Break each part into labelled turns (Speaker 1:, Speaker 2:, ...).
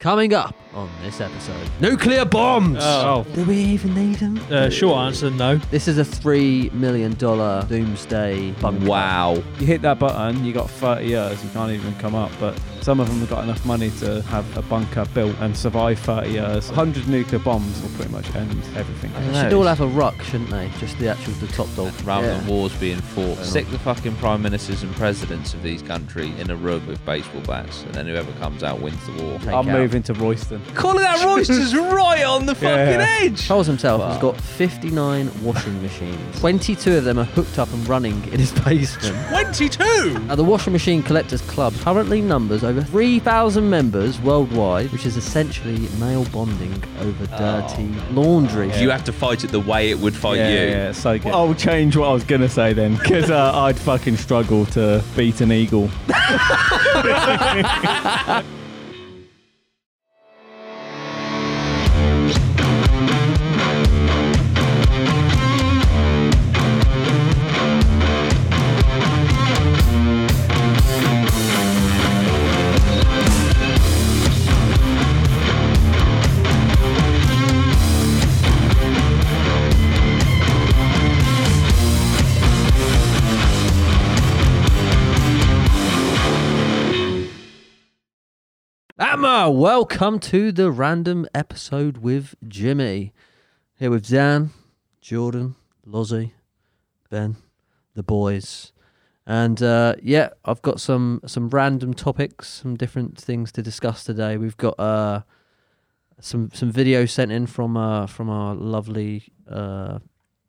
Speaker 1: Coming up on this episode, nuclear bombs.
Speaker 2: Oh.
Speaker 1: Do we even need them?
Speaker 2: Uh, short answer, no.
Speaker 1: This is a three million dollar doomsday bunker.
Speaker 3: Wow.
Speaker 4: You hit that button, you got 30 years, you can't even come up. But some of them have got enough money to have a bunker built and survive 30 years. 100 nuclear bombs will pretty much end everything.
Speaker 1: They should all have a ruck, shouldn't they? Just the actual the top dog.
Speaker 3: Rather
Speaker 1: Yeah.
Speaker 3: than wars being fought, stick the fucking prime ministers and presidents of these countries in a room with baseball bats, and then whoever comes out wins the war.
Speaker 1: Take out.
Speaker 4: I'm moving to Royston.
Speaker 3: Calling out Roysters right on the fucking
Speaker 4: Yeah.
Speaker 3: edge.
Speaker 1: Charles himself has got 59 washing machines. 22 of them are hooked up and running in his basement.
Speaker 2: 22!
Speaker 1: Now, the Washing Machine Collectors Club currently numbers over 3,000 members worldwide, which is essentially male bonding over dirty laundry.
Speaker 3: You have to fight it the way it would fight
Speaker 4: yeah,
Speaker 3: you.
Speaker 4: yeah, it's so good. I'll change what I was gonna say then, because uh, I'd fucking struggle to beat an eagle.
Speaker 1: Amma, welcome to the random episode with Jimmy. Here with Dan, Jordan, Lozzie, Ben, the boys. And uh, yeah, I've got some some random topics, some different things to discuss today. We've got uh, some some video sent in from uh, from our lovely uh,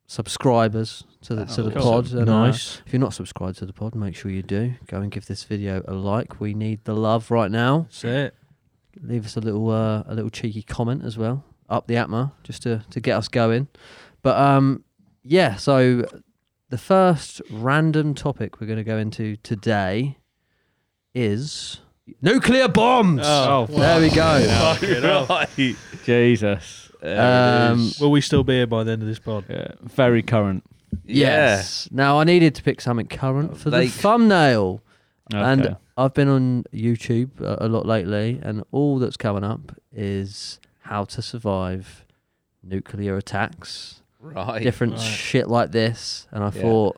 Speaker 1: subscribers to the to the
Speaker 4: cool.
Speaker 1: pod. And, uh, if you're not subscribed to the pod, make sure you do. Go and give this video a like. We need the love right now
Speaker 2: That's it.
Speaker 1: leave us a little uh, a little cheeky comment as well up the atma just to to get us going but um yeah so the first random topic we're going to go into today is nuclear bombs
Speaker 2: Oh.
Speaker 1: there we go
Speaker 3: Right.
Speaker 4: Jesus.
Speaker 3: There it
Speaker 1: Um,
Speaker 3: is.
Speaker 2: Will we still be here by the end of this pod?
Speaker 4: Yeah, very current.
Speaker 1: yes now i needed to pick something current for
Speaker 3: They-
Speaker 1: the thumbnail
Speaker 4: Okay.
Speaker 1: and i've been on youtube a, a lot lately and all that's coming up is how to survive nuclear attacks
Speaker 3: Yeah. Right.
Speaker 1: different
Speaker 2: Right.
Speaker 1: shit like this. And I
Speaker 3: Yeah.
Speaker 1: thought,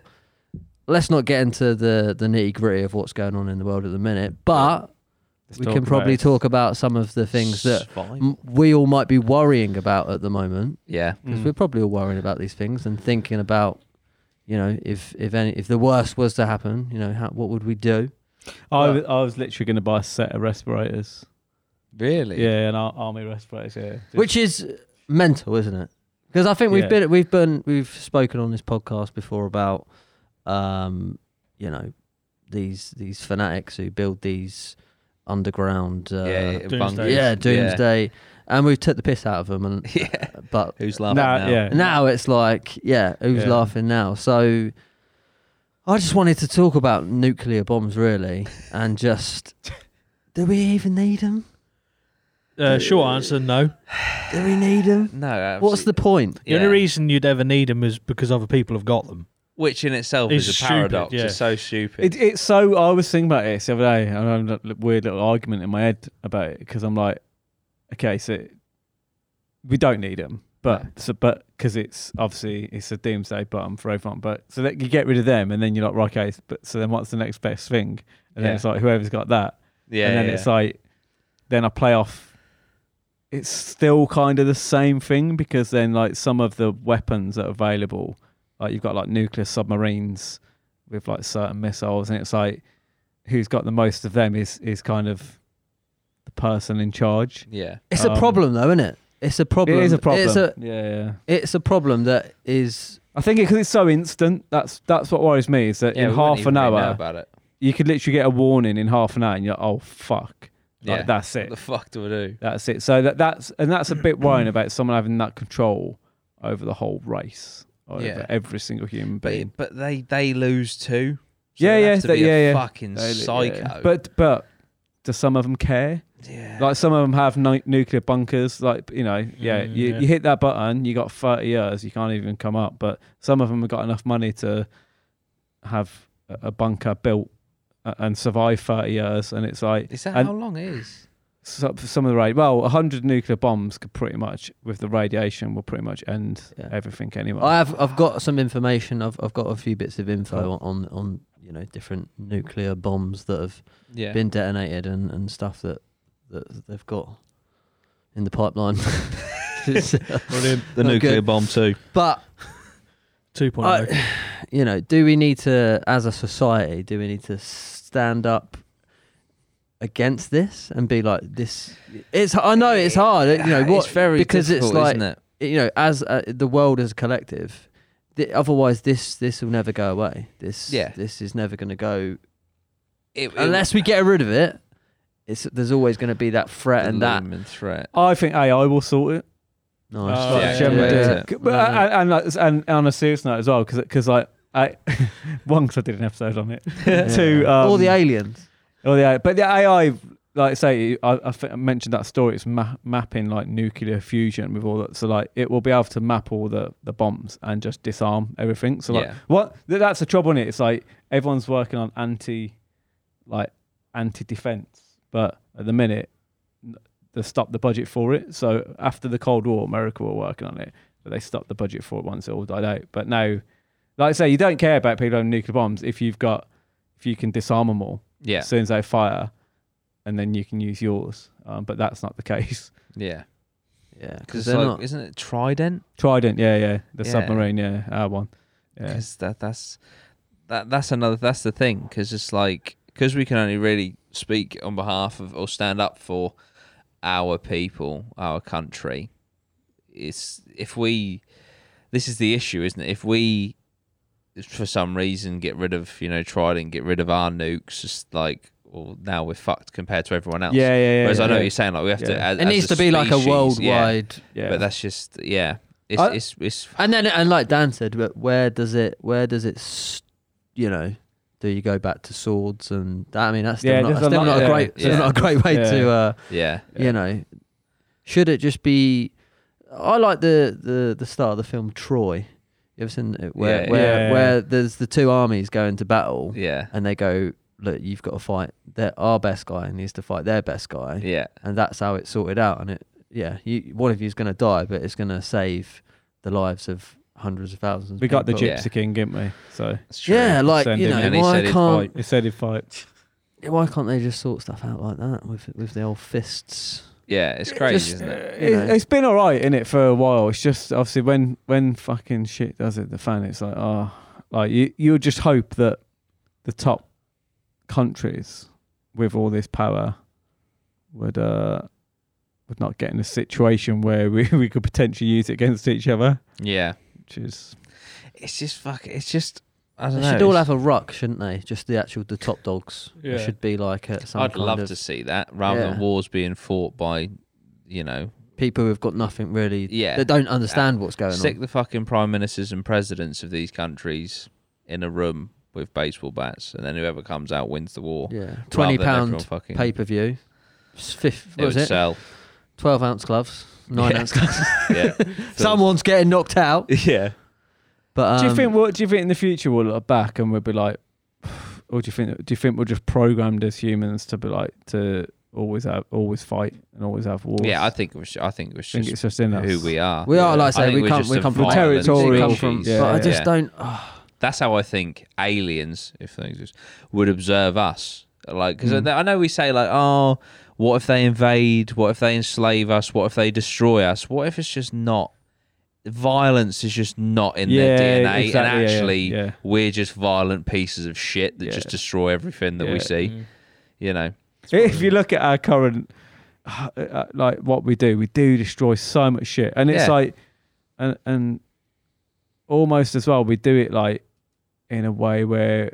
Speaker 1: let's not get into the, the nitty gritty of what's going on in the world at the minute, but
Speaker 4: Let's
Speaker 1: we
Speaker 4: talk
Speaker 1: can
Speaker 4: about
Speaker 1: probably
Speaker 4: it.
Speaker 1: talk about some of the things that
Speaker 3: Survive.
Speaker 1: m- we all might be worrying about at the moment.
Speaker 3: Yeah.
Speaker 1: Because
Speaker 2: Mm.
Speaker 1: we're probably all worrying about these things and thinking about, you know, if if any if the worst was to happen, you know, how, what would we do?
Speaker 4: I was, I was literally gonna buy a set of respirators.
Speaker 3: Really?
Speaker 4: Yeah, an ar- army respirators. Yeah, Just-
Speaker 1: Which is mental, isn't it? Because I think we've
Speaker 4: Yeah.
Speaker 1: been we've been we've spoken on this podcast before about um, you know these these fanatics who build these underground uh,
Speaker 3: yeah,
Speaker 1: yeah,
Speaker 2: Doomsday.
Speaker 3: bunker.
Speaker 2: Yeah.
Speaker 1: doomsday, and we've took the piss out of them. And
Speaker 3: Yeah.
Speaker 1: but
Speaker 3: Who's
Speaker 4: Nah,
Speaker 3: laughing now?
Speaker 4: yeah.
Speaker 1: now it's like yeah, who's
Speaker 4: Yeah.
Speaker 1: laughing now? So I just wanted to talk about nuclear bombs really, and just do we even need them?
Speaker 2: Uh, short answer, no.
Speaker 1: Do we need them?
Speaker 3: No.
Speaker 1: What's the
Speaker 3: absolutely-
Speaker 1: point?
Speaker 2: The only
Speaker 3: Yeah.
Speaker 2: reason you'd ever need them is because other people have got them.
Speaker 3: Which in itself
Speaker 2: It's
Speaker 3: is a
Speaker 2: stupid,
Speaker 3: paradox.
Speaker 2: yeah.
Speaker 3: It's so stupid.
Speaker 4: It, it's so. I was thinking about this the other day, and I had a li- weird little argument in my head about it because I'm like, okay, so we don't need them, but
Speaker 3: No.
Speaker 4: so but because it's obviously it's a doomsday button for everyone, but so that you get rid of them, and then you're like, right, okay, but so then what's the next best thing? And
Speaker 3: Yeah.
Speaker 4: then it's like whoever's got that,
Speaker 3: yeah.
Speaker 4: and then
Speaker 3: yeah.
Speaker 4: it's like, then I play off. It's still kind of the same thing because then like some of the weapons that are available, like you've got like nuclear submarines with like certain missiles, and it's like who's got the most of them is is kind of the person in charge.
Speaker 3: yeah.
Speaker 1: It's a
Speaker 4: Um,
Speaker 1: problem, though, isn't it? It's a problem.
Speaker 4: It is a problem.
Speaker 1: It's a
Speaker 4: yeah, yeah.
Speaker 1: it's a problem that is
Speaker 4: I think because it's so instant, that's that's what worries me is that
Speaker 3: Yeah,
Speaker 4: in
Speaker 3: we wouldn't
Speaker 4: half
Speaker 3: even
Speaker 4: an
Speaker 3: really know
Speaker 4: hour
Speaker 3: about it.
Speaker 4: you could literally get a warning in half an hour, and you're like, oh fuck,
Speaker 3: Yeah.
Speaker 4: like, that's it.
Speaker 3: What the fuck do I do?
Speaker 4: That's it. So that that's and that's a bit worrying about someone having that control over the whole race, over
Speaker 3: Yeah.
Speaker 4: every single human
Speaker 3: But
Speaker 4: being.
Speaker 3: but they they lose too. So
Speaker 4: Yeah,
Speaker 3: they
Speaker 4: yeah,
Speaker 3: have to
Speaker 4: that-
Speaker 3: be a
Speaker 4: yeah, yeah.
Speaker 3: Fucking
Speaker 4: They-
Speaker 3: psycho.
Speaker 4: yeah. But but do some of them care?
Speaker 3: yeah.
Speaker 4: Like some of them have nu- nuclear bunkers. Like you know, yeah,
Speaker 2: Mm,
Speaker 4: you,
Speaker 2: yeah.
Speaker 4: you hit that button, you got thirty years, you can't even come up. But some of them have got enough money to have a a bunker built a- and survive thirty years, and it's like
Speaker 3: is that
Speaker 4: and-
Speaker 3: how long it is?
Speaker 4: so- some of the radi- well, 100 nuclear bombs could pretty much, with the radiation, will pretty much end
Speaker 1: Yeah.
Speaker 4: everything anyway.
Speaker 1: I have I've got some information. I've I've got a few bits of info
Speaker 4: Cool.
Speaker 1: on on you know different nuclear bombs that have
Speaker 3: Yeah.
Speaker 1: been detonated and, and stuff that that they've got in the pipeline. It's, uh,
Speaker 2: Brilliant.
Speaker 3: the
Speaker 1: not
Speaker 3: nuclear
Speaker 1: good. oh
Speaker 3: bomb too.
Speaker 1: but
Speaker 2: 2.0.
Speaker 1: I, you know, do we need to, as a society, do we need to stand up against this and be like this? It's I know it's hard. You know what?
Speaker 3: It's very
Speaker 1: because it's
Speaker 3: difficult,
Speaker 1: like
Speaker 3: isn't it?
Speaker 1: you know, as uh, the world as a collective. Th- otherwise, this this will never go away. This
Speaker 3: Yeah.
Speaker 1: this is never going to go
Speaker 3: It- it-
Speaker 1: unless we get rid of it. It's there's always going to be that
Speaker 3: the
Speaker 1: threat and that.
Speaker 3: looming threat.
Speaker 4: I think AI will sort it.
Speaker 1: Nice.
Speaker 2: Oh,
Speaker 4: Like,
Speaker 2: yeah,
Speaker 4: generally
Speaker 2: yeah,
Speaker 4: do.
Speaker 3: yeah.
Speaker 4: C- But,
Speaker 1: Yeah.
Speaker 4: and- and, like, and, and on a serious note as well, because I, I one, because I did an episode on it. Two, um,
Speaker 1: all the aliens.
Speaker 4: Oh yeah, but the AI, like I say, I, I, think I mentioned that story. It's ma- mapping like nuclear fusion with all that. So like, it will be able to map all the, the bombs and just disarm everything. So like,
Speaker 3: Yeah.
Speaker 4: what th- that's the trouble in it. It's like everyone's working on anti, like anti defense, but at the minute, n- they stopped the budget for it. So after the Cold War, America were working on it, but they stopped the budget for it once it all died out. But now, like I say, you don't care about people having nuclear bombs if you've got if you can disarm them all
Speaker 3: Yeah.
Speaker 4: as soon as they fire, and then you can use yours. Um, but that's not the case.
Speaker 3: Yeah.
Speaker 1: Yeah, because
Speaker 3: Because
Speaker 1: they're
Speaker 3: like,
Speaker 1: not.
Speaker 3: isn't it Trident?
Speaker 4: Trident, yeah, yeah, the
Speaker 3: Yeah.
Speaker 4: submarine, yeah, our one. Yeah.
Speaker 3: Because that that's that that's another that's the thing. Because it's like because we can only really speak on behalf of or stand up for our people, our country. It's if we this is the issue, isn't it? If we for some reason get rid of you know Trident, get rid of our nukes, just like well now we're fucked compared to everyone else.
Speaker 4: yeah, yeah, yeah.
Speaker 3: Whereas
Speaker 4: yeah,
Speaker 3: I know
Speaker 4: yeah.
Speaker 3: what you're saying like we have to.
Speaker 4: Yeah.
Speaker 3: As,
Speaker 1: it
Speaker 3: as
Speaker 1: needs
Speaker 3: a
Speaker 1: to be like a
Speaker 3: species, yeah.
Speaker 1: worldwide.
Speaker 4: yeah.
Speaker 3: But that's just yeah. It's
Speaker 4: I-
Speaker 3: it's it's
Speaker 1: And then, and like Dan said, wh- where does it? Where does it? s- You know, do you go back to swords and that? I mean, that's still
Speaker 4: Yeah,
Speaker 1: not,
Speaker 4: there's
Speaker 1: that's
Speaker 4: a
Speaker 1: still
Speaker 4: lot-
Speaker 1: not a
Speaker 4: yeah,
Speaker 1: great, still
Speaker 3: yeah.
Speaker 1: not a great way to,
Speaker 4: Yeah.
Speaker 1: uh,
Speaker 3: yeah.
Speaker 1: you know, should it just be? I like the the the start of the film Troy. You ever seen it? Where
Speaker 3: Yeah,
Speaker 1: where
Speaker 4: yeah.
Speaker 1: where there's the two armies going to battle
Speaker 3: Yeah.
Speaker 1: and they go, look, you've got to fight their our best guy needs to fight their best guy.
Speaker 3: Yeah.
Speaker 1: and that's how it's sorted out. And it, yeah, you, one of you's going to die, but it's going to save the lives of hundreds of thousands. of
Speaker 4: we got the
Speaker 1: people.
Speaker 4: Gypsy
Speaker 3: Yeah.
Speaker 4: King, didn't we? So
Speaker 3: That's true.
Speaker 1: Yeah, like
Speaker 4: Send
Speaker 1: you
Speaker 4: him
Speaker 1: know,
Speaker 4: in.
Speaker 3: And he
Speaker 1: why
Speaker 3: said he'd
Speaker 1: can't
Speaker 4: he said he'd fight.
Speaker 1: why can't they just sort stuff out like that with with the old fists?
Speaker 3: Yeah, it's crazy,
Speaker 1: Just-
Speaker 3: isn't it? uh,
Speaker 1: You
Speaker 4: Eh, It,
Speaker 1: know.
Speaker 4: it's been all right in it for a while. It's just obviously when when fucking shit does it, the fan. It's like oh, like you you just hope that the top countries with all this power would uh would not get in a situation where we, we could potentially use it against each other,
Speaker 3: Yeah,
Speaker 4: which is
Speaker 3: it's just fuck. It's just I
Speaker 1: They
Speaker 3: don't
Speaker 1: should
Speaker 3: know.
Speaker 1: all
Speaker 3: it's-
Speaker 1: have a ruck, shouldn't they? Just the actual the top dogs. It
Speaker 2: Yeah.
Speaker 1: should be like a, some
Speaker 3: I'd
Speaker 1: kind
Speaker 3: love
Speaker 1: of
Speaker 3: to see that rather
Speaker 1: Yeah.
Speaker 3: than wars being fought by, you know,
Speaker 1: people who've got nothing really.
Speaker 3: Yeah.
Speaker 1: that don't understand what's going
Speaker 3: stick
Speaker 1: on.
Speaker 3: the fucking prime ministers and presidents of these countries in a room with baseball bats, and then whoever comes out wins the war.
Speaker 1: Yeah,
Speaker 3: rather
Speaker 1: twenty
Speaker 3: than everyone
Speaker 1: pound
Speaker 3: fucking.
Speaker 1: pay per view. Fifth,
Speaker 3: It
Speaker 1: what was
Speaker 3: would
Speaker 1: it?
Speaker 3: sell.
Speaker 1: Twelve ounce gloves, nine
Speaker 3: Yeah.
Speaker 1: ounce gloves.
Speaker 3: Yeah.
Speaker 1: Someone's getting knocked out.
Speaker 3: Yeah.
Speaker 1: But um,
Speaker 4: do you think what do you think in the future we'll look back and we'll be like or do you think do you think we're just programmed as humans to be like to always have always fight and always have wars?
Speaker 3: Yeah, I think it was. I think it was
Speaker 4: think
Speaker 3: just
Speaker 4: it's just in us.
Speaker 3: who we are.
Speaker 1: We are, like I say,
Speaker 3: I think
Speaker 1: we
Speaker 3: we're
Speaker 1: come,
Speaker 3: just
Speaker 1: we
Speaker 3: a
Speaker 1: come from
Speaker 4: The
Speaker 3: violent
Speaker 4: territory
Speaker 1: come
Speaker 4: species.
Speaker 1: from,
Speaker 3: species.
Speaker 1: but I
Speaker 4: Yeah.
Speaker 1: just
Speaker 3: Yeah.
Speaker 1: don't. Oh,
Speaker 3: That's how I think aliens, if they exist, would observe us. Like, because
Speaker 4: Mm.
Speaker 3: I know we say like, oh, what if they invade? What if they enslave us? What if they destroy us? What if it's just not? Violence is just not in
Speaker 4: Yeah,
Speaker 3: their DNA,
Speaker 4: exactly,
Speaker 3: and
Speaker 4: yeah,
Speaker 3: actually,
Speaker 4: yeah.
Speaker 3: we're just violent pieces of shit that
Speaker 4: Yeah.
Speaker 3: just destroy everything that we
Speaker 4: Yeah. Mm-hmm.
Speaker 3: see. You know,
Speaker 4: if you look at our current uh, uh, like what we do we do destroy so much shit and it's
Speaker 3: Yeah.
Speaker 4: like and and almost as well we do it like in a way where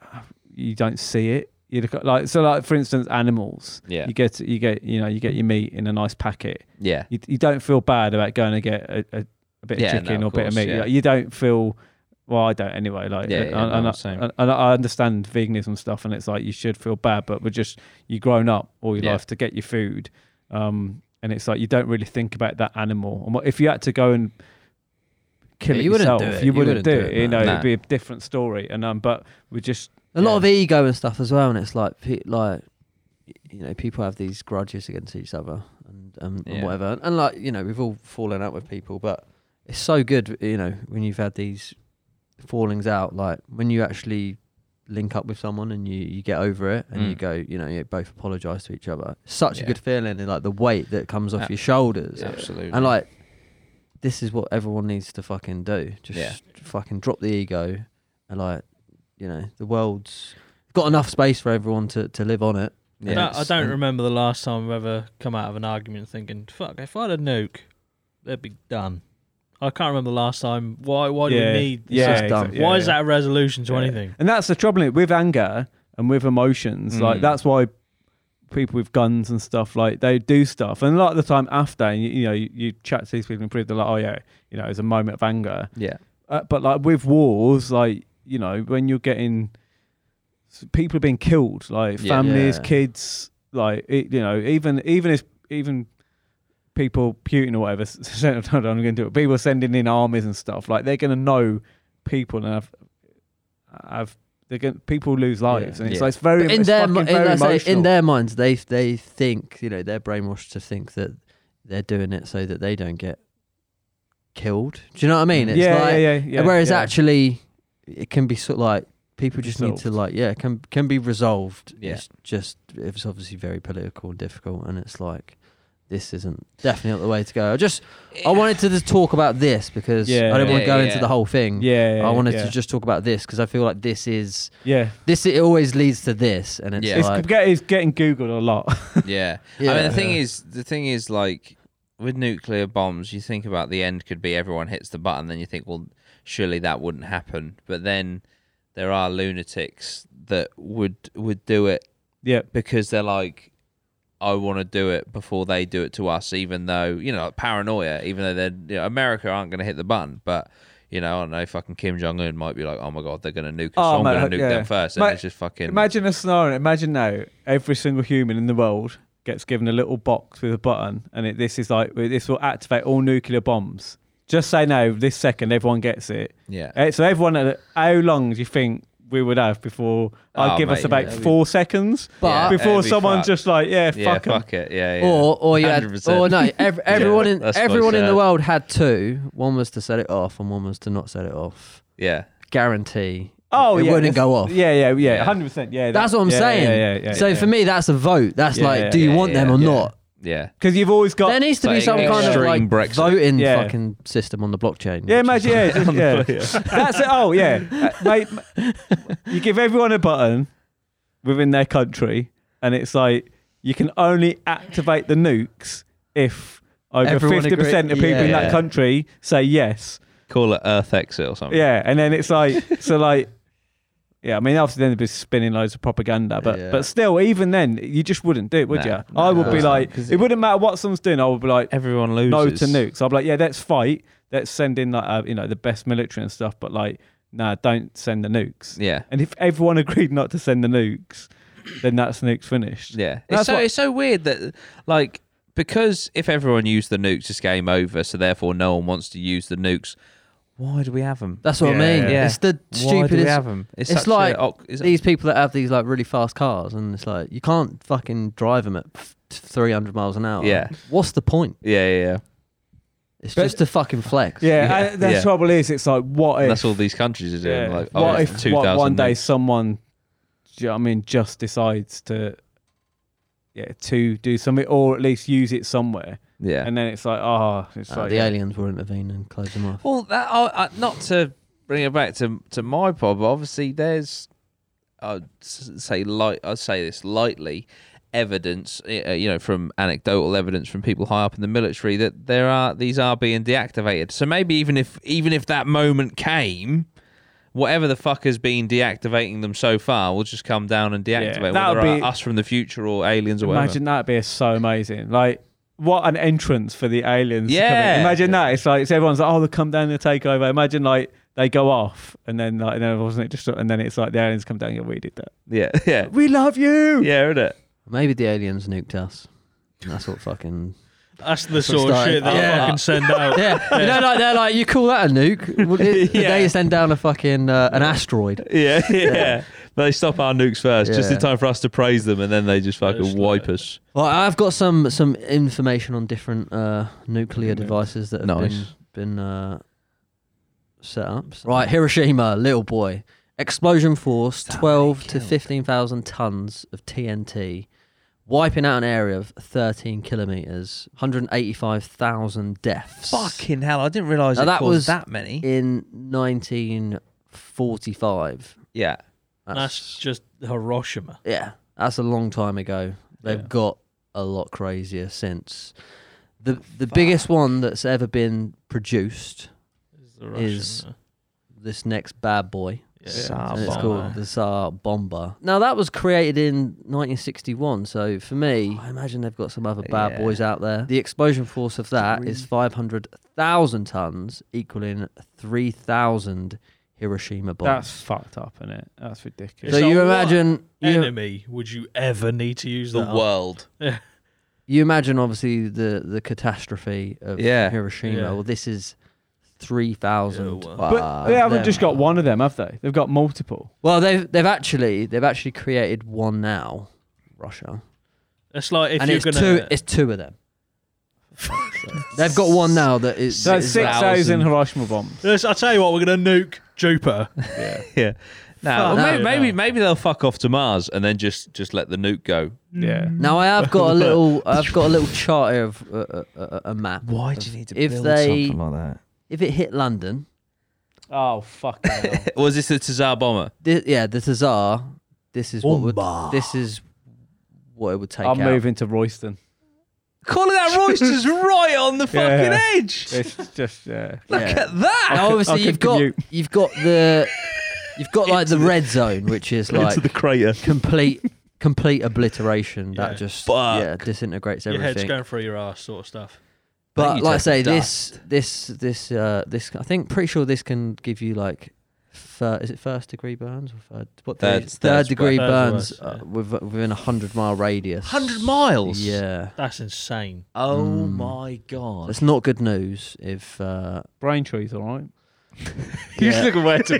Speaker 4: uh, you don't see it you look at, like so like for instance animals
Speaker 3: yeah,
Speaker 4: you get you get you know you get your meat in a nice packet
Speaker 3: yeah,
Speaker 4: you, you don't feel bad about going to get a, a, a bit
Speaker 3: Yeah, no,
Speaker 4: of chicken
Speaker 3: of
Speaker 4: or a bit of
Speaker 3: course,
Speaker 4: meat.
Speaker 3: yeah.
Speaker 4: Like, you don't feel well. I don't anyway. Like,
Speaker 3: Yeah,
Speaker 4: and,
Speaker 3: yeah, no,
Speaker 4: and,
Speaker 3: same.
Speaker 4: I, and I understand veganism stuff, and it's like you should feel bad, but we're just you've grown up all your
Speaker 3: Yeah.
Speaker 4: life to get your food, um, and it's like you don't really think about that animal. And what, if you had to go and kill
Speaker 1: Yeah,
Speaker 4: it
Speaker 1: you wouldn't
Speaker 4: yourself,
Speaker 1: do it.
Speaker 4: you wouldn't do it. You
Speaker 1: no.
Speaker 4: know,
Speaker 3: No.
Speaker 4: it'd be a different story. And um, but we just
Speaker 1: a lot
Speaker 4: Yeah.
Speaker 1: of ego and stuff as well, and it's like pe- like you know, people have these grudges against each other and um, and
Speaker 3: Yeah.
Speaker 1: whatever. And, and like you know, we've all fallen out with people, but it's so good, you know, when you've had these fallings out, like when you actually link up with someone and you, you get over it and you
Speaker 3: Mm.
Speaker 1: go, you know, you both apologise to each other. Such a
Speaker 3: Yeah.
Speaker 1: good feeling and like the weight that comes off
Speaker 3: Yeah.
Speaker 1: your shoulders.
Speaker 3: Absolutely.
Speaker 1: And like, this is what everyone needs to fucking do. Just
Speaker 3: Yeah.
Speaker 1: fucking drop the ego, and like, you know, the world's got enough space for everyone to to live on it.
Speaker 2: I
Speaker 1: Yeah,
Speaker 2: don't- I
Speaker 1: it's-
Speaker 2: don't
Speaker 3: Mm.
Speaker 1: and-
Speaker 2: remember the last time I've ever come out of an argument thinking, "Fuck, if I had a nuke, they'd be done." I can't remember the last time. Why? Why do
Speaker 4: yeah.
Speaker 2: we need? this?
Speaker 4: yeah,
Speaker 1: It's just dumb.
Speaker 4: exactly.
Speaker 2: why
Speaker 4: Yeah,
Speaker 2: is
Speaker 4: yeah.
Speaker 2: that a resolution to
Speaker 4: Yeah.
Speaker 2: anything?
Speaker 4: And that's the trouble it- with anger and with emotions. Like
Speaker 3: Mm.
Speaker 4: that's why people with guns and stuff like they do stuff. And a lot of the time after, and you, you know, you, you chat to these people and prove they're like, oh yeah, you know, it's a moment of anger.
Speaker 3: yeah.
Speaker 4: Uh, but like with wars, like you know, when you're getting s- people are being killed, like
Speaker 3: Yeah.
Speaker 4: families,
Speaker 1: Yeah.
Speaker 4: kids, like it, you know, even even if even people Putin or whatever, s- I don't know, I'm going to do it. People sending in armies and stuff, like they're going to know people and have have they're going people lose lives, and it's
Speaker 3: Yeah.
Speaker 4: like it's very
Speaker 1: But in
Speaker 4: it's
Speaker 1: their
Speaker 4: fucking
Speaker 1: mi- in,
Speaker 4: very
Speaker 1: that's it, in
Speaker 4: emotional.
Speaker 1: their minds, they they think you know they're brainwashed to think that they're doing it so that they don't get killed. Do you know what I mean? It's
Speaker 4: yeah,
Speaker 1: like,
Speaker 4: yeah, yeah, yeah,
Speaker 1: Whereas
Speaker 4: yeah.
Speaker 1: actually, it can be sort of like people just need to
Speaker 4: Resolved.
Speaker 1: like yeah can can be resolved.
Speaker 3: Yeah.
Speaker 1: It's just it's obviously very political and difficult, and it's like this isn't definitely not the way to go. I just I wanted to just talk about this because
Speaker 4: Yeah.
Speaker 1: I didn't want to
Speaker 3: Yeah,
Speaker 1: go
Speaker 3: yeah,
Speaker 1: into
Speaker 3: yeah.
Speaker 1: the whole thing.
Speaker 4: yeah, yeah,
Speaker 1: I wanted
Speaker 4: yeah.
Speaker 1: to just talk about this because I feel like this is
Speaker 4: yeah.
Speaker 1: this it always leads to this, and it's
Speaker 3: Yeah.
Speaker 4: It's,
Speaker 1: like
Speaker 4: get- it's getting googled a lot.
Speaker 3: Yeah.
Speaker 1: yeah.
Speaker 3: I mean, the thing is, the thing is, like with nuclear bombs, you think about the end could be everyone hits the button, then you think, well, surely that wouldn't happen. But then there are lunatics that would would do it
Speaker 4: yeah,
Speaker 3: because they're like, I want to do it before they do it to us, even though you know like paranoia, even though they're you know, America aren't going to hit the button, but. You know, I don't know. Fucking Kim Jong Un might be like, "Oh my god, they're gonna nuke us.
Speaker 4: Oh,
Speaker 3: so I'm
Speaker 4: mate,
Speaker 3: gonna nuke
Speaker 4: yeah.
Speaker 3: them first. And
Speaker 4: Mate,
Speaker 3: it's just fucking.
Speaker 4: Imagine a scenario. Imagine now every single human in the world gets given a little box with a button, and it, this is like this will activate all nuclear bombs. Just say no this second, everyone gets it.
Speaker 3: yeah,
Speaker 4: Eh, So everyone, how long do you think we would have before?
Speaker 3: Oh,
Speaker 4: I'd give us
Speaker 3: mate,
Speaker 4: about
Speaker 3: yeah.
Speaker 4: four seconds
Speaker 1: But-
Speaker 3: Yeah,
Speaker 4: before
Speaker 3: it'd be
Speaker 4: someone
Speaker 3: fucked.
Speaker 4: just like yeah,
Speaker 3: yeah,
Speaker 4: fuck 'em.
Speaker 3: fuck it, yeah, yeah.
Speaker 1: Or, or you had,
Speaker 3: 100%.
Speaker 1: or no, ev- everyone in
Speaker 3: that's what I
Speaker 1: everyone in the
Speaker 3: said.
Speaker 1: world had two. One was to set it off, and one was to not set it off.
Speaker 3: yeah.
Speaker 1: Guarantee.
Speaker 4: Oh,
Speaker 1: it
Speaker 4: yeah,
Speaker 1: wouldn't go off.
Speaker 4: Yeah, yeah, yeah,
Speaker 3: Yeah.
Speaker 4: hundred percent. Yeah,
Speaker 1: That's
Speaker 4: that-
Speaker 1: what I'm
Speaker 4: yeah,
Speaker 1: saying.
Speaker 4: Yeah, yeah, yeah,
Speaker 1: so
Speaker 4: yeah.
Speaker 1: for me, that's a vote. That's
Speaker 4: Yeah,
Speaker 1: like,
Speaker 4: yeah,
Speaker 1: do you
Speaker 3: yeah,
Speaker 1: want them
Speaker 3: yeah,
Speaker 1: or
Speaker 3: yeah.
Speaker 1: not?
Speaker 3: Yeah.
Speaker 4: because you've always got
Speaker 1: There needs to be
Speaker 3: Like
Speaker 1: some kind of like
Speaker 3: extreme Brexit.
Speaker 1: voting
Speaker 4: Yeah.
Speaker 1: fucking system on the blockchain.
Speaker 4: Yeah,
Speaker 1: which is
Speaker 4: imagine. Yeah, just- yeah. That's it. Oh, yeah. Uh, mate, m- you give everyone a button within their country, and it's like you can only activate the nukes if over
Speaker 1: Everyone
Speaker 4: fifty percent of
Speaker 1: agree-
Speaker 4: people in
Speaker 3: yeah. Oh.
Speaker 4: that country say yes.
Speaker 3: Call it Earth Exit or something.
Speaker 4: Yeah, and then it's like so, like. Yeah, I mean, obviously, then they'd be spinning loads of propaganda, but
Speaker 1: Yeah.
Speaker 4: but still, even then, you just wouldn't do it, would
Speaker 3: Nah,
Speaker 4: you? I would be
Speaker 3: nah.
Speaker 4: like,
Speaker 3: 'Cause
Speaker 4: it wouldn't matter what someone's doing. I would be like,
Speaker 3: Everyone loses.
Speaker 4: no to nukes. I'll be like, yeah, let's fight. Let's send in like uh, you know the best military and stuff, but like, nah, don't send the nukes.
Speaker 3: Yeah.
Speaker 4: And if everyone agreed not to send the nukes, then that's nukes finished.
Speaker 3: Yeah. It's
Speaker 4: That's
Speaker 3: so
Speaker 4: what-
Speaker 3: it's so weird that like because if everyone used the nukes, it's game over. So therefore, no one wants to use the nukes. Why do we have them?
Speaker 1: That's what I
Speaker 4: Yeah.
Speaker 1: mean.
Speaker 3: Yeah.
Speaker 1: It's the
Speaker 3: Why do we have
Speaker 1: stupidest.
Speaker 3: them?
Speaker 1: it's
Speaker 3: such a
Speaker 1: like
Speaker 3: oc- it's-
Speaker 1: These people that have these like really fast cars, and it's like you can't fucking drive them at f- 300 miles an hour.
Speaker 3: Yeah.
Speaker 1: What's the point?
Speaker 3: yeah, yeah, yeah.
Speaker 1: It's
Speaker 4: But-
Speaker 1: just to fucking flex.
Speaker 4: Yeah,
Speaker 3: Yeah,
Speaker 4: and the
Speaker 3: yeah.
Speaker 4: trouble is, it's like, what if?
Speaker 3: And that's all these countries are doing. Like, oh,
Speaker 4: what
Speaker 3: it's
Speaker 4: if
Speaker 3: 2000
Speaker 4: what, one day
Speaker 3: nukes.
Speaker 4: someone, do you know what I mean, just decides to, yeah, to do something or at least use it somewhere,
Speaker 3: Yeah.
Speaker 4: and then it's like, oh, it's
Speaker 1: Uh,
Speaker 4: like
Speaker 1: the
Speaker 4: yeah.
Speaker 1: aliens will intervene and close them off.
Speaker 3: Well, that I, I, not to bring it back to to my pod, but obviously there's, I'd s- say light, I'd say this lightly, evidence, uh, you know, from anecdotal evidence from people high up in the military that there are these are being deactivated. So maybe even if even if that moment came. Whatever the fuck has been deactivating them so far will just come down and deactivate. them,
Speaker 4: that would
Speaker 3: whether
Speaker 4: be-
Speaker 3: us from the future or aliens or whatever.
Speaker 4: Imagine that'd be so amazing. Like, what an entrance for the aliens. to come in.
Speaker 3: Yeah.
Speaker 4: Imagine that. It's like, it's everyone's like, oh, they'll come down and take over. Imagine, like, they go off and then, like, and then wasn't it just, and then it's like the aliens come down and go, we did that.
Speaker 3: Yeah, yeah,
Speaker 4: We love you.
Speaker 3: yeah, isn't it?
Speaker 1: Maybe the aliens nuked us. And That's what fucking.
Speaker 2: That's the
Speaker 1: That's what
Speaker 2: sort of
Speaker 1: started-
Speaker 2: shit that
Speaker 1: Yeah.
Speaker 2: I fucking send out.
Speaker 1: Yeah, you know, like they're like, you call that a nuke? Well, it- They send down a fucking uh, an asteroid.
Speaker 3: Yeah, yeah. They stop our nukes first, just in
Speaker 1: Yeah.
Speaker 3: time for us to praise them, and then they just fucking
Speaker 2: Just like-
Speaker 3: wipe us.
Speaker 1: Well, I've got some some information on different uh, nuclear
Speaker 4: Nukes.
Speaker 1: devices that have
Speaker 3: Nice.
Speaker 1: been been uh, set up. Right, Hiroshima, little boy. Explosion force:
Speaker 3: Is that what they
Speaker 1: twelve to
Speaker 3: killed?
Speaker 1: fifteen thousand tons of TNT, wiping out an area of thirteen kilometers. One hundred eighty-five thousand deaths.
Speaker 3: Fucking hell! I didn't realise
Speaker 1: Now
Speaker 3: it
Speaker 1: that
Speaker 3: caused
Speaker 1: was-
Speaker 3: that many.
Speaker 1: In nineteen forty-five.
Speaker 3: yeah,
Speaker 2: That's just Hiroshima.
Speaker 1: Yeah, that's a long time ago. They've
Speaker 2: Yeah.
Speaker 1: got a lot crazier since. The the biggest one that's ever been produced,
Speaker 2: Is the Russian,
Speaker 1: Is-
Speaker 2: uh,
Speaker 1: this next bad boy.
Speaker 2: yeah.
Speaker 3: Tsar
Speaker 1: and
Speaker 3: Ah,
Speaker 1: it's
Speaker 3: bomber.
Speaker 1: called the Tsar Bomber. Now that was created in 1961, so for me, I imagine they've got some other bad
Speaker 3: Yeah.
Speaker 1: boys out there. The explosion force of that is 500,000 tons, equaling 3,000 Hiroshima bombs.
Speaker 4: That's fucked up, isn't it? That's ridiculous.
Speaker 1: so
Speaker 2: It's a
Speaker 1: you
Speaker 2: lot.
Speaker 1: imagine you,
Speaker 2: enemy would you ever need to use
Speaker 3: the
Speaker 2: that?
Speaker 3: world.
Speaker 1: you imagine obviously the the catastrophe of
Speaker 3: Yeah.
Speaker 1: Hiroshima.
Speaker 2: Yeah.
Speaker 1: Well, this is three
Speaker 2: Yeah,
Speaker 1: thousand.
Speaker 2: well,
Speaker 4: but
Speaker 3: Wow.
Speaker 4: they haven't
Speaker 1: them.
Speaker 4: just got one of them, have they? They've got multiple.
Speaker 1: Well, they've they've actually they've actually created one now, Russia,
Speaker 2: It's like if
Speaker 1: and
Speaker 2: you're
Speaker 1: it's
Speaker 2: gonna
Speaker 1: two it's two of them. they've got one now that is
Speaker 4: So
Speaker 1: is
Speaker 4: that's six thousand Hiroshima bombs.
Speaker 2: Yes, I tell you what, we're gonna nuke Jupiter.
Speaker 4: yeah.
Speaker 3: yeah. Now,
Speaker 2: Fuck
Speaker 3: maybe,
Speaker 2: no.
Speaker 3: maybe maybe they'll fuck off to Mars and then just just let the nuke go.
Speaker 4: Yeah.
Speaker 1: Now I have got a little I've got a little chart here of uh, uh, uh, a map.
Speaker 3: Why
Speaker 1: do you need to If build they- something
Speaker 3: like that?
Speaker 1: If it hit London,
Speaker 4: Oh fuck.
Speaker 3: Was this the Tsar bomber?
Speaker 1: thi- yeah, the Tsar. This is what would, this is what it would take.
Speaker 4: I'm
Speaker 1: out.
Speaker 4: moving to Royston.
Speaker 3: Calling out Royster's right on the fucking
Speaker 4: Yeah.
Speaker 3: edge.
Speaker 4: It's just yeah.
Speaker 3: Look
Speaker 1: Yeah.
Speaker 3: at that.
Speaker 1: Now, obviously,
Speaker 4: I could
Speaker 1: you've got
Speaker 4: commute.
Speaker 1: you've got the you've got like the red zone, which is like
Speaker 3: crater.
Speaker 1: complete complete obliteration
Speaker 2: Yeah.
Speaker 1: that just
Speaker 3: Fuck.
Speaker 1: yeah disintegrates
Speaker 2: Your head's
Speaker 1: everything.
Speaker 2: going through your ass, sort of stuff.
Speaker 1: But
Speaker 3: you
Speaker 1: like I
Speaker 3: take
Speaker 1: say,
Speaker 3: the
Speaker 1: this this this uh this I think pretty sure this can give you like. Thir- is it first degree burns or third? What
Speaker 3: Third-
Speaker 1: third,
Speaker 3: third's
Speaker 1: third degree
Speaker 2: worse.
Speaker 1: burns
Speaker 2: Third's worse,
Speaker 1: uh,
Speaker 2: yeah.
Speaker 1: with, within a hundred mile radius.
Speaker 3: Hundred miles.
Speaker 1: Yeah,
Speaker 2: That's insane.
Speaker 3: Oh
Speaker 1: Mm.
Speaker 3: my god.
Speaker 1: it's not good news if uh,
Speaker 4: Braintree's all right.
Speaker 1: You just
Speaker 4: looking where to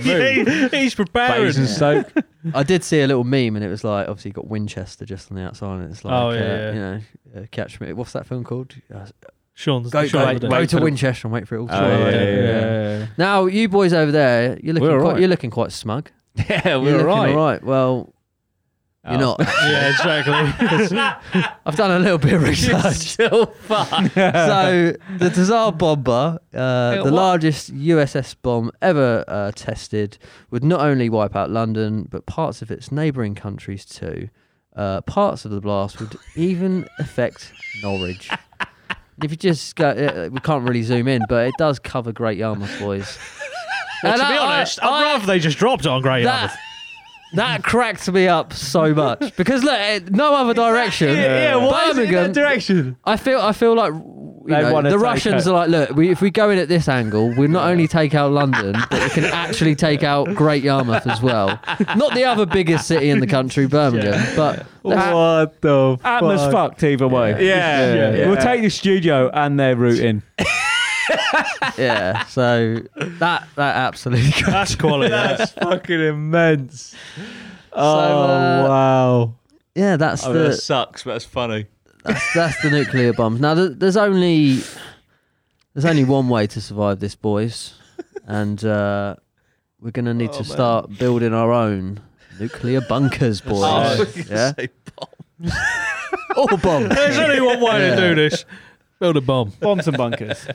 Speaker 2: He's preparing.
Speaker 4: Bays and Stoke.
Speaker 1: I did see a little meme, and it was like, obviously, you got Winchester just on the outside, and it's like,
Speaker 2: Oh, yeah,
Speaker 1: uh,
Speaker 2: yeah.
Speaker 1: you know, uh, catch me. What's that film called? Uh,
Speaker 2: Sean's
Speaker 1: go
Speaker 2: Sean
Speaker 1: go,
Speaker 2: would do.
Speaker 1: go
Speaker 4: wait
Speaker 1: to
Speaker 4: for the-
Speaker 1: Winchester and wait for it all to
Speaker 3: Oh,
Speaker 1: arrive.
Speaker 3: yeah, yeah,
Speaker 1: Now, you boys over there, you're looking
Speaker 4: We're
Speaker 1: quite,
Speaker 4: alright.
Speaker 1: you're looking quite smug.
Speaker 3: yeah,
Speaker 1: you're
Speaker 3: we're
Speaker 1: looking
Speaker 3: right.
Speaker 1: all right. Well,
Speaker 3: Oh.
Speaker 1: you're not.
Speaker 2: Yeah, exactly.
Speaker 1: I've done a little bit of research.
Speaker 3: Still fuck.
Speaker 1: so, the Tsar bomber, uh, the
Speaker 3: what?
Speaker 1: largest USS bomb ever uh, tested, would not only wipe out London but parts of its neighbouring countries too. Uh, parts of the blast would even affect Norwich. And if you just go, uh, we can't really zoom in, but it does cover Great Yarmouth, boys.
Speaker 2: Well,
Speaker 1: And
Speaker 2: to
Speaker 1: I-
Speaker 2: be
Speaker 1: I-
Speaker 2: honest,
Speaker 1: I-
Speaker 2: I'd rather they just dropped it on Grey Yarmouth.
Speaker 1: that that cracked me up so much because look, eh, no other direction. Birmingham.
Speaker 4: direction?
Speaker 1: I feel I feel like you
Speaker 4: They
Speaker 1: know,
Speaker 4: wanna
Speaker 1: the
Speaker 4: take
Speaker 1: Russians
Speaker 4: out-
Speaker 1: are like, look, we, if we go in at this angle, we'll not only take out London, but we can actually take out Great Yarmouth as well. Not the other biggest city in the country, Birmingham, but
Speaker 4: What the
Speaker 5: Atmos
Speaker 4: fuck? fucked either way.
Speaker 1: Yeah.
Speaker 4: Yeah.
Speaker 5: Yeah.
Speaker 4: We'll take the studio and their routing.
Speaker 1: yeah. So that that absolutely.
Speaker 2: That's quality. That's
Speaker 5: fucking immense.
Speaker 1: So,
Speaker 2: Oh,
Speaker 1: uh,
Speaker 5: wow.
Speaker 1: yeah, that's
Speaker 3: Oh,
Speaker 5: I mean, that
Speaker 1: the
Speaker 5: sucks, but that's funny.
Speaker 1: that's, that's the nuclear bombs. Now th- there's only there's only one way to survive this, boys, and uh, we're gonna need to start building our own nuclear bunkers, boys.
Speaker 3: Oh,
Speaker 1: yeah, all bombs.
Speaker 2: There's only one way
Speaker 1: Yeah.
Speaker 2: to do this. Build a bomb.
Speaker 4: Bombs and bunkers.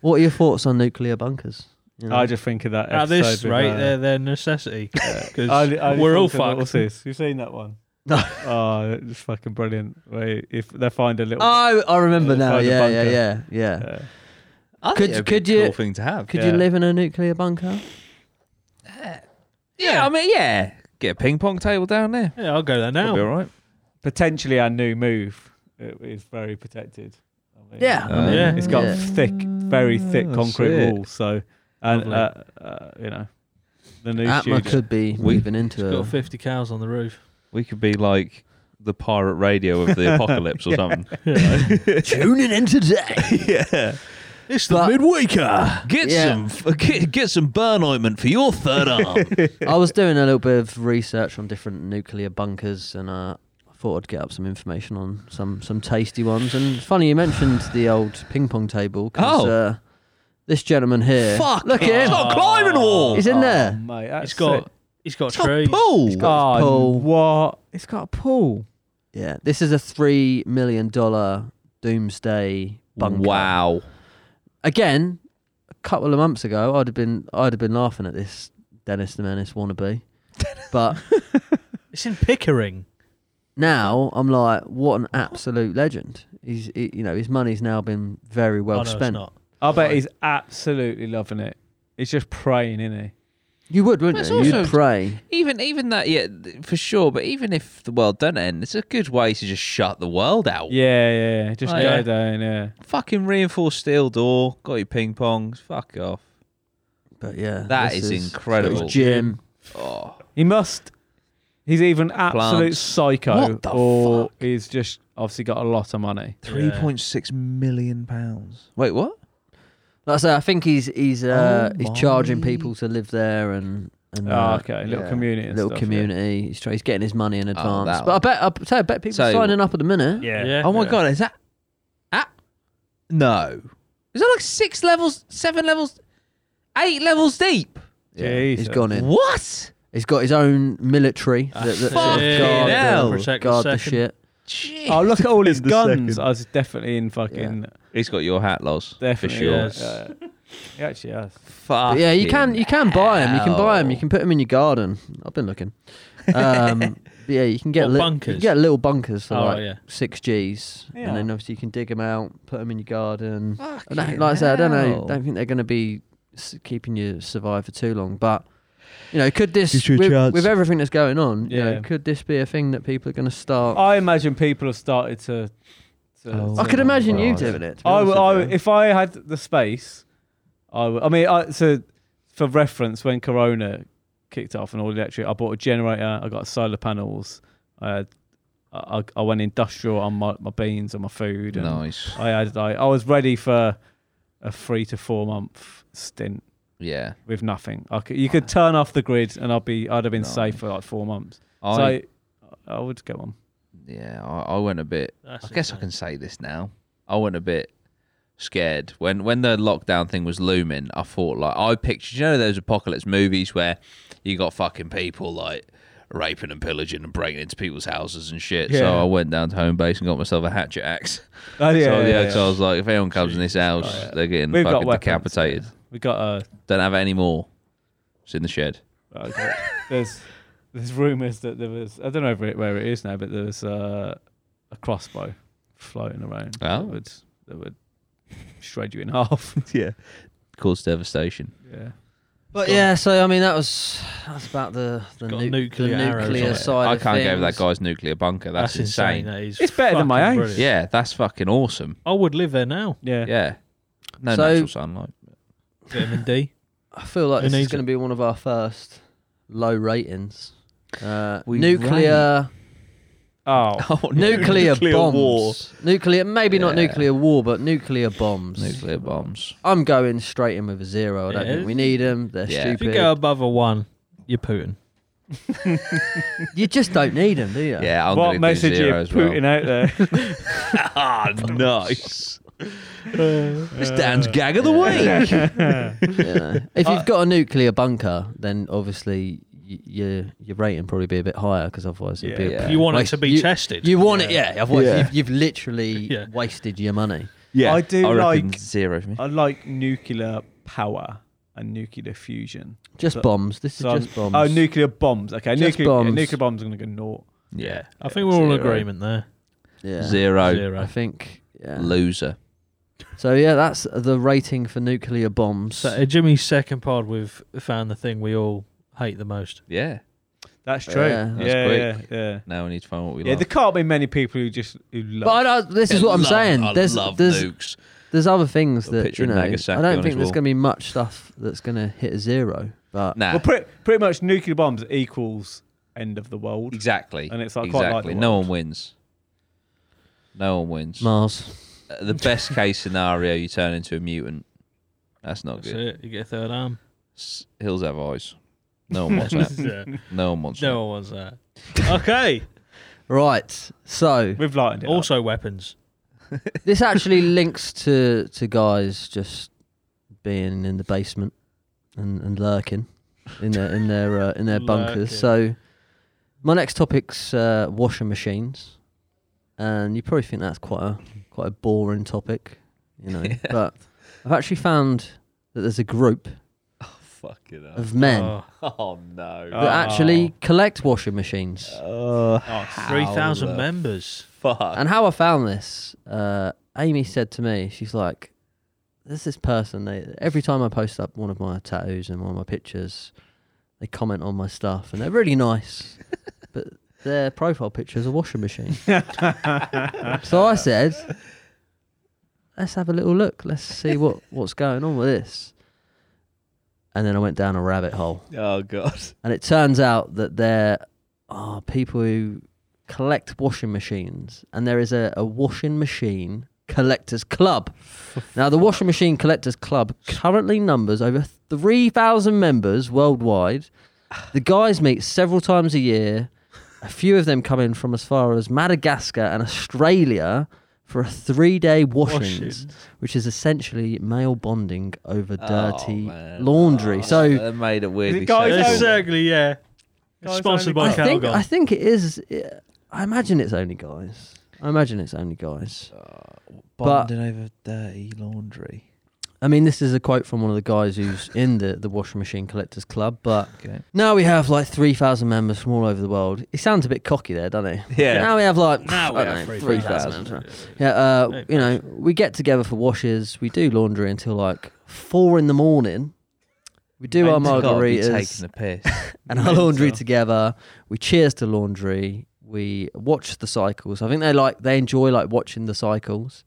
Speaker 1: What are your thoughts on nuclear bunkers? You know?
Speaker 4: I just think of that.
Speaker 2: At this
Speaker 4: episode with,
Speaker 2: rate,
Speaker 4: uh,
Speaker 2: they're, they're necessity. Because
Speaker 4: Ali- Ali
Speaker 2: we're all
Speaker 4: Fulton and
Speaker 2: fucked.
Speaker 4: Ulysses. You've seen that one?
Speaker 1: No.
Speaker 4: oh, it's fucking brilliant. Wait, if they find a little.
Speaker 1: oh, I remember
Speaker 4: Yeah,
Speaker 1: now.
Speaker 4: find a
Speaker 1: Yeah, yeah,
Speaker 4: bunker.
Speaker 1: yeah, yeah.
Speaker 4: Yeah.
Speaker 3: I think
Speaker 1: Could-
Speaker 3: it'd be
Speaker 1: could
Speaker 3: a
Speaker 1: you-
Speaker 3: cool thing to have?
Speaker 1: Could
Speaker 4: Yeah.
Speaker 1: you live in a nuclear bunker?
Speaker 3: Yeah, I mean, yeah. Get a ping pong table down there.
Speaker 2: Yeah, I'll go there
Speaker 3: That'll be
Speaker 2: now.
Speaker 3: all right.
Speaker 4: potentially our new move it is very protected. I mean,
Speaker 1: Yeah.
Speaker 3: Uh,
Speaker 2: yeah.
Speaker 4: it's got
Speaker 1: Yeah.
Speaker 4: thick, very thick
Speaker 3: Oh,
Speaker 4: concrete
Speaker 3: shit.
Speaker 4: walls. So, and uh, uh, you know, the new
Speaker 1: Atma
Speaker 4: studio.
Speaker 1: could be
Speaker 3: We-
Speaker 1: moving into
Speaker 2: Got
Speaker 1: a
Speaker 2: 50 cows on the roof.
Speaker 3: We could be like the pirate radio of the apocalypse or something.
Speaker 1: tuning in today.
Speaker 3: yeah.
Speaker 2: It's
Speaker 1: the But-
Speaker 2: midweeker.
Speaker 3: Get
Speaker 1: Yeah.
Speaker 3: some f- get, get some burn ointment for your third arm.
Speaker 1: I was doing a little bit of research on different nuclear bunkers, and uh, I thought I'd get up some information on some some tasty ones. And it's funny you mentioned the old ping pong table. 'cause,
Speaker 3: Oh.
Speaker 1: uh, this gentleman here.
Speaker 3: Fuck!
Speaker 1: Look at
Speaker 3: It's
Speaker 1: him.
Speaker 3: got a climbing wall.
Speaker 1: He's in there.
Speaker 4: Oh, Mate,
Speaker 2: It's
Speaker 4: that's
Speaker 2: got
Speaker 4: sick.
Speaker 2: it's got
Speaker 3: It's got
Speaker 2: trees.
Speaker 3: a pool.
Speaker 1: got a
Speaker 4: Oh,
Speaker 1: pool.
Speaker 4: what? It's got a pool.
Speaker 1: Yeah, this is a three million dollar doomsday bunker.
Speaker 3: Wow.
Speaker 1: Again, a couple of months ago, I'd have been I'd have been laughing at this Dennis the Menace wannabe, but
Speaker 2: It's in Pickering.
Speaker 1: now I'm like, what an absolute legend! He's he, you know his money's now been very well
Speaker 2: oh, no, It's
Speaker 1: spent.
Speaker 2: not.
Speaker 4: I bet
Speaker 2: Right.
Speaker 4: he's absolutely loving it. He's just praying, isn't he?
Speaker 1: You would, wouldn't
Speaker 3: It's
Speaker 1: you? You'd
Speaker 3: also-
Speaker 1: pray.
Speaker 3: Even even that, yeah, th- for sure. But even if the world don't end, it's a good way to just shut the world out.
Speaker 4: Yeah, yeah. yeah. Just
Speaker 3: Oh,
Speaker 4: go
Speaker 3: yeah.
Speaker 4: down, yeah.
Speaker 3: Fucking reinforced steel door. Got your ping pongs. Fuck off.
Speaker 1: But yeah,
Speaker 3: That
Speaker 1: this
Speaker 3: Uh, is
Speaker 1: is
Speaker 3: incredible.
Speaker 1: Jim,
Speaker 3: Oh,
Speaker 4: He must. He's even absolute
Speaker 3: Plants.
Speaker 4: psycho,
Speaker 3: What the
Speaker 4: or he's just obviously got a lot of money.
Speaker 3: three point six million pounds. Wait, what?
Speaker 1: like I say, I think he's he's uh,
Speaker 3: Oh
Speaker 1: he's charging
Speaker 3: my. Ah,
Speaker 1: people to live there and and
Speaker 4: Oh,
Speaker 1: uh,
Speaker 4: okay, little
Speaker 1: yeah.
Speaker 4: community, and
Speaker 1: little
Speaker 4: stuff, yeah.
Speaker 1: community. He's, try, he's getting his money in advance.
Speaker 3: Oh, that
Speaker 1: but I
Speaker 3: one.
Speaker 1: bet I bet, I bet people
Speaker 3: So-
Speaker 1: are signing up at the minute.
Speaker 2: Yeah.
Speaker 3: Oh my god, is that? Ah, no. Is that like six levels, seven levels, eight levels deep?
Speaker 1: he's
Speaker 4: Jesus.
Speaker 1: gone in.
Speaker 3: What?
Speaker 1: He's got his own military that, that sort of
Speaker 3: Fucking
Speaker 1: guard, the-
Speaker 3: hell.
Speaker 2: Protect the
Speaker 1: guard the
Speaker 2: second.
Speaker 1: shit.
Speaker 3: Jeez.
Speaker 4: Oh, look at all his
Speaker 5: In the
Speaker 4: guns.
Speaker 5: second.
Speaker 4: I was definitely in fucking.
Speaker 3: He's got your hat, Los.
Speaker 4: Definitely.
Speaker 3: For sure.
Speaker 4: yeah, yeah. He actually has.
Speaker 3: Fuck.
Speaker 1: But yeah, you can you can buy him. You can buy him. You can put him in your garden. I've been looking. Um, but yeah, you can get
Speaker 2: What,
Speaker 1: li- You
Speaker 2: bunkers?
Speaker 1: can get little bunkers for
Speaker 2: Oh,
Speaker 1: like
Speaker 2: right, yeah.
Speaker 1: six Gs,
Speaker 4: Yeah.
Speaker 1: and then obviously you can dig them out, put them in your garden.
Speaker 3: Fuck.
Speaker 1: And that- like I said, I don't know. Don't think they're going to be s- keeping you survive for too long. But you know, could this
Speaker 5: Gives you a
Speaker 1: with,
Speaker 5: chance.
Speaker 1: with everything that's going on? You know,
Speaker 4: Yeah.
Speaker 1: could this be a thing that people are going to start?
Speaker 4: I imagine people have started to.
Speaker 5: Oh.
Speaker 4: to- to-
Speaker 1: Oh. I could imagine you
Speaker 5: Right.
Speaker 1: doing it. to be
Speaker 4: I,
Speaker 1: honest
Speaker 4: would, I
Speaker 1: with
Speaker 4: would-
Speaker 1: you.
Speaker 4: if I had the space, I would. I mean, I, so for reference, when Corona kicked off and all electric, I bought a generator. I got solar panels. I had, I, I- I went industrial on my, my beans and my food. And
Speaker 3: Nice.
Speaker 4: I had like I was ready for a three to four month stint
Speaker 3: Yeah.
Speaker 4: with nothing. I could, you could turn off the grid and I'd be I'd have been safe for like four months.
Speaker 3: I,
Speaker 4: so I, I would get one.
Speaker 3: yeah, I, I went a bit.
Speaker 2: That's
Speaker 3: I guess I
Speaker 2: insane.
Speaker 3: can say this now. I went a bit scared when when the lockdown thing was looming. I thought like I pictured you know those apocalypse movies where you got fucking people like raping and pillaging and breaking into people's houses and shit. So
Speaker 4: Yeah.
Speaker 3: I went down to home base and got myself a hatchet axe.
Speaker 4: Oh,
Speaker 3: Yeah,
Speaker 4: yeah,
Speaker 3: so,
Speaker 4: yeah,
Speaker 3: yeah,
Speaker 4: yeah.
Speaker 3: 'cause I was like, if anyone comes in this house,
Speaker 4: Oh, yeah.
Speaker 3: they're getting
Speaker 4: We've got
Speaker 3: fucking
Speaker 4: weapons,
Speaker 3: decapitated.
Speaker 4: We got uh, a.
Speaker 3: Don't have any more. It's in the shed.
Speaker 4: well, got- uh, there's there's rumours that there was I don't know where it, where it is now, but there was uh, a crossbow floating around
Speaker 3: Oh.
Speaker 4: that would that would shred you in half.
Speaker 5: yeah.
Speaker 3: Caused devastation.
Speaker 4: yeah.
Speaker 1: But
Speaker 2: Go on.
Speaker 1: yeah, so I mean that was that's about the the,
Speaker 2: Got
Speaker 1: nu- the
Speaker 2: nuclear arrows
Speaker 1: nuclear
Speaker 2: on it.
Speaker 1: side.
Speaker 3: I
Speaker 1: of
Speaker 3: can't go
Speaker 1: things.
Speaker 3: with that guy's nuclear bunker. That's, insane.
Speaker 2: That is
Speaker 4: It's better than my
Speaker 2: fucking
Speaker 4: house.
Speaker 2: brilliant.
Speaker 3: Yeah, that's fucking awesome.
Speaker 2: I would live there now.
Speaker 4: Yeah.
Speaker 3: Yeah. No
Speaker 1: So-
Speaker 3: natural sunlight.
Speaker 2: Vitamin D.
Speaker 1: I feel like
Speaker 2: Who
Speaker 1: this is
Speaker 2: needs
Speaker 1: going to be one of our first low ratings. Uh,
Speaker 3: We
Speaker 1: nuclear,
Speaker 4: Oh.
Speaker 3: Oh,
Speaker 1: nuclear,
Speaker 5: Nuclear
Speaker 1: bombs,
Speaker 5: war.
Speaker 1: nuclear. Maybe not
Speaker 3: Yeah.
Speaker 1: nuclear war, but nuclear bombs.
Speaker 3: Nuclear bombs.
Speaker 1: I'm going straight in with a zero. I don't
Speaker 2: Yeah.
Speaker 1: think we need them. They're
Speaker 3: Yeah.
Speaker 2: If
Speaker 1: stupid.
Speaker 2: you
Speaker 1: You,
Speaker 2: go above a one, you're Putin.
Speaker 1: just don't need them, do you?
Speaker 3: Yeah, I'm
Speaker 4: what
Speaker 3: going to do
Speaker 4: message are you
Speaker 3: zero as well.
Speaker 4: putting out there?
Speaker 3: Ah, nice. It's Dan's gag of the
Speaker 1: Yeah.
Speaker 3: week.
Speaker 1: Yeah. If
Speaker 2: Uh,
Speaker 1: you've got a nuclear bunker, then obviously y- your your rating probably be a bit higher because otherwise it'd
Speaker 4: Yeah,
Speaker 1: be a
Speaker 3: yeah.
Speaker 2: You want it
Speaker 1: waste-
Speaker 2: to be
Speaker 1: you-
Speaker 2: tested.
Speaker 1: You want it, yeah. Otherwise,
Speaker 5: Yeah.
Speaker 1: You've, you've literally
Speaker 2: Yeah.
Speaker 1: wasted your money.
Speaker 5: Yeah.
Speaker 4: I do
Speaker 3: I reckon
Speaker 4: like
Speaker 3: zero for me.
Speaker 4: I like nuclear power and nuclear fusion.
Speaker 1: Just
Speaker 4: So-
Speaker 1: bombs. This is
Speaker 4: So
Speaker 1: just bombs.
Speaker 4: I'm- Oh, nuclear bombs. Okay,
Speaker 1: Just
Speaker 4: nuclear
Speaker 1: bombs.
Speaker 4: nuclear bombs. are gonna go naught.
Speaker 3: Yeah.
Speaker 2: I think we're all in
Speaker 3: Zero.
Speaker 2: agreement there.
Speaker 1: yeah.
Speaker 3: Zero.
Speaker 1: I
Speaker 2: Zero.
Speaker 1: think. Yeah.
Speaker 3: Loser.
Speaker 1: So yeah, that's the rating for nuclear bombs.
Speaker 2: So uh, Jimmy's second pod, we've found the thing we all hate the most.
Speaker 3: Yeah.
Speaker 4: That's true.
Speaker 1: Yeah.
Speaker 4: Yeah,
Speaker 3: That's
Speaker 4: yeah,
Speaker 3: quick.
Speaker 4: yeah, yeah.
Speaker 3: Now we need to find what we
Speaker 4: There
Speaker 3: like.
Speaker 4: can't be many people who just who
Speaker 1: but
Speaker 4: love.
Speaker 1: I don't, this is what I'm
Speaker 3: Love-
Speaker 1: saying.
Speaker 3: I
Speaker 1: there's
Speaker 3: love
Speaker 1: there's
Speaker 3: nukes.
Speaker 1: there's other things
Speaker 3: Got a
Speaker 1: that
Speaker 3: picture
Speaker 1: you
Speaker 3: of
Speaker 1: know. I
Speaker 3: Nagasaki
Speaker 1: don't
Speaker 3: on
Speaker 1: think
Speaker 3: his
Speaker 1: there's
Speaker 3: wall.
Speaker 1: gonna be much stuff that's gonna hit a zero. But
Speaker 3: Nah.
Speaker 4: well, pretty, pretty much nuclear bombs equals end of the world.
Speaker 3: Exactly.
Speaker 4: And it's like quite like
Speaker 3: exactly.
Speaker 4: the
Speaker 3: no
Speaker 4: world.
Speaker 3: one wins. No one wins.
Speaker 1: Mars.
Speaker 3: the best case scenario, you turn into a mutant. That's not
Speaker 2: That's
Speaker 3: good.
Speaker 2: it. You get a third arm.
Speaker 3: S- Hills have eyes. No one wants that.
Speaker 2: Yeah.
Speaker 3: No one wants
Speaker 2: no one wants that. Okay.
Speaker 1: Right. So
Speaker 4: We've lightened it. up.
Speaker 2: also weapons.
Speaker 1: this actually links to to guys just being in the basement and, and lurking in their in their uh, in their bunkers. So my next topic's uh, washing machines, and you probably think that's quite a quite a boring topic, you know. But I've actually found that there's a group
Speaker 3: that. Oh, Fucking hell.
Speaker 1: of men
Speaker 2: Oh,
Speaker 3: Oh no.
Speaker 1: that actually collect washing machines.
Speaker 3: Oh,
Speaker 2: oh, 3,000
Speaker 3: the
Speaker 2: members.
Speaker 3: fuck.
Speaker 1: And how I found this, uh, Amy said to me, she's like, "There's this person. They every time I post up one of my tattoos and one of my pictures, they comment on my stuff, and they're really nice, but their profile picture is a washing machine." so I said, "Let's have a little look. Let's see what what's going on with this." And then I went down a rabbit hole.
Speaker 3: Oh god.
Speaker 1: And it turns out that there are people who collect washing machines, and there is a, a washing machine collectors club. Now, the washing machine collectors club currently numbers over 3,000 members worldwide. The guys meet several times a year. A few of them come in from as far as Madagascar and Australia for a three-day washings,
Speaker 2: Washings.
Speaker 1: which is essentially male bonding over dirty
Speaker 3: Oh, man.
Speaker 1: laundry.
Speaker 3: Oh,
Speaker 1: so
Speaker 3: they made it weirdly
Speaker 4: guys
Speaker 2: Yeah,
Speaker 4: Guys
Speaker 3: sexual.
Speaker 2: Exactly, yeah.
Speaker 4: Guys
Speaker 2: Sponsored by
Speaker 4: only-
Speaker 1: I think,
Speaker 2: Calgon.
Speaker 1: I think it is. I imagine it's only guys. I imagine it's only guys.
Speaker 3: Oh.
Speaker 1: but-
Speaker 3: Bonding over dirty laundry.
Speaker 1: I mean, this is a quote from one of the guys who's in the, the washing machine collectors club. But
Speaker 3: Okay.
Speaker 1: now we have like three thousand members from all over the world. He sounds a bit cocky there, doesn't he?
Speaker 3: Yeah.
Speaker 1: Now we have like
Speaker 2: Now we
Speaker 1: I
Speaker 2: have
Speaker 1: don't know,
Speaker 2: 3,000.
Speaker 1: 3,000. Yeah, uh,
Speaker 2: Hey,
Speaker 1: you know,
Speaker 2: thanks.
Speaker 1: we get together for washes. We do laundry until like four in the morning. We do our
Speaker 3: Men's gotta be
Speaker 1: margaritas
Speaker 3: Taking the piss.
Speaker 1: and our
Speaker 4: Mental.
Speaker 1: laundry together. We cheers to laundry. We watch the cycles. I think they like they enjoy like watching the cycles.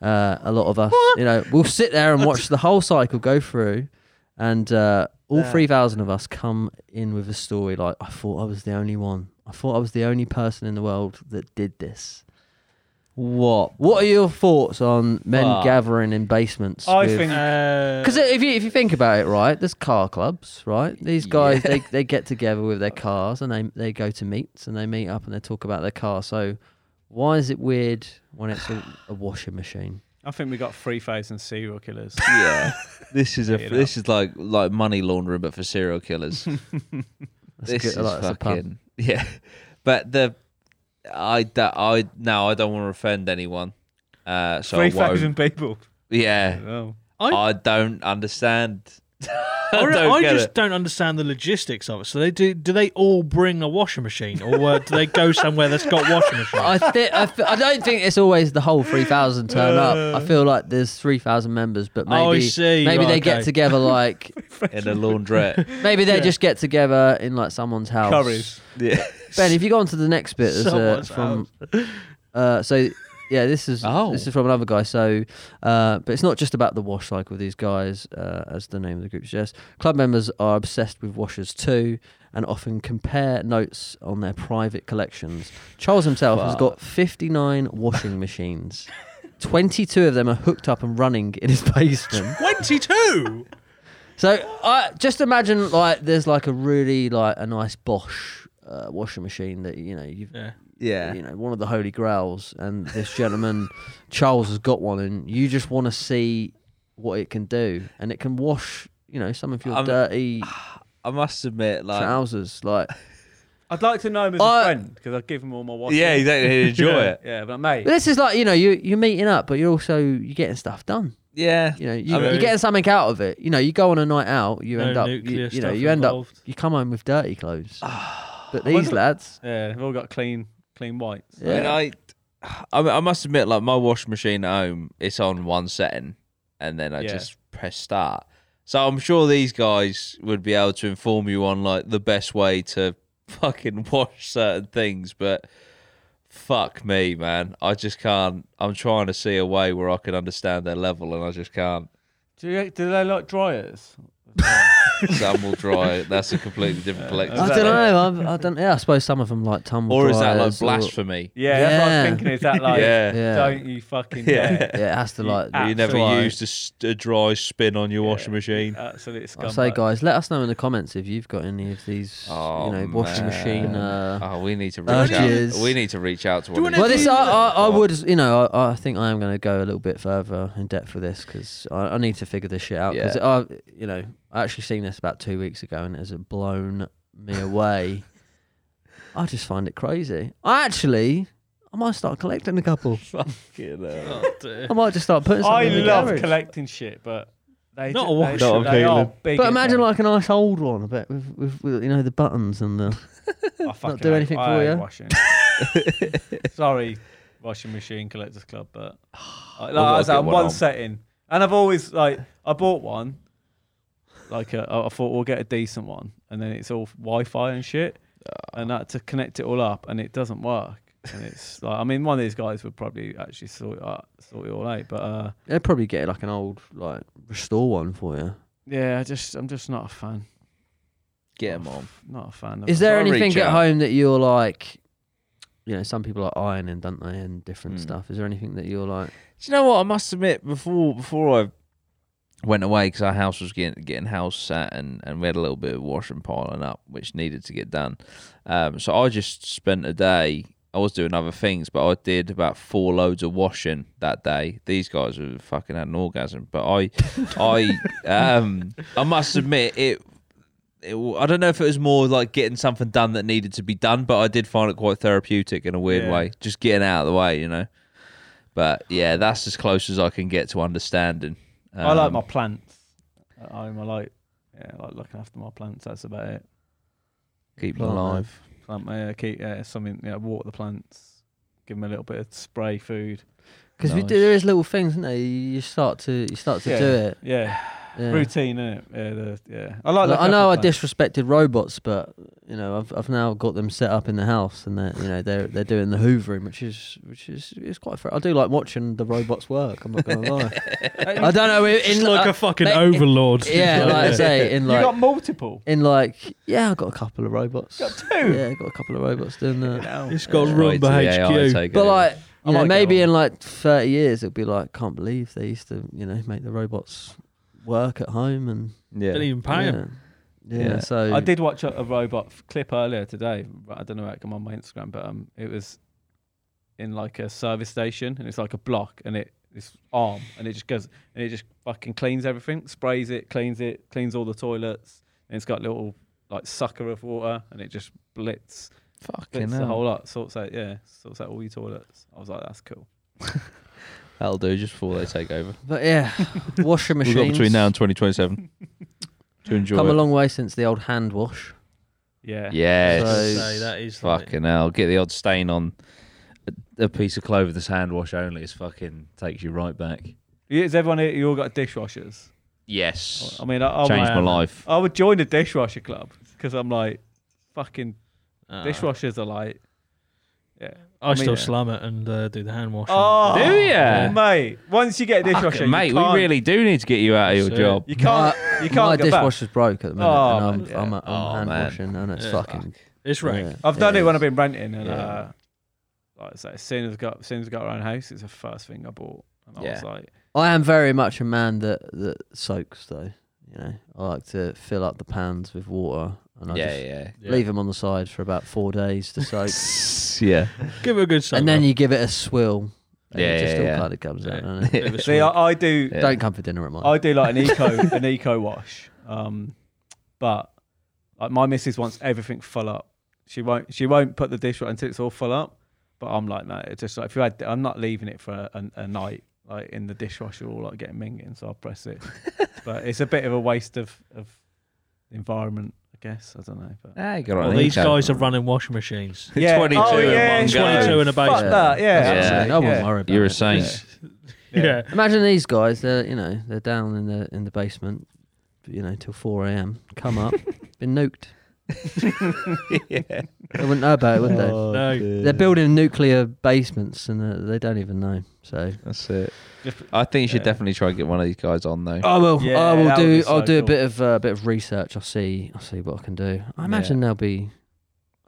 Speaker 1: Uh, a lot of us, you know, we'll sit there and watch the whole cycle go through, and uh, all
Speaker 3: Yeah.
Speaker 1: three thousand of us come in with a story like, "I thought I was the only one. I thought I was the only person in the world that did this."
Speaker 3: what?
Speaker 1: What are your thoughts on men
Speaker 3: Fuck.
Speaker 1: gathering in basements?
Speaker 4: I
Speaker 1: with-
Speaker 4: think
Speaker 2: Uh,
Speaker 1: because if you if you think about it, right, there's car clubs, right? These guys
Speaker 3: Yeah.
Speaker 1: they, they get together with their cars and they they go to meets and they meet up and they talk about their car. So why is it weird when it's a, a washing machine?
Speaker 4: I think we got three thousand serial killers.
Speaker 3: Yeah. This is a
Speaker 4: Yeah, you know.
Speaker 3: this is like like money laundering but for serial killers.
Speaker 1: That's
Speaker 3: this
Speaker 1: good,
Speaker 3: is
Speaker 1: I like- that's a pun.
Speaker 3: fucking yeah. But the I that I no I don't want to offend anyone. Uh, so I
Speaker 4: three
Speaker 3: won't.
Speaker 4: thousand people.
Speaker 3: Yeah,
Speaker 4: Oh.
Speaker 2: I-
Speaker 3: I don't understand. I
Speaker 2: I, re-
Speaker 3: don't
Speaker 2: I
Speaker 3: get
Speaker 2: just
Speaker 3: it.
Speaker 2: don't understand the logistics of it. So they do. Do they all bring a washing machine, or uh, do they go somewhere that's got washing machines?
Speaker 1: I, thi- I, th- I don't think it's always the whole 3,000 turn up. I feel like there's 3,000 members, but maybe
Speaker 2: Oh, I see.
Speaker 1: maybe
Speaker 2: Right,
Speaker 1: they get
Speaker 2: okay.
Speaker 1: together like
Speaker 3: in a laundrette.
Speaker 1: maybe they just get together in like someone's house.
Speaker 4: Curries.
Speaker 3: yeah.
Speaker 1: Ben, if you go on to the next bit, there's uh,
Speaker 2: Someone's
Speaker 1: from uh, so yeah, this is
Speaker 3: Oh.
Speaker 1: this is from another guy. So, uh, but it's not just about the wash cycle. These guys, uh, as the name of the group suggests, club members are obsessed with washers too, and often compare notes on their private collections. Charles himself has got 59 washing machines. 22 of them are hooked up and running in his basement.
Speaker 2: Twenty-two.
Speaker 1: So I just imagine like there's like a really like a nice Bosch uh, washing machine that you know you've
Speaker 2: yeah.
Speaker 3: Yeah.
Speaker 1: you know one of the holy grails, and this gentleman Charles has got one, and you just want to see what it can do, and it can wash you know some of your
Speaker 3: I'm-
Speaker 1: dirty
Speaker 3: I must admit, like,
Speaker 1: trousers. Like
Speaker 4: I'd like to know him as
Speaker 1: I-
Speaker 4: a friend because I'd give him all my watch.
Speaker 3: yeah, exactly. he'd Enjoy
Speaker 4: yeah.
Speaker 3: it.
Speaker 4: Yeah, but mate,
Speaker 1: but this is like you know you you're meeting up, but you're also you're getting stuff done.
Speaker 3: Yeah.
Speaker 1: You know you,
Speaker 2: I mean-
Speaker 1: you're getting something out of it. You know you go on a night out, you
Speaker 2: No
Speaker 1: end up you,
Speaker 2: nuclear
Speaker 1: you know
Speaker 2: stuff
Speaker 1: you end
Speaker 2: involved.
Speaker 1: up you come home with dirty clothes. but these
Speaker 4: wonder-
Speaker 1: lads.
Speaker 4: yeah, they've all got clean, clean whites.
Speaker 1: Yeah.
Speaker 3: I mean, I, I, mean, I must admit, like, my washing machine at home, it's on one setting, and then I
Speaker 4: Yeah.
Speaker 3: just press start. So I'm sure these guys would be able to inform you on like the best way to fucking wash certain things, but fuck me, man, I just can't. I'm trying to see a way where I can understand their level, and I just can't.
Speaker 4: Do, you, do they like dryers?
Speaker 3: Some will dry. That's a completely different collective.
Speaker 1: I
Speaker 4: that
Speaker 1: don't
Speaker 4: like-
Speaker 1: know. I'm, I don't. Yeah, I suppose some of them like tumble.
Speaker 3: Or is that like
Speaker 1: dryers or-
Speaker 3: blasphemy?
Speaker 4: Yeah, that's what I was
Speaker 1: Yeah.
Speaker 4: thinking. Is that like,
Speaker 3: Yeah.
Speaker 1: Yeah.
Speaker 4: don't you fucking
Speaker 3: Yeah.
Speaker 4: dare?
Speaker 1: Yeah, it has to
Speaker 4: You
Speaker 1: like.
Speaker 4: absolute
Speaker 5: You never
Speaker 1: Dry.
Speaker 5: used a s- a, dry spin on your washing machine.
Speaker 4: Absolute scumbag.
Speaker 1: I say, guys, let us know in the comments if you've got any of these,
Speaker 3: Oh,
Speaker 1: you know, washing machine.
Speaker 3: man.
Speaker 1: Uh,
Speaker 3: Oh, we need to
Speaker 1: Oh,
Speaker 3: reach
Speaker 1: jeez.
Speaker 3: out. We need to reach out to
Speaker 2: Do you
Speaker 3: one. of
Speaker 2: wanna
Speaker 1: well,
Speaker 3: these
Speaker 1: this I,
Speaker 3: people.
Speaker 1: I, I would, you know, I, I think I am going to go a little bit further in depth with this because I, I need to figure this shit out. Because
Speaker 3: Yeah.
Speaker 1: I, you know, I actually seen this about two weeks ago and it has blown me away. I just find it crazy. I actually, I might start collecting a couple.
Speaker 3: Fucking hell.
Speaker 2: Oh, dear.
Speaker 1: I might just start putting. Something
Speaker 4: I
Speaker 1: in the
Speaker 4: love
Speaker 1: garage.
Speaker 4: collecting shit, but they
Speaker 2: Not
Speaker 4: do-
Speaker 2: a
Speaker 4: they
Speaker 2: watch.
Speaker 4: should-
Speaker 5: Not a
Speaker 4: they are
Speaker 5: feeling.
Speaker 4: big
Speaker 1: But
Speaker 4: as
Speaker 1: imagine
Speaker 4: hell.
Speaker 1: like a nice old one, I bet, with, with, with you know the buttons and the.
Speaker 4: I fucking
Speaker 1: do
Speaker 4: hate-
Speaker 1: anything
Speaker 4: I
Speaker 1: for
Speaker 4: hate
Speaker 1: you.
Speaker 4: washing. Sorry, washing machine collectors club, but I, like,
Speaker 3: gotta
Speaker 4: I was
Speaker 3: get
Speaker 4: at
Speaker 3: one
Speaker 4: one
Speaker 3: on.
Speaker 4: setting, and I've always like I bought one. Like a, I I thought we'll get a decent one, and then it's all Wi-Fi and shit,
Speaker 3: Ah.
Speaker 4: and that to connect it all up, and it doesn't work. And it's like I mean, one of these guys would probably actually sort it out, sort it all out, but uh,
Speaker 1: They'd probably get like an old like restore one for you.
Speaker 4: yeah, I just I'm just not a fan.
Speaker 3: Get him on.
Speaker 4: Not a fan. Of
Speaker 1: Is
Speaker 4: it.
Speaker 1: there
Speaker 3: Gotta reach
Speaker 1: anything at
Speaker 3: out.
Speaker 1: home that you're like? You know, some people are ironing, don't they, and different
Speaker 3: Mm.
Speaker 1: stuff. Is there anything that you're like?
Speaker 3: Do you know what? I must admit, before before I went away, because our house was getting getting house sat, and, and we had a little bit of washing piling up, which needed to get done. Um, so I just spent a day. I was doing other things, but I did about four loads of washing that day. These guys were fucking had an orgasm, but I, I, um, I must admit it. It, I don't know if it was more like getting something done that needed to be done, but I did find it quite therapeutic in a weird
Speaker 4: Yeah.
Speaker 3: way. Just getting out of the way, you know. But yeah, that's as close as I can get to understanding.
Speaker 4: I like
Speaker 3: Um,
Speaker 4: my plants at home. I like yeah, I like looking after my plants. That's about it.
Speaker 3: keep 'em
Speaker 1: plant, man.
Speaker 3: alive.
Speaker 4: Plant my uh, keep uh, something. Yeah, water the plants. Give them a little bit of spray food.
Speaker 1: Because we
Speaker 4: Nice.
Speaker 1: do, there is little things, isn't there? You you start to you start to do it.
Speaker 4: Yeah,
Speaker 1: Yeah.
Speaker 4: routine. Innit? Yeah, the, yeah. I
Speaker 1: Like,
Speaker 4: like. looking
Speaker 1: I
Speaker 4: after
Speaker 1: know I
Speaker 4: plants.
Speaker 1: disrespected robots, but you know I've I've now got them set up in the house, and they're you know they're they're doing the hoovering, which is which is is quite fair. I do like watching the robots work. I'm not gonna lie. I don't know in
Speaker 2: Just like
Speaker 1: uh,
Speaker 2: a fucking
Speaker 1: they-
Speaker 2: overlord.
Speaker 1: yeah, like I say in
Speaker 4: you
Speaker 1: like
Speaker 4: got multiple.
Speaker 1: in like yeah, I got a couple of robots.
Speaker 4: Got two.
Speaker 1: yeah, I got a couple of robots doing that.
Speaker 4: Hell.
Speaker 2: It's got
Speaker 3: Yeah,
Speaker 2: run
Speaker 3: wait till
Speaker 2: by
Speaker 3: the AI
Speaker 2: HQ.
Speaker 3: take
Speaker 1: But
Speaker 3: over.
Speaker 1: like,
Speaker 4: I
Speaker 1: you know,
Speaker 4: might get
Speaker 1: maybe
Speaker 4: one.
Speaker 1: in like 30 years, it'll be like, can't believe they used to, you know, make the robots work at home and
Speaker 2: Didn't
Speaker 3: yeah,
Speaker 2: even pay him.
Speaker 1: Yeah.
Speaker 3: Yeah.
Speaker 1: yeah. So
Speaker 4: I did watch a, a robot f- clip earlier today. I don't know how it come on my Instagram, but um, it was in like a service station, and it's like a block, and it this arm, and it just goes, and it just fucking cleans everything, sprays it, cleans it, cleans all the toilets, and it's got little like sucker of water, and it just blitz,
Speaker 3: fucking
Speaker 4: blitz the
Speaker 3: hell.
Speaker 4: whole lot, sorts out, yeah, sorts out all your toilets. I was like, that's cool.
Speaker 3: that'll do. Just before they take over,
Speaker 1: But yeah, washing
Speaker 3: we've
Speaker 1: machines.
Speaker 3: got between now and twenty twenty seven to enjoy.
Speaker 1: come
Speaker 3: it.
Speaker 1: a long way since the old hand wash.
Speaker 4: Yeah,
Speaker 3: Yes,
Speaker 1: So-
Speaker 2: Say, that is like-
Speaker 3: fucking hell. Get the odd stain on a, a piece of clover that's hand wash only. It's fucking takes you right back.
Speaker 4: Is everyone here? You all got dishwashers?
Speaker 3: Yes,
Speaker 4: I mean, I, I, would,
Speaker 3: changed my
Speaker 2: man.
Speaker 3: life.
Speaker 4: I would join the dishwasher club because I'm like, fucking
Speaker 3: Ah.
Speaker 2: Uh,
Speaker 4: Dishwashers are like, yeah.
Speaker 2: I
Speaker 4: mean,
Speaker 2: still
Speaker 4: uh,
Speaker 2: slam it and uh, do the hand wash.
Speaker 1: Oh.
Speaker 3: Do ya?
Speaker 4: oh, mate? Once you get a dishwasher,
Speaker 3: Fucking mate,
Speaker 4: you
Speaker 3: we
Speaker 4: can't,
Speaker 3: really do need to get you out of your
Speaker 2: So-
Speaker 3: job.
Speaker 4: you can't, you
Speaker 1: My
Speaker 4: can't go back.
Speaker 1: dishwasher's broke at the minute,
Speaker 4: Oh,
Speaker 1: and I'm,
Speaker 4: man, yeah.
Speaker 1: I'm, I'm
Speaker 3: Oh,
Speaker 1: hand
Speaker 3: man.
Speaker 1: washing, and it's
Speaker 2: Yeah.
Speaker 1: fucking.
Speaker 2: it's right.
Speaker 1: yeah,
Speaker 4: I've done it, when
Speaker 1: is.
Speaker 4: I've been renting, and
Speaker 1: Yeah.
Speaker 4: uh, like I say, as soon as I got, as soon as I got our own house, it's the first thing I bought, and I was
Speaker 3: Yeah.
Speaker 4: like,
Speaker 1: I am very much a man that that soaks though. You know, I like to fill up the pans with water, and I
Speaker 3: yeah,
Speaker 1: just
Speaker 3: yeah,
Speaker 2: Yeah.
Speaker 1: leave them on the side for about four days to soak.
Speaker 3: yeah.
Speaker 2: Give it a good soak.
Speaker 1: and then
Speaker 2: up.
Speaker 1: you give it a swill. And
Speaker 3: Yeah,
Speaker 1: it just
Speaker 3: yeah,
Speaker 1: all
Speaker 3: yeah.
Speaker 1: kind of comes out.
Speaker 2: Yeah.
Speaker 1: doesn't it?
Speaker 2: Bit of a
Speaker 4: see,
Speaker 2: swirl.
Speaker 4: I, I do,
Speaker 3: Yeah.
Speaker 1: Don't come for dinner at mine.
Speaker 4: I do like an eco, an eco wash, um, but like my missus wants everything full up. She won't, she won't put the dishwasher until it's all full up. But I'm like, no, it's just like if you had, I'm not leaving it for a, a, a night like in the dishwasher or like getting minging, so I'll press it. but it's a bit of a waste of of environment, I guess. I don't know. But Oh,
Speaker 3: Ah, you got
Speaker 2: Well,
Speaker 3: an
Speaker 2: these
Speaker 3: eco.
Speaker 2: guys are running washing machines.
Speaker 3: Yeah. 22 in one
Speaker 4: it's
Speaker 3: go.
Speaker 2: 22 in a
Speaker 4: Fuck
Speaker 2: basement.
Speaker 4: that, yeah.
Speaker 1: That's what I'm saying.
Speaker 4: yeah.
Speaker 1: I wouldn't worry about
Speaker 3: You're a
Speaker 1: it.
Speaker 3: saint.
Speaker 4: Yeah.
Speaker 2: Yeah.
Speaker 1: Imagine these guys. They're you know they're down in the in the basement, you know till four a.m. Come up, been nuked.
Speaker 3: yeah.
Speaker 1: They wouldn't know about it, would they?
Speaker 2: No.
Speaker 1: They're building nuclear basements and uh, they don't even know. So
Speaker 3: That's it. I think you should
Speaker 4: Yeah.
Speaker 3: definitely try and get one of these guys on though.
Speaker 1: I will.
Speaker 4: Yeah,
Speaker 1: I will
Speaker 4: that would
Speaker 1: do.
Speaker 4: be so
Speaker 1: I'll do a
Speaker 4: cool.
Speaker 1: bit of uh, bit of research. I'll see. I'll see what I can do. I imagine there'll be.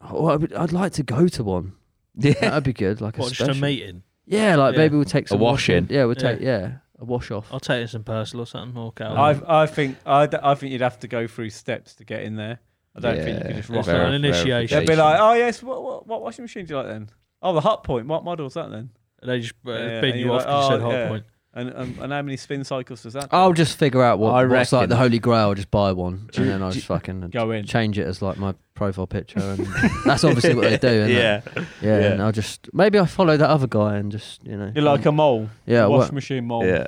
Speaker 1: Oh, I would, I'd like to go to one.
Speaker 3: yeah.
Speaker 1: That'd be good. Like
Speaker 2: What,
Speaker 1: a
Speaker 2: just
Speaker 1: special.
Speaker 2: a meeting?
Speaker 1: Yeah, like
Speaker 2: Yeah.
Speaker 1: maybe we'll take some
Speaker 3: washing.
Speaker 1: Yeah, we'll
Speaker 2: Yeah.
Speaker 1: take yeah a wash off.
Speaker 2: I'll take this in personal or something. Or
Speaker 3: Um,
Speaker 2: go.
Speaker 4: I I think I, I think you'd have to go through steps to get in there. I don't think you
Speaker 3: Yeah.
Speaker 4: could just
Speaker 2: It's
Speaker 4: rock
Speaker 2: not
Speaker 4: up.
Speaker 2: an initiation.
Speaker 4: They'd be like, oh yes, what, what what washing machine do you like then? Oh, the hot point. What model's that then?
Speaker 2: and they just uh,
Speaker 4: Yeah,
Speaker 2: bin
Speaker 4: and
Speaker 2: you
Speaker 4: you're
Speaker 2: off
Speaker 4: like,
Speaker 2: 'cause you said
Speaker 4: "Oh,
Speaker 2: hot
Speaker 4: yeah."
Speaker 2: point.
Speaker 4: And um, and how many spin cycles does that?
Speaker 3: Oh,
Speaker 1: I'll just figure out what,
Speaker 3: I
Speaker 1: what's like the
Speaker 3: reckon-
Speaker 1: holy grail. Just buy one and then I
Speaker 4: do-
Speaker 1: just fucking
Speaker 4: go in.
Speaker 1: change it as like my profile picture. And that's obviously what they do. Isn't it?
Speaker 5: yeah.
Speaker 1: yeah.
Speaker 5: yeah.
Speaker 1: And I'll just maybe I follow that other guy and just you know.
Speaker 4: You're like a mole.
Speaker 1: yeah.
Speaker 4: wash
Speaker 1: what-
Speaker 4: machine mole.
Speaker 3: um, Yeah.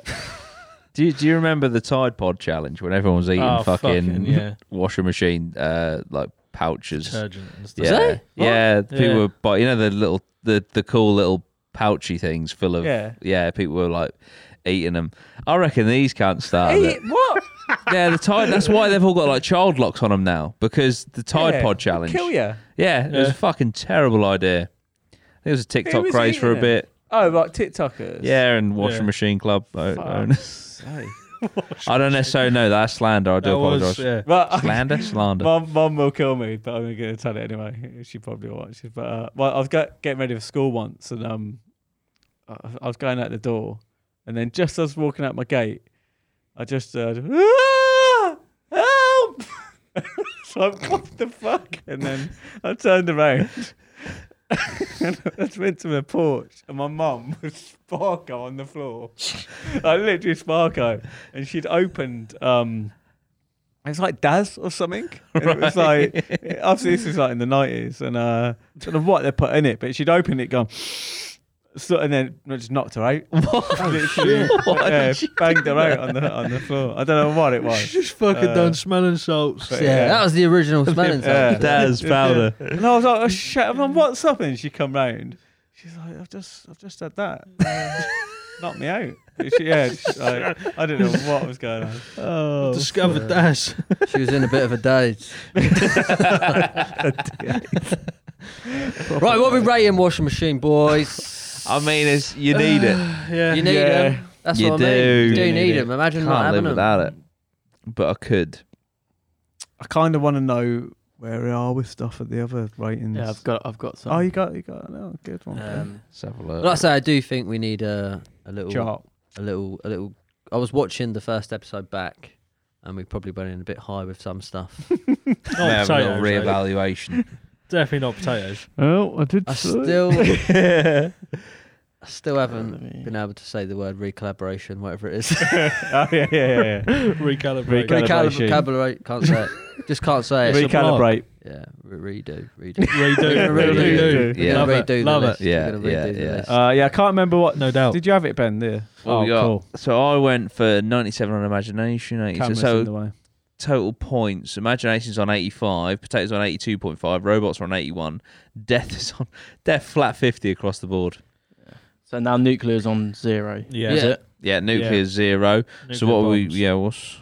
Speaker 3: do you, do you remember the Tide Pod challenge when everyone was eating
Speaker 2: Oh,
Speaker 3: fucking,
Speaker 2: yeah.
Speaker 3: washing machine uh like pouches?
Speaker 2: Detergent and stuff.
Speaker 3: Yeah.
Speaker 1: they?
Speaker 3: Yeah, people
Speaker 2: Yeah.
Speaker 3: were but you know the little the the cool little pouchy things full of
Speaker 4: Yeah.
Speaker 3: yeah, people were like eating them. I reckon these can't start.
Speaker 4: Eat it, what?
Speaker 3: yeah, the Tide that's why they've all got like child locks on them now because the Tide
Speaker 4: Yeah,
Speaker 3: Pod
Speaker 4: it'd
Speaker 3: challenge.
Speaker 4: Kill you.
Speaker 3: Yeah, it was
Speaker 2: Yeah.
Speaker 3: a fucking terrible idea. It was a TikTok
Speaker 4: was
Speaker 3: craze for a
Speaker 4: eating it?
Speaker 3: bit.
Speaker 4: Oh, like TikTokers.
Speaker 3: Yeah, and washing
Speaker 2: Yeah.
Speaker 3: machine club o-
Speaker 4: Fuck's
Speaker 3: owners.
Speaker 4: sake.
Speaker 3: I don't necessarily know that slander. I do
Speaker 2: That was-
Speaker 3: apologise.
Speaker 2: yeah.
Speaker 4: Right,
Speaker 3: Slander, slander.
Speaker 4: Mom, mom will kill me, but I'm going to tell it anyway. She probably watches. But uh, well, I was go- getting ready for school once, and um, I, I was going out the door, and then just as I was walking out my gate, I just heard, "Ah! help! so I'm what the fuck? And then I turned around. and I just went to my porch, and my mum was Sparko on the floor. I literally Sparko, and she'd opened. um it was like Daz or something. And it was like, obviously, this was like in the 90s, and uh, don't know what they put in it, but she'd open it going, so, and then it just knocked her out. Literally, yeah, banged her out on the, on the floor. I don't know what it was.
Speaker 2: Just fucking
Speaker 4: Uh, done
Speaker 2: smelling salts.
Speaker 4: but
Speaker 1: yeah, that was the original smelling
Speaker 4: Yeah.
Speaker 1: salts.
Speaker 3: Daz powder.
Speaker 4: And I was like, oh, shit. I'm like, what's up? And she come round. She's like, I've just, I've just had that. Uh, knocked me out. She, yeah, she, like, I didn't know what was going on.
Speaker 2: Oh, discovered that.
Speaker 1: She was in a bit of a daze. right, what we rating washing machine, boys?
Speaker 3: I mean, it's, you need it.
Speaker 2: yeah.
Speaker 1: you need
Speaker 4: Yeah.
Speaker 1: them. That's
Speaker 3: You
Speaker 1: what I mean. You
Speaker 3: do
Speaker 1: do
Speaker 4: need
Speaker 1: need
Speaker 4: it.
Speaker 1: them. Imagine not
Speaker 3: Can't
Speaker 1: having
Speaker 3: live
Speaker 1: them.
Speaker 3: without it. But I could.
Speaker 4: I kind of want to know where we are with stuff at the other ratings.
Speaker 6: Yeah, I've got I've got some.
Speaker 4: Oh, you got, you got, no, good one. good.
Speaker 6: um,
Speaker 3: Let's have a look.
Speaker 1: But like I say, I do think we need a a little,
Speaker 4: chart.
Speaker 1: a little, a little. I was watching the first episode back, and we probably went in a bit high with some stuff.
Speaker 2: Not
Speaker 3: May have a little
Speaker 2: potatoes, though.
Speaker 3: reevaluation.
Speaker 2: Definitely not potatoes.
Speaker 6: oh, I did.
Speaker 1: I
Speaker 6: say-
Speaker 1: still,
Speaker 3: yeah.
Speaker 1: I still haven't
Speaker 6: me-
Speaker 1: been able to say the word recollaboration, whatever it is.
Speaker 4: oh yeah, yeah, yeah. Recalib-
Speaker 2: Recalibrate.
Speaker 4: Calibration.
Speaker 1: Recalibrate. Can't say it. Just can't say it.
Speaker 2: Re-
Speaker 4: Recalibrate.
Speaker 1: yeah, re- redo, redo.
Speaker 2: redo.
Speaker 4: Redo.
Speaker 2: redo.
Speaker 1: We're
Speaker 3: yeah.
Speaker 2: Love
Speaker 1: gonna
Speaker 2: it,
Speaker 1: redo the
Speaker 2: love it.
Speaker 1: list. We're
Speaker 3: Yeah,
Speaker 1: gonna redo
Speaker 3: yeah,
Speaker 1: the
Speaker 3: yeah.
Speaker 1: list.
Speaker 4: Uh, yeah, I can't remember what.
Speaker 2: No doubt.
Speaker 4: Did you have it, Ben? There.
Speaker 3: What we
Speaker 4: oh,
Speaker 3: got?
Speaker 4: cool.
Speaker 3: So I went for 97 on Imagination. 80.
Speaker 4: Cameras in
Speaker 3: so
Speaker 4: the way.
Speaker 3: total points. Imagination's on 85, Potatoes on 82.5, Robots are on 81, Death is on Death flat 50 across the board.
Speaker 6: So now nuclear's on zero.
Speaker 2: Yeah.
Speaker 6: Is
Speaker 1: Yeah.
Speaker 6: it?
Speaker 3: Yeah, nuclear
Speaker 2: Yeah.
Speaker 3: is zero. so
Speaker 2: Nuclear
Speaker 3: what are we?
Speaker 2: bombs.
Speaker 3: Yeah, what's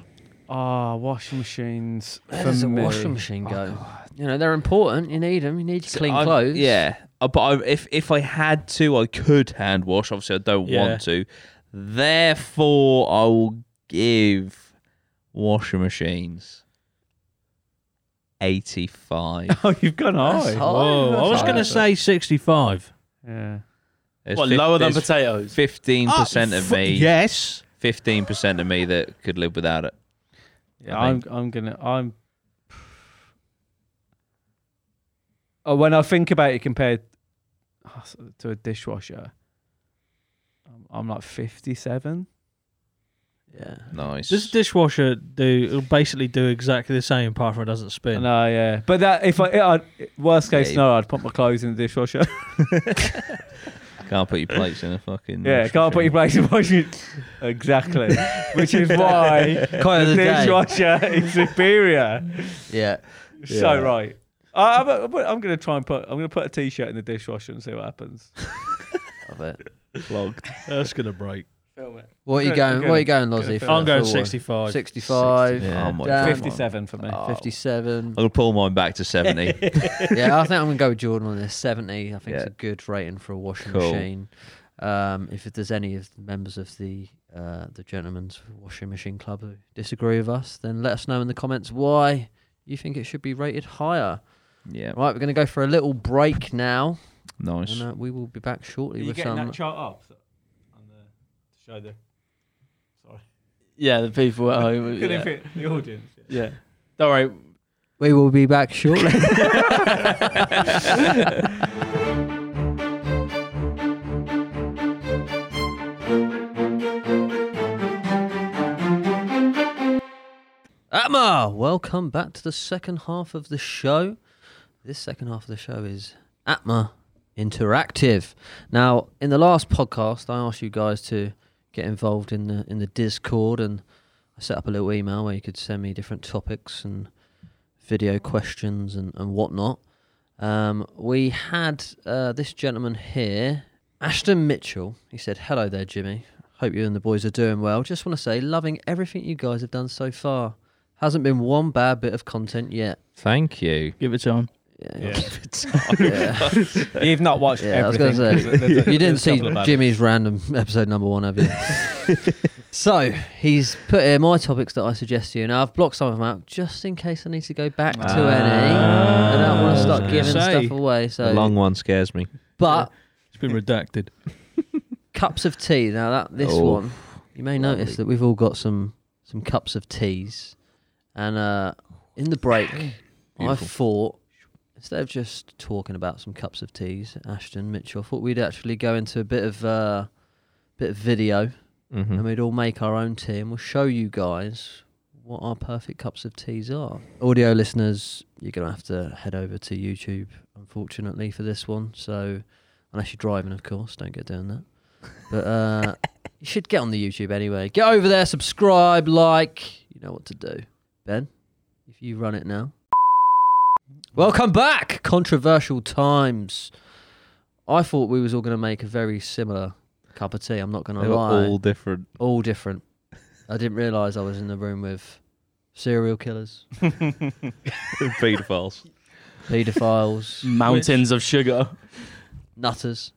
Speaker 4: Ah, washing machines.
Speaker 1: Where
Speaker 4: for
Speaker 1: does a
Speaker 4: me.
Speaker 1: washing machine go? Oh, you know they're important. You need them. You need your clean
Speaker 3: I'm-
Speaker 1: clothes.
Speaker 3: Yeah, Uh, but I, if if I had to, I could hand wash. Obviously, I don't
Speaker 2: Yeah.
Speaker 3: want to. Therefore, I will give washing machines 85.
Speaker 4: Oh, you've gone
Speaker 1: That's
Speaker 4: high.
Speaker 1: high.
Speaker 2: Whoa, Oh, I
Speaker 1: That's
Speaker 2: was
Speaker 1: high.
Speaker 2: going to say 65.
Speaker 4: Yeah.
Speaker 3: There's
Speaker 6: What
Speaker 3: fif-
Speaker 6: lower than
Speaker 3: there's
Speaker 6: potatoes?
Speaker 4: Ah,
Speaker 3: 15% of
Speaker 2: Oh,
Speaker 3: me.
Speaker 2: f- Yes.
Speaker 3: 15% of me that could live without it.
Speaker 4: yeah
Speaker 3: I
Speaker 4: I'm. I'm gonna. I'm. Oh, when I think about it compared to a dishwasher, I'm, I'm like 57.
Speaker 1: Yeah.
Speaker 3: Nice.
Speaker 2: Does a dishwasher do it'll basically do exactly the same apart from it doesn't spin?
Speaker 4: No, yeah, but that if I, I worst case
Speaker 3: Yeah, you-
Speaker 4: scenario, I'd put my clothes in the dishwasher.
Speaker 3: Can't put your plates in a fucking.
Speaker 4: Yeah,
Speaker 3: washing
Speaker 4: can't put your
Speaker 3: machine.
Speaker 4: place in washing. Exactly. Which is why
Speaker 1: Quote of the
Speaker 4: the
Speaker 1: day.
Speaker 4: dishwasher is superior.
Speaker 1: Yeah.
Speaker 4: So right. I, I'm, I'm going to try and put. I'm going to put a t-shirt in the dishwasher and see what happens.
Speaker 1: Love it.
Speaker 2: That's going to break.
Speaker 6: Film it.
Speaker 1: What are you
Speaker 4: Good,
Speaker 1: going?
Speaker 4: good.
Speaker 1: What are you going, Lozzie?
Speaker 4: Good.
Speaker 1: for-
Speaker 2: I'm going
Speaker 1: for one?
Speaker 2: 65.
Speaker 1: 65.
Speaker 3: Yeah.
Speaker 1: Oh my
Speaker 3: Damn.
Speaker 1: God.
Speaker 4: 57 for me.
Speaker 3: Oh.
Speaker 1: 57.
Speaker 3: I'm gonna pull mine back to seventy.
Speaker 1: yeah, I think I'm gonna go with Jordan on this. 70. I think it's a
Speaker 3: Yeah.
Speaker 1: good rating for a washing
Speaker 3: Cool.
Speaker 1: machine. Um, if there's any of the members of the uh, the gentlemen's washing machine club who disagree with us, then let us know in the comments why you think it should be rated higher.
Speaker 3: yeah,
Speaker 1: Right, we're gonna go for a little break now,
Speaker 3: nice.
Speaker 1: and uh, we will be back shortly with some.
Speaker 4: chart up? On the, to show the,
Speaker 6: Yeah, the people at home. yeah.
Speaker 4: the audience.
Speaker 6: yeah. Don't worry.
Speaker 1: We will be back shortly. Emma, welcome back to the second half of the show. This second half of the show is Atma Interactive. Now, in the last podcast, I asked you guys to get involved in the in the Discord, and I set up a little email where you could send me different topics and video questions and, and whatnot. Um, we had uh, this gentleman here, Ashton Mitchell. He said, Hello there, Jimmy. Hope you and the boys are doing well. Just want to say, loving everything you guys have done so far. Hasn't been one bad bit of content yet.
Speaker 3: Thank you.
Speaker 6: Give it to him.
Speaker 1: Yeah.
Speaker 4: Yeah.
Speaker 1: yeah.
Speaker 4: You've not watched
Speaker 1: Yeah, I was
Speaker 4: everything.
Speaker 1: gonna say,
Speaker 4: 'cause there's a-
Speaker 1: you didn't
Speaker 4: there's a
Speaker 1: see
Speaker 4: couple of bad
Speaker 1: Jimmy's random episode number one, have you? so he's put here my topics that I suggest to you. Now I've blocked some of them out just in case I need to go back to
Speaker 4: Ah.
Speaker 1: any. I don't want to
Speaker 2: I
Speaker 1: start
Speaker 2: was
Speaker 1: giving
Speaker 2: gonna say.
Speaker 1: stuff away. So,
Speaker 3: the long one scares me.
Speaker 1: but
Speaker 2: It's been redacted.
Speaker 1: cups of tea. Now that this
Speaker 3: Oh,
Speaker 1: one, you may notice that we've all got some some cups of teas, and uh, in the break, I
Speaker 3: Beautiful.
Speaker 1: thought instead of just talking about some cups of teas, Ashton Mitchell, I thought we'd actually go into a bit of uh, bit of video, and
Speaker 3: Mm-hmm.
Speaker 1: we'd all make our own tea, and we'll show you guys what our perfect cups of teas are. Audio listeners, you're gonna have to head over to YouTube, unfortunately, for this one. So unless you're driving, of course, don't get doing that. But uh, you should get on the YouTube anyway. Get over there, subscribe, like. You know what to do. Ben, if you run it now. Welcome back. Controversial times. I thought we was all gonna make a very similar cup of tea. I'm not gonna
Speaker 3: They were
Speaker 1: lie
Speaker 3: all different.
Speaker 1: all different. I didn't realise I was in the room with serial killers,
Speaker 5: Pedophiles.
Speaker 1: paedophiles,
Speaker 6: Mountains of sugar.
Speaker 1: nutters.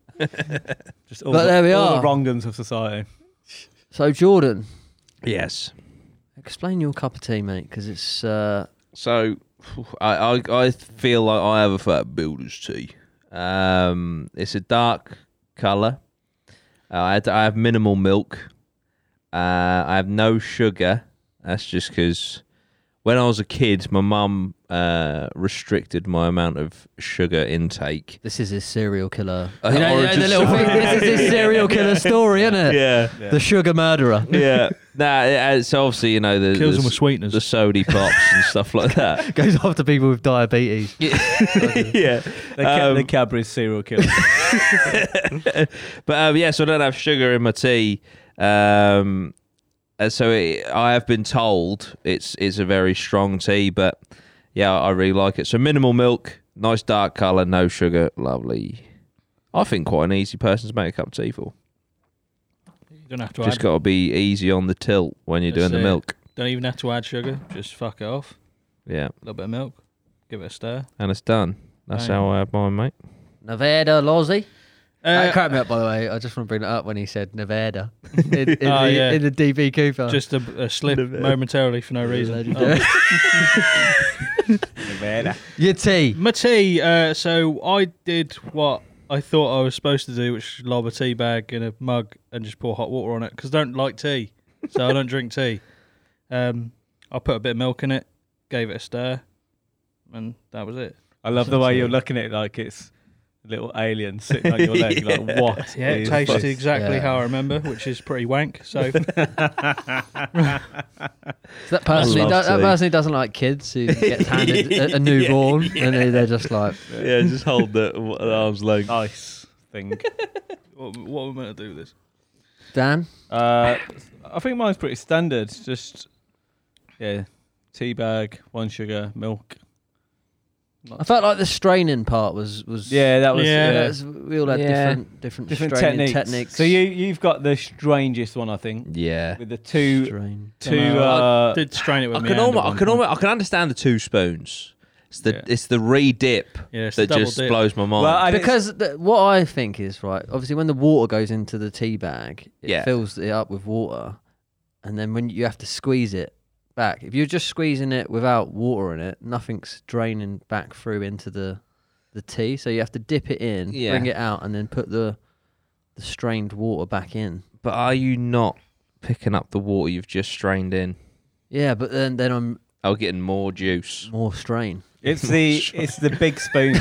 Speaker 4: Just all
Speaker 1: But
Speaker 4: the,
Speaker 1: there we
Speaker 4: all
Speaker 1: are.
Speaker 4: the wrong uns of society.
Speaker 1: So Jordan,
Speaker 3: Yes.
Speaker 1: explain your cup of tea, mate, because it's uh,
Speaker 3: So, I, I I feel like I have a fat builder's tea. Um, it's a dark color. Uh, I, had- I have minimal milk. Uh, I have no sugar. That's just because when I was a kid, my mum uh, restricted my amount of sugar intake.
Speaker 1: this is his serial killer.
Speaker 3: Uh,
Speaker 1: you know,
Speaker 3: origin
Speaker 1: the little
Speaker 3: story.
Speaker 1: thing, this is his serial killer story, isn't it?
Speaker 5: Yeah.
Speaker 1: The sugar murderer.
Speaker 3: Yeah. nah. it- It's obviously you know the
Speaker 2: Kills them with
Speaker 3: the,
Speaker 2: sweeteners.
Speaker 3: the sody pops and stuff like that.
Speaker 1: Goes after people with diabetes.
Speaker 3: yeah.
Speaker 4: The, Ca-
Speaker 3: Um,
Speaker 4: the Cadbury's serial killer.
Speaker 3: But um, yeah, so I don't have sugar in my tea. Um, and so it, I have been told it's it's a very strong tea, but yeah, I really like it. So minimal milk, nice dark color, no sugar, lovely. I think quite an easy person to make a cup of tea for.
Speaker 2: You don't have to
Speaker 3: Just
Speaker 2: add.
Speaker 3: got to be easy on the tilt when you're
Speaker 2: That's
Speaker 3: doing the
Speaker 2: it.
Speaker 3: milk.
Speaker 2: Don't even have to add sugar. Just fuck it off.
Speaker 3: Yeah,
Speaker 2: A little bit of milk. Give it a stir.
Speaker 3: and it's done. That's
Speaker 2: Bang.
Speaker 3: how I have mine, mate.
Speaker 1: Nevada Lozzie. that
Speaker 2: Uh,
Speaker 1: cracked me up, by the way. I just want to bring it up when he said Nevada in, in,
Speaker 2: Oh,
Speaker 1: the,
Speaker 2: yeah.
Speaker 1: in the DB Cooper.
Speaker 2: just a, a slip momentarily for no reason.
Speaker 1: Legendary.
Speaker 2: Oh.
Speaker 1: Your tea.
Speaker 2: My tea. Uh, so I did what I thought I was supposed to do, which is lob a tea bag in a mug and just pour hot water on it because I don't like tea, so I don't drink tea. Um, I put a bit of milk in it, gave it a stir, and that was it.
Speaker 4: I love the way you're looking at it like it's a little alien sitting on your leg. Like, what?
Speaker 2: Yeah, it
Speaker 4: is
Speaker 2: tasted
Speaker 4: this?
Speaker 2: exactly
Speaker 1: Yeah.
Speaker 2: how I remember, which is pretty wank. So
Speaker 1: So that person, who
Speaker 3: love
Speaker 1: does, that
Speaker 3: tea.
Speaker 1: person who doesn't like kids, who gets handed a, a newborn, and they, they're just like,
Speaker 5: Yeah, just hold the at arm's length.
Speaker 4: Nice thing.
Speaker 2: what, what am I going to do with this?
Speaker 1: Dan,
Speaker 4: Uh, I think mine's pretty standard. Just yeah, tea bag, one sugar, milk.
Speaker 1: I felt like the straining part was was
Speaker 4: Yeah, that was
Speaker 2: Yeah.
Speaker 4: yeah.
Speaker 1: that's- we all had
Speaker 3: Yeah.
Speaker 1: different different,
Speaker 4: different
Speaker 1: straining
Speaker 4: techniques.
Speaker 1: techniques.
Speaker 4: So you you've got the strangest one, I think,
Speaker 3: Yeah.
Speaker 4: with the two
Speaker 1: Strain.
Speaker 4: two.
Speaker 2: Dunno.
Speaker 4: Uh,
Speaker 2: Did strain it with
Speaker 3: I
Speaker 2: my
Speaker 3: can
Speaker 2: hand at
Speaker 3: almost,
Speaker 2: one
Speaker 3: I can
Speaker 2: point.
Speaker 3: almost, I can understand the two spoons. It's the
Speaker 4: Yeah.
Speaker 3: it's the re dip
Speaker 2: Yeah, it's the
Speaker 3: that
Speaker 2: double
Speaker 3: just
Speaker 2: dip.
Speaker 3: blows my mind.
Speaker 4: well, and it's-
Speaker 1: because the, what I think is right. Obviously, when the water goes into the tea bag, it
Speaker 3: Yeah.
Speaker 1: fills it up with water, and then when you have to squeeze it back, if you're just squeezing it without water in it, nothing's draining back through into the the tea. So you have to dip it in,
Speaker 3: Yeah.
Speaker 1: bring it out, and then put the the strained water back in.
Speaker 3: but are you not picking up the water you've just strained in?
Speaker 1: Yeah, but then then I'm
Speaker 3: I'm getting more juice.
Speaker 1: more strain.
Speaker 4: It's the it's the big spoons.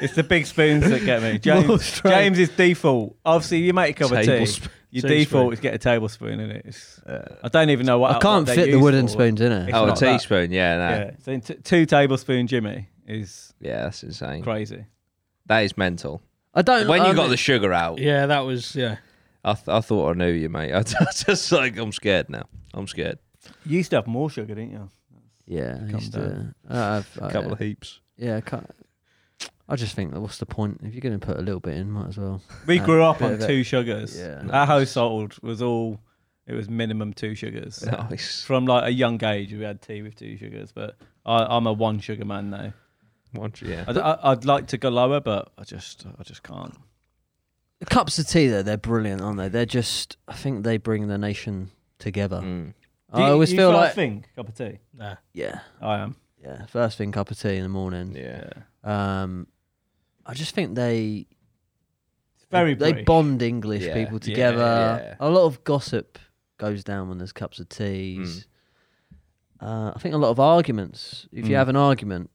Speaker 4: it's the big spoons that get me. James, James is default. Obviously, you make a cup of tea.
Speaker 3: Tablespoon.
Speaker 4: Your
Speaker 2: Teaspoon.
Speaker 4: default is get a tablespoon in it. It's, uh, I don't even know what
Speaker 1: I can't
Speaker 4: what
Speaker 1: fit the wooden spoons in it.
Speaker 4: It's
Speaker 3: Oh, a
Speaker 4: not that.
Speaker 3: teaspoon. Yeah, no. yeah,
Speaker 4: Yeah, so t- two tablespoon Jimmy is
Speaker 3: that's insane.
Speaker 4: crazy.
Speaker 3: That is mental.
Speaker 1: I don't.
Speaker 3: When you
Speaker 1: I'm-
Speaker 3: got the sugar out,
Speaker 2: Yeah, that was yeah.
Speaker 3: I, th- I thought I knew you, mate. I just like I'm scared now. I'm scared.
Speaker 4: You used to have more sugar, didn't you?
Speaker 1: yeah, I
Speaker 4: Come
Speaker 1: used to, uh, I've, I,
Speaker 3: couple of heaps.
Speaker 1: Yeah, I, can't, I just think that what's the point if you're going to put a little bit in, might as well.
Speaker 4: We
Speaker 1: Uh,
Speaker 4: grew up
Speaker 1: bit
Speaker 4: on
Speaker 1: of it.
Speaker 4: two sugars.
Speaker 1: Yeah.
Speaker 4: Our household was all it was minimum two sugars.
Speaker 3: Nice.
Speaker 4: From like a young age, we had tea with two sugars, but I, I'm a one sugar man now.
Speaker 3: One- Yeah.
Speaker 4: I'd, I- I'd like to go lower, but I just, I just can't.
Speaker 1: The cups of tea though, they're brilliant, aren't they? They're just, I think they bring the nation together.
Speaker 3: Mm.
Speaker 1: I always feel like,
Speaker 4: thing cup of tea.
Speaker 2: Nah.
Speaker 1: yeah,
Speaker 4: I am.
Speaker 1: yeah. First thing, cup of tea in the morning.
Speaker 3: Yeah.
Speaker 1: Um, I just think they
Speaker 4: It's very
Speaker 1: they,
Speaker 4: British.
Speaker 1: bond English
Speaker 3: Yeah,
Speaker 1: people
Speaker 3: yeah,
Speaker 1: together.
Speaker 3: yeah.
Speaker 1: A lot of gossip goes down when there's cups of teas. Uh, I think a lot of arguments. If you
Speaker 4: Mm.
Speaker 1: have an argument,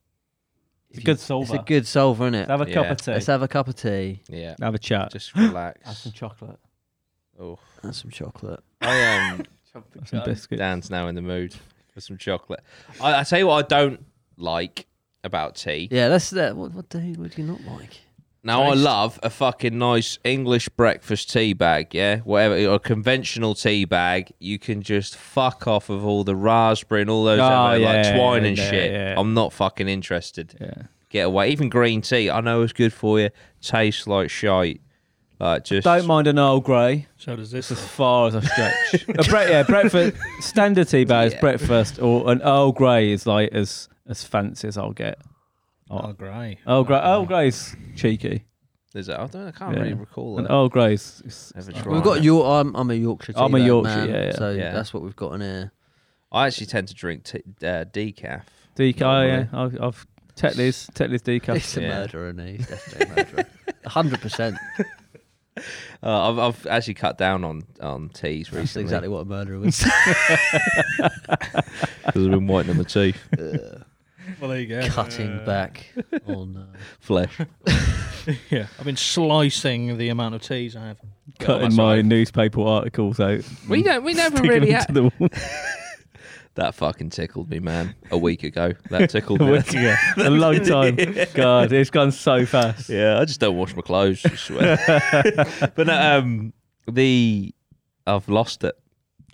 Speaker 4: It's a
Speaker 1: if
Speaker 4: good
Speaker 1: you-
Speaker 4: solver.
Speaker 1: It's a good solver, isn't it?
Speaker 4: Have a cup
Speaker 3: Yeah.
Speaker 4: of tea.
Speaker 1: Let's have a cup of tea
Speaker 3: Yeah.
Speaker 4: have a chat.
Speaker 3: Just
Speaker 4: Have
Speaker 3: relax.
Speaker 4: some chocolate.
Speaker 3: Oh,
Speaker 1: and some chocolate.
Speaker 3: I am.
Speaker 4: Have some biscuits.
Speaker 3: Dan's now in the mood for some chocolate. I, I tell you what, I don't like about tea.
Speaker 1: Yeah, that's that. What, what do you, what do you not like?
Speaker 3: Now I
Speaker 2: Taste.
Speaker 3: love a fucking nice English breakfast tea bag, yeah, whatever, or a conventional tea bag. You can just fuck off of all the raspberry and all those
Speaker 4: Oh,
Speaker 3: other, like
Speaker 4: yeah,
Speaker 3: twine and
Speaker 4: yeah,
Speaker 3: shit.
Speaker 4: yeah.
Speaker 3: I'm not fucking interested.
Speaker 4: Yeah.
Speaker 3: Get away. Even green tea, I know it's good for you. Tastes like shite. Like just
Speaker 4: Don't mind an Earl Grey.
Speaker 2: So does
Speaker 4: It's
Speaker 2: this.
Speaker 4: as far as I stretch. a bre- yeah, breakfast standard tea bag
Speaker 3: Yeah.
Speaker 4: is breakfast, or an Earl Grey is like as as fancy as I'll get.
Speaker 2: Oh, great.
Speaker 4: Earl Grey, Earl Grey's cheeky.
Speaker 3: There's a, I don't. I can't
Speaker 4: Yeah.
Speaker 3: really recall
Speaker 4: An
Speaker 3: it.
Speaker 4: Earl Grey's. is-
Speaker 3: Never
Speaker 4: is-
Speaker 3: tried.
Speaker 1: We've got your. I'm, I'm a Yorkshire. Tea
Speaker 4: I'm a
Speaker 1: bag
Speaker 4: Yorkshire,
Speaker 1: man,
Speaker 4: yeah, yeah.
Speaker 1: So
Speaker 3: Yeah.
Speaker 1: that's what we've got in here.
Speaker 3: I actually tend to drink t- uh, decaf.
Speaker 4: DK. oh, yeah, I've, I've Tetley's Tetley's decaf.
Speaker 1: He's a
Speaker 3: Yeah.
Speaker 1: murderer, and he's definitely a murderer. A Hundred percent.
Speaker 3: Uh, I've, I've actually cut down on on teas
Speaker 1: That's
Speaker 3: recently.
Speaker 1: exactly what a murderer is.
Speaker 3: because I've been whitening my teeth.
Speaker 2: Well, there you go.
Speaker 1: Cutting
Speaker 2: Uh,
Speaker 1: back on. Uh,
Speaker 3: Flesh.
Speaker 2: Yeah, I've been slicing the amount of teas I have.
Speaker 4: cutting my newspaper articles out.
Speaker 3: We don't. We never
Speaker 4: Sticking
Speaker 3: really
Speaker 4: them
Speaker 3: had
Speaker 4: to the wall.
Speaker 3: that. Fucking tickled me, man. A week ago, that tickled
Speaker 4: a
Speaker 3: me.
Speaker 4: week ago. A long time. God, it's gone so fast.
Speaker 3: Yeah, I just don't wash my clothes. I swear. but no, um, the I've lost it.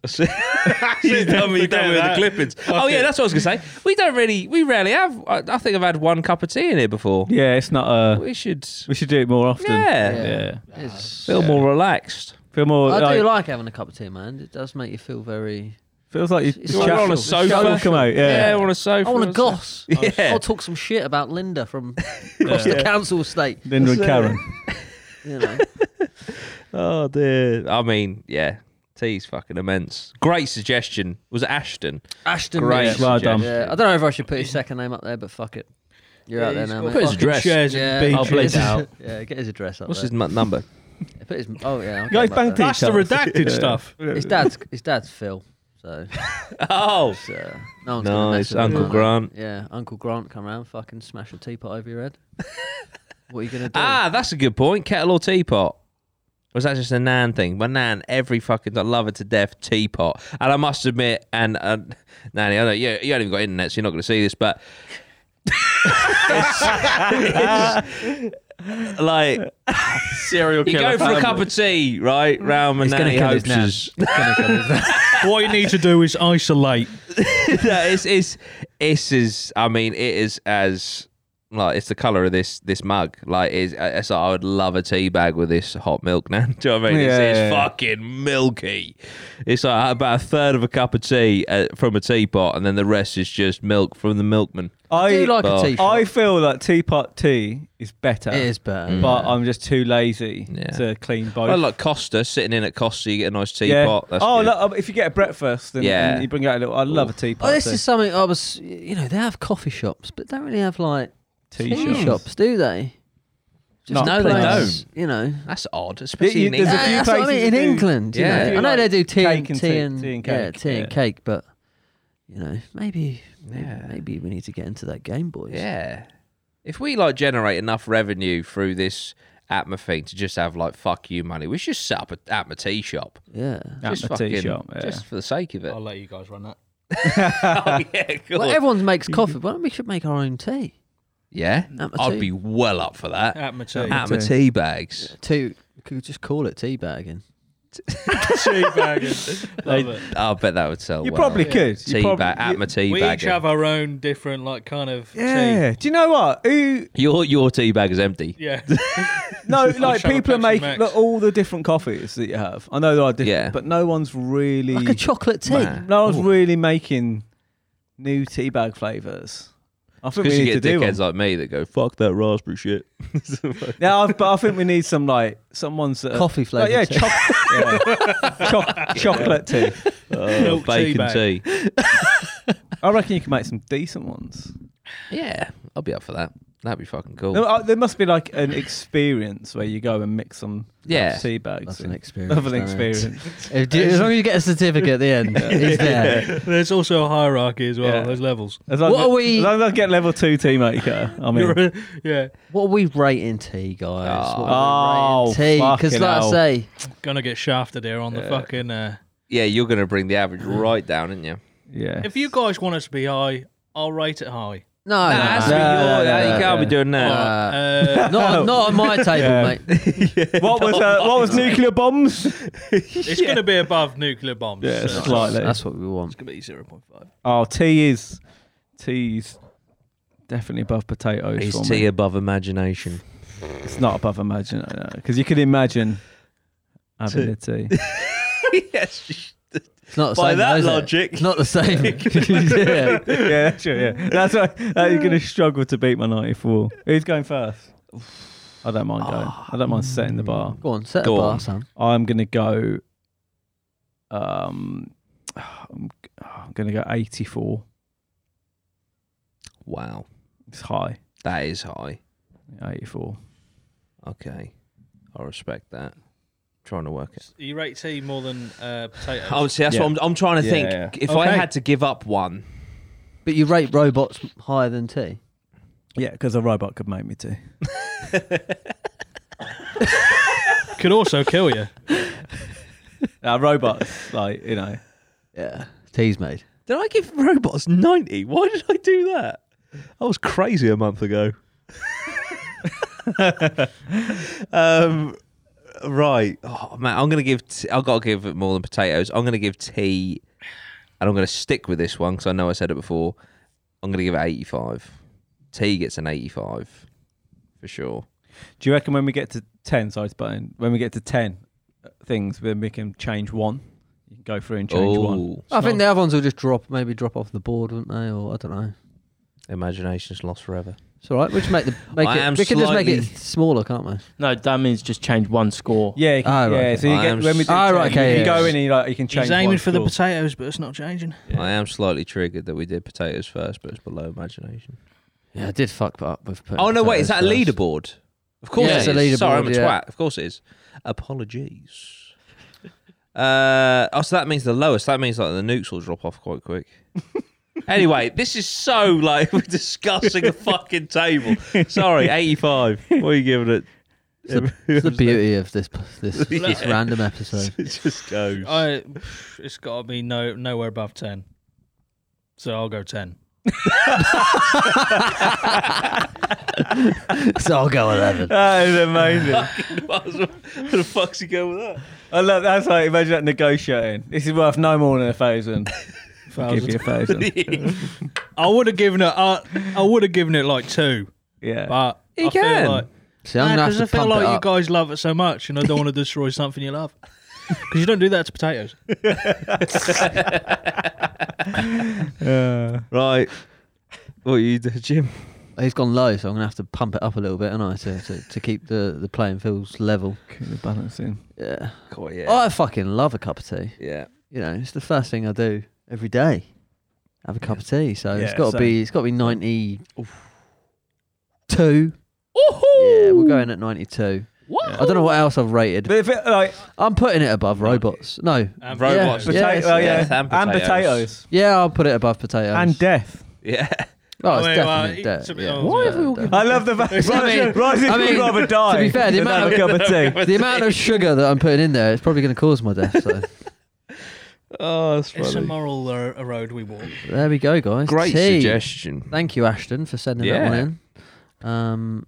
Speaker 3: He's done me, done me with the
Speaker 2: that.
Speaker 3: clippings. oh yeah,
Speaker 2: it.
Speaker 3: that's what I was gonna say. We don't really, we rarely have. I, I think I've had one cup of tea in here before.
Speaker 4: Yeah, it's not a.
Speaker 3: We should
Speaker 4: We should do it more often.
Speaker 3: Yeah.
Speaker 4: yeah.
Speaker 1: it's-
Speaker 3: feel more relaxed.
Speaker 4: Feel more.
Speaker 1: I
Speaker 4: like,
Speaker 1: do like having a cup of tea, man. It does make you feel very.
Speaker 4: feels like you.
Speaker 1: It's
Speaker 4: the
Speaker 1: like
Speaker 4: chat-
Speaker 1: we're on a
Speaker 4: the
Speaker 1: sofa.
Speaker 4: chat will come out.
Speaker 3: Yeah,
Speaker 4: Yeah.
Speaker 3: on a sofa.
Speaker 1: I want to
Speaker 3: or something.
Speaker 1: goss.
Speaker 3: Yeah.
Speaker 1: I'll talk some shit about Linda from across the council estate.
Speaker 4: Linda and Karen.
Speaker 1: You know.
Speaker 3: Oh dear. I mean, yeah. Tea's fucking immense. Great suggestion. Was it Ashton?
Speaker 1: Ashton.
Speaker 3: Great
Speaker 1: Reeves.
Speaker 4: well done.
Speaker 1: Yeah, I don't know if I should put his second name up there, but fuck it. You're out there now, mate.
Speaker 3: Put his address.
Speaker 2: Shares
Speaker 1: Yeah,
Speaker 2: and
Speaker 4: I'll
Speaker 2: beaches.
Speaker 4: bleep it out.
Speaker 1: Yeah, get his address up
Speaker 3: What's
Speaker 1: there.
Speaker 3: his mu- number?
Speaker 1: Put his, oh yeah, I'll
Speaker 4: You guys
Speaker 1: get him up
Speaker 4: banged
Speaker 1: there.
Speaker 2: That's the redacted stuff.
Speaker 1: His dad's his dad's Phil, so,
Speaker 3: oh,
Speaker 1: so no one's gonna mess
Speaker 3: nice,
Speaker 1: with him,
Speaker 3: Uncle
Speaker 1: are they?
Speaker 3: Grant.
Speaker 1: Yeah, Uncle Grant come round, fucking smash a teapot over your head. what are you gonna do?
Speaker 3: Ah, that's a good point. Kettle or teapot? Or is that just a nan thing? My nan, every fucking I love her to death. Teapot, and I must admit, and uh, Nanny, I know you, you haven't even got internet, so you're not going to see this, but it's, like
Speaker 6: Serial
Speaker 3: you
Speaker 6: killer.
Speaker 3: go for a
Speaker 6: family.
Speaker 3: cup of tea, right, round my
Speaker 1: He's gonna
Speaker 3: nanny
Speaker 1: kill his nan.
Speaker 3: hopes
Speaker 1: He's gonna kill his nan.
Speaker 2: what you need to do is isolate.
Speaker 3: no, it's it's it's as I mean, it is as like it's the color of this this mug. Like it's, uh, it's like, I would love a tea bag with this hot milk now. Do you know what I mean?
Speaker 4: Yeah,
Speaker 3: it's,
Speaker 4: yeah,
Speaker 3: it's
Speaker 4: yeah.
Speaker 3: fucking milky. It's like about a third of a cup of tea uh, from a teapot, and then the rest is just milk from the milkman.
Speaker 1: I do
Speaker 4: I
Speaker 1: like
Speaker 3: Oh.
Speaker 1: a t-shirt.
Speaker 4: I feel like teapot tea is better,
Speaker 1: it is better.
Speaker 3: Mm.
Speaker 4: but I'm just too lazy
Speaker 3: Yeah.
Speaker 4: to clean both.
Speaker 3: I like Costa sitting in at Costa, you get a nice
Speaker 4: Oh, Yeah.
Speaker 3: teapot. That's
Speaker 4: oh,
Speaker 3: good.
Speaker 4: look, um, if you get a breakfast, then
Speaker 3: Yeah.
Speaker 4: and you bring out a little. I love a teapot.
Speaker 1: Oh, this
Speaker 4: tea.
Speaker 1: is something I was. You know, they have coffee shops, but they don't really have like
Speaker 4: Tea
Speaker 1: tea
Speaker 4: shops.
Speaker 1: shops, do they?
Speaker 4: Just
Speaker 3: No, they
Speaker 1: places, You know,
Speaker 3: that's odd, especially
Speaker 4: you-
Speaker 3: in
Speaker 4: there's a
Speaker 1: Yeah,
Speaker 3: England.
Speaker 4: few
Speaker 1: that's what I mean.
Speaker 4: places
Speaker 1: In
Speaker 4: that do-
Speaker 1: England, you
Speaker 3: Yeah.
Speaker 1: know.
Speaker 3: If
Speaker 1: I
Speaker 4: you
Speaker 1: know
Speaker 4: like
Speaker 1: they do tea
Speaker 4: cake
Speaker 1: and
Speaker 4: and
Speaker 1: tea
Speaker 4: tea-
Speaker 1: and,
Speaker 4: tea and
Speaker 1: yeah,
Speaker 4: cake,
Speaker 1: tea and
Speaker 4: yeah.
Speaker 1: cake, but you know, maybe maybe,
Speaker 3: Yeah.
Speaker 1: maybe we need to get into that Game Boys.
Speaker 3: Yeah. If we like generate enough revenue through this Atma thing to just have like fuck you money, we should set up an Atma tea shop.
Speaker 1: yeah.
Speaker 3: just
Speaker 4: Atma tea shop, yeah.
Speaker 3: Just for the sake of it.
Speaker 2: I'll let you guys run that.
Speaker 3: oh, yeah, cool.
Speaker 1: Well, everyone makes coffee. Why don't we should make our own tea?
Speaker 3: yeah.
Speaker 1: Atma
Speaker 3: I'd
Speaker 1: tea.
Speaker 3: be well up for that.
Speaker 2: At my tea.
Speaker 3: Atma
Speaker 4: tea.
Speaker 3: tea bags.
Speaker 1: Tea. We could just call it tea bagging.
Speaker 2: tea baggers. Love it.
Speaker 3: I bet that would sell
Speaker 4: You
Speaker 3: well.
Speaker 4: probably could. You
Speaker 3: Tea
Speaker 4: probably,
Speaker 3: bag, Atma tea
Speaker 2: We each
Speaker 3: bagging.
Speaker 2: have our own different, like, kind of
Speaker 4: yeah. Do you know what? Who?
Speaker 3: Your your tea bag is empty.
Speaker 2: tea. Yeah.
Speaker 4: No,
Speaker 2: I'll
Speaker 4: like
Speaker 2: show my
Speaker 4: people are
Speaker 2: Pepsi
Speaker 4: making
Speaker 2: Max.
Speaker 4: look, all the different coffees that you have. I know there are different,
Speaker 3: Yeah.
Speaker 4: but no one's really
Speaker 1: Like a chocolate tea.
Speaker 3: Man.
Speaker 4: no one's really making new tea bag flavors. I think
Speaker 3: Because
Speaker 4: we
Speaker 3: you
Speaker 4: need to do
Speaker 3: get dickheads
Speaker 4: one.
Speaker 3: like me that go fuck that raspberry shit.
Speaker 4: Yeah, I've, but I think we need some like someone's that are-
Speaker 1: Uh, Coffee
Speaker 4: like,
Speaker 1: flavour.
Speaker 4: Oh, yeah,
Speaker 1: tea.
Speaker 4: choc- yeah. Choc- chocolate tea.
Speaker 3: Oh,
Speaker 2: Milk tea
Speaker 3: bacon
Speaker 2: bag.
Speaker 3: tea.
Speaker 4: I reckon you can make some decent ones.
Speaker 3: Yeah, I'll be up for that. That'd be fucking cool.
Speaker 4: There, uh, there must be like an experience where you go and mix some
Speaker 3: Yeah.
Speaker 4: tea bags.
Speaker 1: That's
Speaker 4: in.
Speaker 1: an experience.
Speaker 4: Of an
Speaker 1: isn't it?
Speaker 4: experience.
Speaker 1: If do- as long as you get a certificate at the end, it's there.
Speaker 2: There's also a hierarchy as well.
Speaker 4: Yeah.
Speaker 2: There's levels.
Speaker 4: As long
Speaker 1: What
Speaker 4: as,
Speaker 1: are we-
Speaker 4: As long as I get level two tea maker, I mean,
Speaker 2: You're- yeah.
Speaker 1: What are we rating tea, guys?
Speaker 3: Oh.
Speaker 1: What are we
Speaker 4: Oh,
Speaker 1: rating tea? Because
Speaker 4: fucking
Speaker 1: like I
Speaker 4: hell.
Speaker 1: say,
Speaker 2: Gonna get shafted here on the fucking. Uh,
Speaker 3: Yeah, you're going to bring the average right down, aren't you?
Speaker 4: yeah.
Speaker 2: if you guys want us to be high, I'll rate it high.
Speaker 1: no,
Speaker 3: Nah,
Speaker 1: no,
Speaker 3: that's
Speaker 1: no.
Speaker 3: what
Speaker 4: no,
Speaker 3: you're-
Speaker 4: no,
Speaker 3: you
Speaker 4: no,
Speaker 3: can't be
Speaker 4: no.
Speaker 3: doing that.
Speaker 1: Uh,
Speaker 2: Uh,
Speaker 1: not, not on my table,
Speaker 4: Yeah.
Speaker 1: mate.
Speaker 4: what was uh, what was nuclear bombs?
Speaker 2: it's gonna be above nuclear bombs.
Speaker 4: Yeah,
Speaker 2: so
Speaker 4: slightly.
Speaker 1: That's what we want.
Speaker 2: It's gonna be zero point five.
Speaker 4: Oh, tea is tea is definitely above potatoes.
Speaker 3: Is
Speaker 4: for
Speaker 3: tea
Speaker 4: me.
Speaker 3: above imagination?
Speaker 4: It's not above imagine because you could imagine having a tea.
Speaker 3: yes.
Speaker 1: It's not the
Speaker 5: By
Speaker 1: same,
Speaker 5: that
Speaker 1: though, is it?
Speaker 5: logic-
Speaker 1: it's not the same. yeah.
Speaker 4: yeah, sure. Yeah, that's why uh, you're going to struggle to beat my ninety-four. Who's going first? I don't mind going. I don't mind setting the bar.
Speaker 1: Go on, set
Speaker 3: Go
Speaker 1: a bar,
Speaker 3: on.
Speaker 1: Sam.
Speaker 4: I'm going to go. Um, I'm, I'm going to go eighty-four.
Speaker 3: Wow,
Speaker 4: It's high.
Speaker 3: that is high.
Speaker 4: Eighty-four.
Speaker 3: Okay, I respect that. trying to work it.
Speaker 2: You rate tea more than uh, potatoes.
Speaker 3: Oh, see, that's
Speaker 4: Yeah.
Speaker 3: what I'm, I'm trying to
Speaker 4: Yeah,
Speaker 3: think.
Speaker 4: yeah.
Speaker 3: If I
Speaker 2: Okay.
Speaker 3: had to give up one,
Speaker 1: But you rate robots higher than tea.
Speaker 4: Yeah, because a robot could make me tea.
Speaker 2: could also kill you.
Speaker 4: Uh, robots, like you know.
Speaker 1: Yeah. Tea's made.
Speaker 3: did I give robots ninety? Why did I do that?
Speaker 5: I was crazy a month ago. um, right.
Speaker 3: Oh man, I'm gonna give. T- I've got to give it more than potatoes. I'm gonna give tea, and I'm gonna stick with this one because I know I said it before. I'm gonna give it 85. Tea gets an 85 for sure.
Speaker 4: Do you reckon when we get to ten, sorry to butt in, when we get to ten uh, things, then we can change one? You can go through and change one.
Speaker 3: Ooh,
Speaker 1: I think the other ones will just drop, maybe drop off the board, wouldn't they? Or I don't know.
Speaker 3: imagination's lost forever.
Speaker 1: It's all right. We just make the make
Speaker 3: I
Speaker 1: it.
Speaker 3: am
Speaker 1: we can just make it
Speaker 3: slightly-
Speaker 1: smaller, can't we?
Speaker 6: No, that means just change one score.
Speaker 4: Yeah, you can,
Speaker 1: Ah, right,
Speaker 4: yeah.
Speaker 1: okay.
Speaker 4: So you
Speaker 3: I
Speaker 4: get
Speaker 3: am
Speaker 4: when we do
Speaker 1: Ah, right,
Speaker 4: 10,
Speaker 1: okay,
Speaker 4: you
Speaker 1: yeah,
Speaker 4: can
Speaker 1: yeah.
Speaker 4: go in and you, like you can change.
Speaker 2: He's aiming
Speaker 4: one
Speaker 2: for the
Speaker 4: score.
Speaker 2: potatoes, but it's not changing.
Speaker 3: I am slightly triggered that we did potatoes first, but it's below imagination.
Speaker 1: Yeah, I did fuck up with.
Speaker 3: Oh no, wait, is that a leaderboard? Of course
Speaker 1: Yeah,
Speaker 3: it
Speaker 1: it's
Speaker 3: is.
Speaker 1: a leaderboard,
Speaker 3: Sorry, I'm a
Speaker 1: yeah.
Speaker 3: twat. Of course it is. Apologies. Uh, oh, so that means the lowest. That means like the nukes will drop off quite quick. anyway, this is so like we're discussing the fucking table. Sorry, eighty-five. What are you giving it?
Speaker 1: It's the beauty of this this, this
Speaker 3: Yeah.
Speaker 1: random episode.
Speaker 5: It just goes.
Speaker 2: I, it's got to be no nowhere above ten. So I'll go ten.
Speaker 1: so I'll go eleven.
Speaker 4: That is amazing.
Speaker 3: Where the fuck's he going with that?
Speaker 4: I love that's like imagine that negotiating. This is worth no more than a thousand. I'll give you a thousand.
Speaker 2: I would have given it. Uh, I would have given it like two.
Speaker 4: Yeah.
Speaker 2: But
Speaker 3: He
Speaker 2: I feel
Speaker 3: can.
Speaker 2: like-
Speaker 1: See, I'm
Speaker 2: Nah,
Speaker 1: gonna have
Speaker 2: 'cause
Speaker 1: to
Speaker 2: I feel
Speaker 1: pump it
Speaker 2: like you
Speaker 1: up.
Speaker 2: guys love it so much, and I don't want to destroy something you love. Because you don't do that to potatoes.
Speaker 5: Right. What you do, Jim?
Speaker 1: He's gone low, so I'm gonna have to pump it up a little bit, and I to, to to keep the the playing fields level.
Speaker 4: Keep the balance in.
Speaker 1: Yeah.
Speaker 3: Oh, yeah.
Speaker 1: I fucking love a cup of tea.
Speaker 3: yeah.
Speaker 1: You know, it's the first thing I do every day. Have a cup of tea, so it's
Speaker 4: Yeah,
Speaker 1: got to
Speaker 4: same.
Speaker 1: be it's got to be ninety two. Yeah, we're going at ninety two. I don't know what else I've rated.
Speaker 4: But if it, like
Speaker 1: I'm putting it above robots. No,
Speaker 2: Um,
Speaker 3: Robots.
Speaker 1: Yeah.
Speaker 4: potato, oh, yeah.
Speaker 3: yes, and
Speaker 4: and, potatoes.
Speaker 3: potatoes.
Speaker 1: yeah, I'll put it above potatoes.
Speaker 4: and death.
Speaker 3: Yeah.
Speaker 1: oh, it's
Speaker 2: Oh, wait, well,
Speaker 1: definitely
Speaker 2: eat
Speaker 1: death.
Speaker 2: something
Speaker 1: Yeah.
Speaker 2: else, Why yeah. have we all
Speaker 1: definitely.
Speaker 4: I love the fact that
Speaker 1: I mean-
Speaker 4: Rising
Speaker 1: I
Speaker 4: would
Speaker 1: mean,
Speaker 4: rather die.
Speaker 1: to be fair, the
Speaker 4: than
Speaker 1: amount
Speaker 4: have a cup of tea.
Speaker 1: The amount of sugar that I'm putting in there is probably going to cause my death. So
Speaker 5: Oh, that's
Speaker 2: It's a moral uh, a road we walk.
Speaker 1: there we go, guys.
Speaker 3: Great
Speaker 1: Tea.
Speaker 3: suggestion.
Speaker 1: Thank you, Ashton, for sending that one in. Um,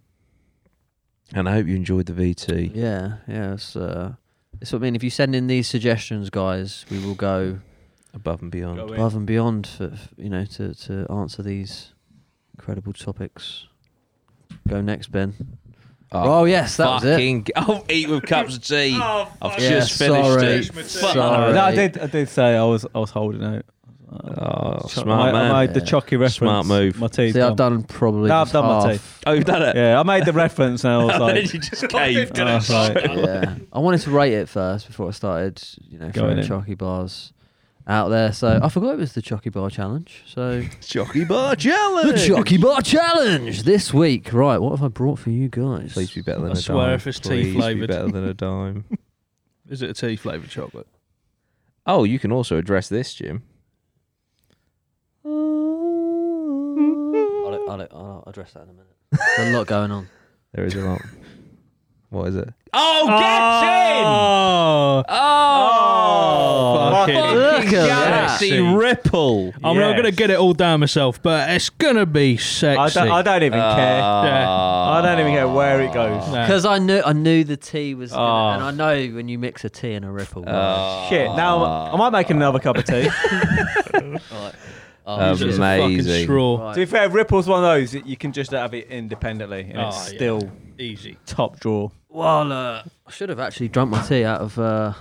Speaker 3: And I hope you enjoyed the VT.
Speaker 1: yeah, yeah. It's, uh, it's what I mean. If you send in these suggestions, guys, we will go
Speaker 3: Above and beyond.
Speaker 2: Go in.
Speaker 1: above and beyond for f- you know to to answer these incredible topics. Go next, Ben.
Speaker 3: Ah.
Speaker 1: Oh, yes, that was it.
Speaker 3: fucking, Oh, eat with cups of tea. I've
Speaker 1: Yeah,
Speaker 3: just finished
Speaker 1: sorry.
Speaker 3: it.
Speaker 2: Fuck.
Speaker 1: Sorry.
Speaker 4: No, I did. I did say I was. I was holding out.
Speaker 3: Oh,
Speaker 4: Cho- I,
Speaker 3: smart man.
Speaker 4: I made the
Speaker 1: Yeah.
Speaker 4: Chucky reference.
Speaker 3: Smart move.
Speaker 4: My teeth.
Speaker 1: See, I've done probably.
Speaker 4: No, I've
Speaker 1: just
Speaker 4: done my
Speaker 1: half.
Speaker 3: Oh, you've done it.
Speaker 4: Yeah, I made the reference and I was like,
Speaker 3: you just caved.
Speaker 4: I was like,
Speaker 1: yeah. I wanted to rate it first before I started, you know, throwing
Speaker 4: in.
Speaker 1: chocky bars out there. So I forgot it was the chocky bar challenge. So
Speaker 5: Jockey Bar Challenge.
Speaker 1: the chocky bar challenge this week. Right, what have I brought for you guys?
Speaker 3: Please be better
Speaker 2: I
Speaker 3: than a
Speaker 2: swear
Speaker 3: dime.
Speaker 2: if it's tea
Speaker 3: Please be
Speaker 2: flavoured.
Speaker 3: better than a dime.
Speaker 2: Is it a tea flavoured chocolate?
Speaker 3: Oh, you can also address this, Jim.
Speaker 1: I'll, I'll, I'll address that in a minute. There's a lot going on.
Speaker 3: There is a lot. what is it? Oh, get in!
Speaker 2: Oh,
Speaker 3: Oh,
Speaker 2: fucking
Speaker 1: Look at
Speaker 2: sexy.
Speaker 3: Galaxy Ripple.
Speaker 2: I mean, I'm
Speaker 4: Yes.
Speaker 2: going to get it all down myself, but it's going to be sexy.
Speaker 4: I don't, I don't
Speaker 3: Ah.
Speaker 4: even care. I don't even care where it goes.
Speaker 3: Ah.
Speaker 2: Nah.
Speaker 1: Because I knew I knew the tea was, in it,
Speaker 4: Oh.
Speaker 1: and I know when you mix a tea and a ripple.
Speaker 3: Ah.
Speaker 1: right?
Speaker 4: Shit. Now I might make another cup of tea.
Speaker 1: Oh,
Speaker 2: It's just a
Speaker 1: shit.
Speaker 2: fucking
Speaker 3: Amazing.
Speaker 2: straw.
Speaker 1: Right.
Speaker 4: to be fair, Ripple's one of those that you can just have it independently, and
Speaker 2: Oh,
Speaker 4: it's
Speaker 2: yeah.
Speaker 4: still
Speaker 2: Easy.
Speaker 4: top drawer.
Speaker 1: Well, uh, I should have actually drunk my tea out of uh,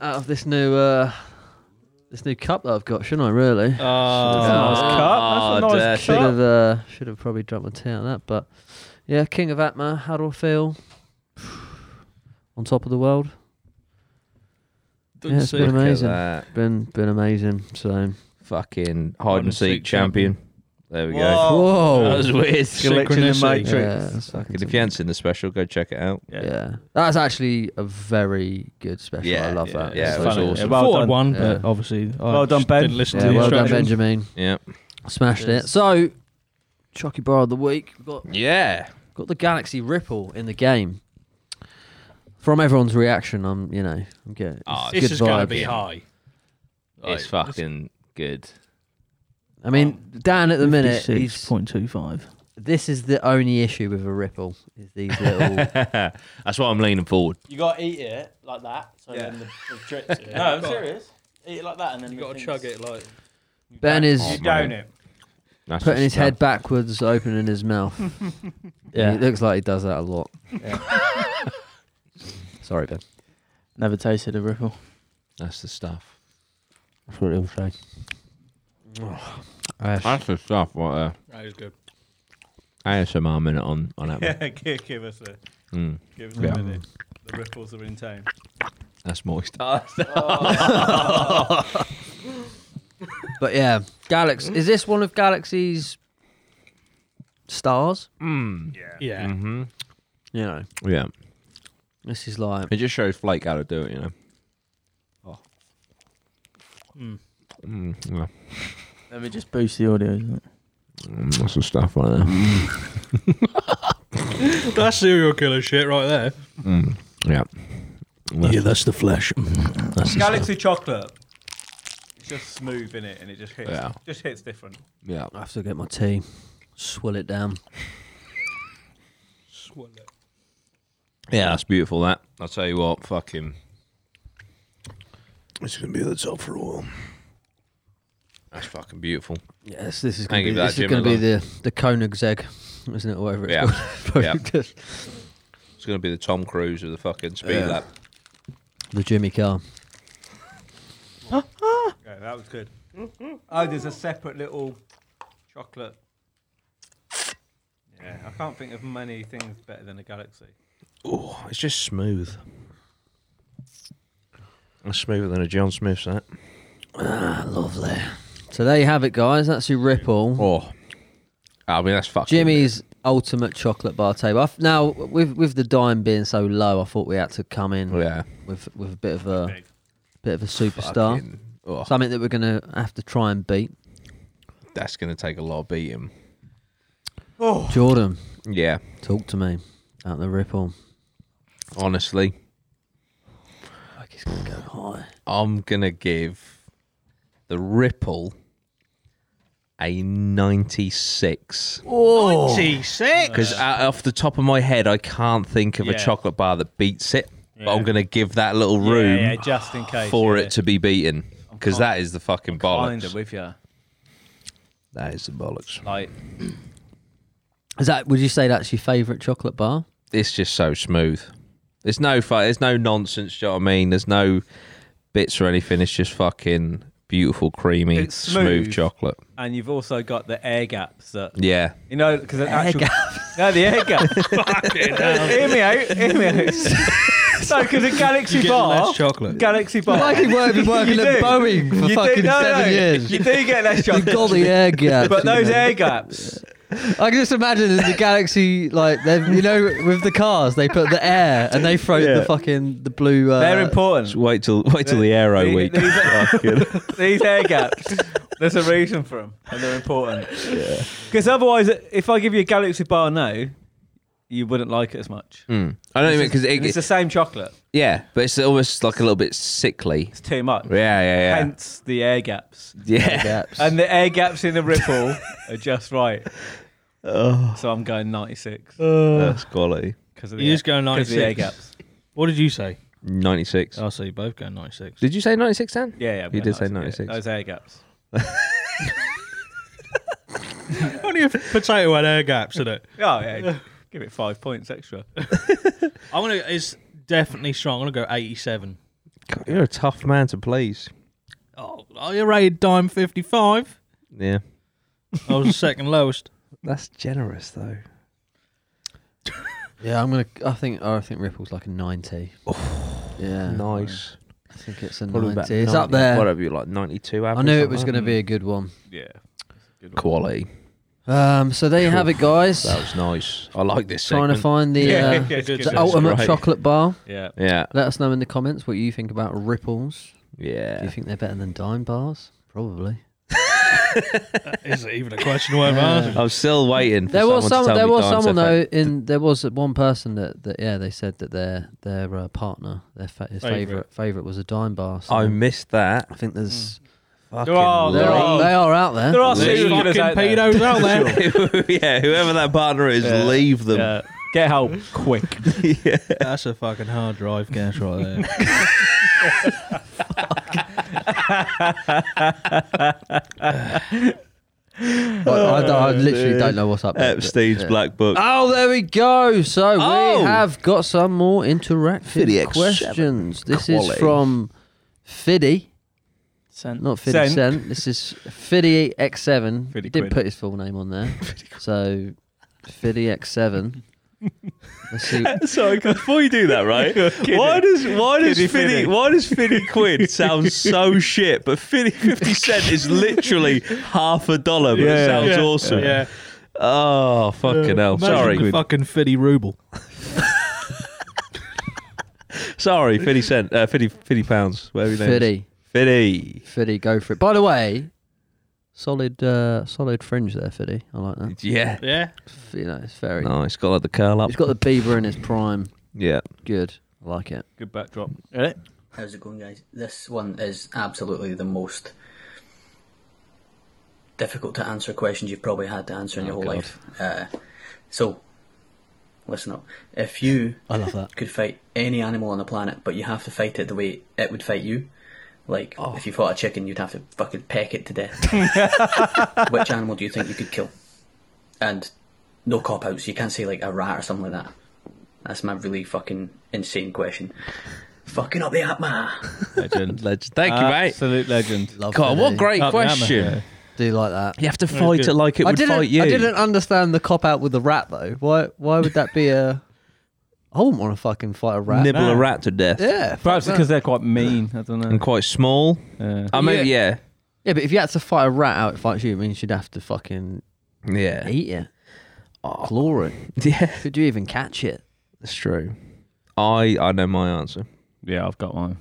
Speaker 1: out of this new uh, this new cup that I've got, shouldn't I? Really?
Speaker 2: Oh,
Speaker 4: That's a
Speaker 3: Ah.
Speaker 4: nice cup. That's a nice
Speaker 1: should
Speaker 4: cup.
Speaker 1: have uh, should have probably drunk my tea out of that, but yeah, King of Atma. How do I feel? On top of the world,
Speaker 2: Doesn't
Speaker 1: Yeah, it's
Speaker 2: seem-
Speaker 1: been
Speaker 3: Look at
Speaker 1: amazing.
Speaker 3: that.
Speaker 1: Been been amazing. So
Speaker 3: Fucking hide and seek
Speaker 2: seek
Speaker 3: champion. There we go.
Speaker 4: Whoa.
Speaker 3: That
Speaker 1: whoa,
Speaker 3: was weird.
Speaker 4: Glitch in the
Speaker 2: Oh. Synchronicity.
Speaker 4: matrix.
Speaker 1: yeah, that's fucking
Speaker 3: If you haven't seen the special, go check it out.
Speaker 1: something. yeah, that's actually a very good special. I
Speaker 3: Yeah,
Speaker 1: love
Speaker 3: yeah,
Speaker 1: that.
Speaker 3: yeah,
Speaker 1: So
Speaker 3: it was
Speaker 1: good.
Speaker 3: awesome.
Speaker 4: Well
Speaker 2: Thought I'd
Speaker 4: done.
Speaker 2: won,
Speaker 1: Yeah.
Speaker 2: but obviously I
Speaker 4: Well done,
Speaker 2: just
Speaker 4: Ben.
Speaker 2: Didn't listen
Speaker 1: Yeah,
Speaker 2: to the
Speaker 1: well done,
Speaker 2: instructions.
Speaker 1: Benjamin.
Speaker 3: Yeah.
Speaker 1: Smashed it. So, Chucky Bar of the Week. We've got,
Speaker 3: Yeah.
Speaker 1: got the Galaxy Ripple in the game. From everyone's reaction, I'm, you know, I'm getting
Speaker 3: Oh,
Speaker 1: it's
Speaker 2: This
Speaker 1: good
Speaker 2: is going to
Speaker 1: vibes.
Speaker 2: be high.
Speaker 3: It's fucking good.
Speaker 1: I mean, Dan at the minute,
Speaker 6: Six
Speaker 1: he's,
Speaker 6: point two five.
Speaker 1: this is the only issue with a Ripple, is these little...
Speaker 3: That's why I'm leaning forward.
Speaker 6: You gotta eat it like that, so
Speaker 4: Yeah.
Speaker 6: then the, the drips. no, I'm serious. Eat it like that, and then
Speaker 2: You
Speaker 6: the
Speaker 2: got to
Speaker 6: things-
Speaker 2: chug it like.
Speaker 1: ben is
Speaker 3: Oh,
Speaker 4: Down it.
Speaker 3: That's
Speaker 1: putting his
Speaker 3: just
Speaker 1: head backwards, opening his mouth. yeah. It looks like he does that a lot. Sorry, Ben.
Speaker 6: Never tasted a ripple.
Speaker 3: stuff. That's the stuff.
Speaker 1: That's what he'll say.
Speaker 3: That's the stuff. What uh,
Speaker 2: That is good.
Speaker 3: ASMR minute on on that.
Speaker 4: Yeah, give, give us a
Speaker 3: one. Mm,
Speaker 4: give us
Speaker 3: Yeah.
Speaker 4: a minute. The ripples are in town.
Speaker 3: that's moist.
Speaker 1: But yeah, Galaxy.
Speaker 3: Mm.
Speaker 1: Is this one of Galaxy's stars?
Speaker 2: Yeah.
Speaker 3: Mm-hmm.
Speaker 1: You know,
Speaker 3: Yeah.
Speaker 1: this is like
Speaker 3: It just shows Flake how to do it, you know.
Speaker 2: Mm.
Speaker 3: Mm, yeah.
Speaker 6: Let me just boost the audio. Isn't it?
Speaker 3: Mm, that's the stuff right there.
Speaker 2: That's serial killer shit right there.
Speaker 3: Mm, yeah. Yeah,
Speaker 2: that's the flesh.
Speaker 3: That's the stuff.
Speaker 4: Galaxy chocolate. It's just smooth in it, and it just hits.
Speaker 3: Yeah.
Speaker 4: Just hits different.
Speaker 3: Yeah.
Speaker 1: I have to get my tea, swill it down.
Speaker 3: Yeah, that's beautiful. That I'll tell you what, fucking. It's gonna be at the top for a while. That's fucking beautiful.
Speaker 1: Yes, this is going to
Speaker 3: Thank you
Speaker 1: be,
Speaker 3: for that,
Speaker 1: this is
Speaker 3: Jim
Speaker 1: going to be
Speaker 3: Miller.
Speaker 1: the the Koenigsegg, isn't it? Or whatever it's
Speaker 3: Yeah.
Speaker 1: called.
Speaker 3: Yeah. It's going to be the Tom Cruise of the fucking speed
Speaker 1: Yeah.
Speaker 3: lap.
Speaker 1: The Jimmy car.
Speaker 4: Yeah, that was good. Oh, there's a separate little chocolate. Yeah, I can't think of many things better than a galaxy.
Speaker 3: Oh, it's just smooth. That's smoother than a John Smith's, that.
Speaker 1: Lovely. So there you have it, guys. That's your ripple.
Speaker 3: Oh, I mean that's fucking
Speaker 1: Jimmy's ultimate chocolate bar table. I've- Now, with with the dime being so low, I thought we had to come in
Speaker 3: Oh, Yeah,
Speaker 1: with with a bit of a bit of a superstar,
Speaker 3: Fucking- oh,
Speaker 1: something that we're going to have to try and beat.
Speaker 3: that's gonna take a lot of beating.
Speaker 4: Oh.
Speaker 1: Jordan,
Speaker 3: Yeah,
Speaker 1: talk to me about the ripple.
Speaker 3: honestly,
Speaker 1: Like he's going to go high.
Speaker 3: I'm gonna give the Ripple a 96
Speaker 2: 96.
Speaker 3: because off the top of my head, I can't think of
Speaker 4: Yeah.
Speaker 3: a chocolate bar that beats it. But
Speaker 4: Yeah.
Speaker 3: I'm gonna give that little room
Speaker 4: yeah, just in case.
Speaker 3: for
Speaker 4: yeah.
Speaker 3: it to be beaten because that is the fucking bollocks.
Speaker 4: Kinda with you.
Speaker 3: That is the bollocks.
Speaker 4: Like,
Speaker 1: Is that? Would you say that's your favourite chocolate bar?
Speaker 3: it's just so smooth. There's no fu- there's no nonsense, do you know what I mean? There's no bits or anything. It's just fucking beautiful, creamy,
Speaker 4: It's
Speaker 3: smooth.
Speaker 4: smooth.
Speaker 3: chocolate.
Speaker 4: and you've also got the air gaps that
Speaker 3: Yeah.
Speaker 4: you know because an actual no the air gap. hear me out, hear me out. so because a galaxy
Speaker 2: You get
Speaker 4: bar,
Speaker 2: less chocolate.
Speaker 4: galaxy bar.
Speaker 1: been working
Speaker 4: You
Speaker 1: at
Speaker 4: do.
Speaker 1: Boeing for
Speaker 4: You do-
Speaker 1: fucking
Speaker 4: no,
Speaker 1: seven
Speaker 4: no,
Speaker 1: years.
Speaker 4: You do get less
Speaker 1: You've
Speaker 4: chocolate.
Speaker 1: got the air gaps.
Speaker 4: But
Speaker 1: you
Speaker 4: those
Speaker 1: know.
Speaker 4: air gaps,
Speaker 1: I can just imagine the galaxy, like they've, you know, with the cars, they put the air and they throw the fucking the blue. Uh,
Speaker 4: they're important.
Speaker 3: Just wait till wait till the aero
Speaker 4: These-
Speaker 3: week.
Speaker 4: These, are-
Speaker 3: Fucking-
Speaker 4: these air gaps, there's a reason for them, and they're important. Because otherwise, if I give you a Galaxy Bar now, you wouldn't like it as
Speaker 1: Hmm.
Speaker 4: much.
Speaker 3: Mm. I don't even because
Speaker 4: And it's
Speaker 3: it,
Speaker 4: the same chocolate.
Speaker 3: yeah, but it's almost like a little bit sickly.
Speaker 4: It's too much.
Speaker 3: Yeah, yeah, yeah,
Speaker 4: Hence the air gaps.
Speaker 3: yeah.
Speaker 1: gaps.
Speaker 4: And the air gaps in the ripple are just right.
Speaker 1: Oh.
Speaker 4: So I'm going 96
Speaker 3: That's quality.
Speaker 4: because of the,
Speaker 2: You
Speaker 4: air,
Speaker 2: just go
Speaker 4: 'cause of the air
Speaker 2: 96.
Speaker 4: gaps.
Speaker 2: What did you say?
Speaker 3: Ninety six.
Speaker 2: Oh, so you both go 96.
Speaker 3: Did you say ninety six, Dan?
Speaker 4: Yeah, yeah. I'm
Speaker 3: You
Speaker 4: going
Speaker 3: did say 96.
Speaker 4: Yeah, those air gaps.
Speaker 2: Only a potato had air gaps in it.
Speaker 4: Oh, yeah. Give it five points extra.
Speaker 2: I'm gonna. It's definitely strong. I'm gonna go 87.
Speaker 3: God, you're a tough man to please.
Speaker 2: Oh, I rated dime 55.
Speaker 3: Yeah,
Speaker 2: I was the second lowest.
Speaker 3: that's generous though.
Speaker 1: yeah, I'm gonna. I think. I think Ripple's like a ninety.
Speaker 4: Oh,
Speaker 1: yeah,
Speaker 3: nice.
Speaker 1: I think it's a
Speaker 3: Probably about
Speaker 1: Oh, ninety. It's up
Speaker 3: 90,
Speaker 1: there.
Speaker 3: Whatever you like, ninety two.
Speaker 1: I knew it was gonna be a good one.
Speaker 4: Yeah.
Speaker 3: quality.
Speaker 1: Um, so there you have it, guys.
Speaker 3: That was nice. I like this.
Speaker 1: Trying to
Speaker 3: Segment.
Speaker 1: find the
Speaker 4: Yeah,
Speaker 1: uh,
Speaker 4: yeah, good
Speaker 1: the
Speaker 4: one.
Speaker 1: ultimate
Speaker 3: Right.
Speaker 1: chocolate bar.
Speaker 4: Yeah.
Speaker 3: Yeah,
Speaker 1: Let us know in the comments what you think about ripples. Do you
Speaker 3: yeah.
Speaker 1: think they're better than dime bars? Probably.
Speaker 2: Is it even a question worth
Speaker 1: Yeah.
Speaker 2: asking?
Speaker 3: I'm still waiting. For
Speaker 1: There was
Speaker 3: someone
Speaker 1: some.
Speaker 3: to
Speaker 1: There
Speaker 3: tell me
Speaker 1: was
Speaker 3: Dime's
Speaker 1: someone
Speaker 3: FA.
Speaker 1: though. In there was one person that, that yeah they said that their their uh, partner their fa- his
Speaker 2: Favourite.
Speaker 1: favorite favorite was a dime bar. So
Speaker 3: I missed that.
Speaker 1: I think there's
Speaker 3: Fucking
Speaker 4: are-
Speaker 1: there
Speaker 4: there
Speaker 3: late.
Speaker 1: are,
Speaker 4: are-
Speaker 1: they are out there.
Speaker 4: There are
Speaker 3: Leave.
Speaker 4: serial killers
Speaker 2: Fucking
Speaker 4: out there.
Speaker 2: pedos out there.
Speaker 3: yeah, whoever that partner is,
Speaker 4: Yeah.
Speaker 3: leave them.
Speaker 4: Yeah. Get help quick.
Speaker 2: That's a fucking hard drive gas right there.
Speaker 1: I, I don't- I literally don't know what's up.
Speaker 3: Uh,
Speaker 1: there, but-
Speaker 3: Epstein's
Speaker 1: yeah.
Speaker 3: black book.
Speaker 1: Oh, there we go. So we
Speaker 3: Oh.
Speaker 1: have got some more interactive
Speaker 3: FiddyX7
Speaker 1: questions. This is
Speaker 3: quality.
Speaker 1: from Fiddy,
Speaker 6: Sent.
Speaker 1: not Fiddy
Speaker 4: Cent.
Speaker 1: Cent. This is Fiddy X7.
Speaker 4: Fiddy
Speaker 1: He
Speaker 4: quid.
Speaker 1: did put his full name on there. so Fiddy X7. Let's see.
Speaker 3: Sorry, before you do that, right? Why does why does
Speaker 4: Kiddy
Speaker 3: Finny
Speaker 4: Finny.
Speaker 3: why does Finny Quid sound so shit? But Finny Fifty Cent is literally half a dollar, but it
Speaker 4: Yeah.
Speaker 3: sounds
Speaker 2: Yeah.
Speaker 3: awesome. Oh fucking hell!
Speaker 2: Imagine
Speaker 3: Sorry,
Speaker 2: the fucking fifty ruble.
Speaker 3: sorry, Fifty Cent, uh, 50, 50 pounds, whatever your name is.
Speaker 1: Fiddy.
Speaker 3: Fiddy.
Speaker 1: Fiddy, go for it. By the way, solid uh, solid fringe there, Fiddy. I like that.
Speaker 3: Yeah.
Speaker 2: Yeah.
Speaker 1: F- You know, it's very.
Speaker 3: Nice. Got like the curl up.
Speaker 1: It's got the Bieber in its prime.
Speaker 3: Yeah.
Speaker 1: Good. I like it.
Speaker 4: Good backdrop.
Speaker 7: How's it going, guys? This one is absolutely the most difficult to answer questions you've probably had to answer in your whole
Speaker 3: God.
Speaker 7: life. Uh, so, listen up. If you
Speaker 1: I love that.
Speaker 7: could fight any animal on the planet, but you have to fight it the way it would fight you, Like, if you fought a chicken, you'd have to fucking peck it to death. Which animal do you think you could kill? And no cop outs. You can't say like a rat or something like that. That's my really fucking insane question. Fucking up the app, man.
Speaker 4: Legend.
Speaker 3: Legend. Thank you, mate.
Speaker 4: Absolute legend.
Speaker 1: Love
Speaker 3: God,
Speaker 1: that,
Speaker 3: what
Speaker 1: eh?
Speaker 3: great
Speaker 4: Up the hammer.
Speaker 3: question.
Speaker 1: Do you like that?
Speaker 3: You have to fight
Speaker 2: good.
Speaker 3: it like it
Speaker 1: I
Speaker 3: would
Speaker 1: didn't.
Speaker 3: fight you.
Speaker 1: I didn't understand the cop out with the rat though. Why? Why would that be a? I wouldn't want to fucking fight a rat.
Speaker 3: nibble
Speaker 4: No.
Speaker 3: a rat to death.
Speaker 1: Yeah, fuck
Speaker 4: Perhaps
Speaker 1: that.
Speaker 4: because they're quite mean. I don't know.
Speaker 3: And quite small.
Speaker 4: Yeah.
Speaker 3: I mean, yeah.
Speaker 1: yeah, but if you had to fight a rat out, it fights you. I mean, you'd have to fucking
Speaker 3: Yeah.
Speaker 1: eat it, claw it.
Speaker 3: Yeah.
Speaker 1: Could you even catch it?
Speaker 3: That's true. I I know my answer.
Speaker 4: Yeah, I've got one.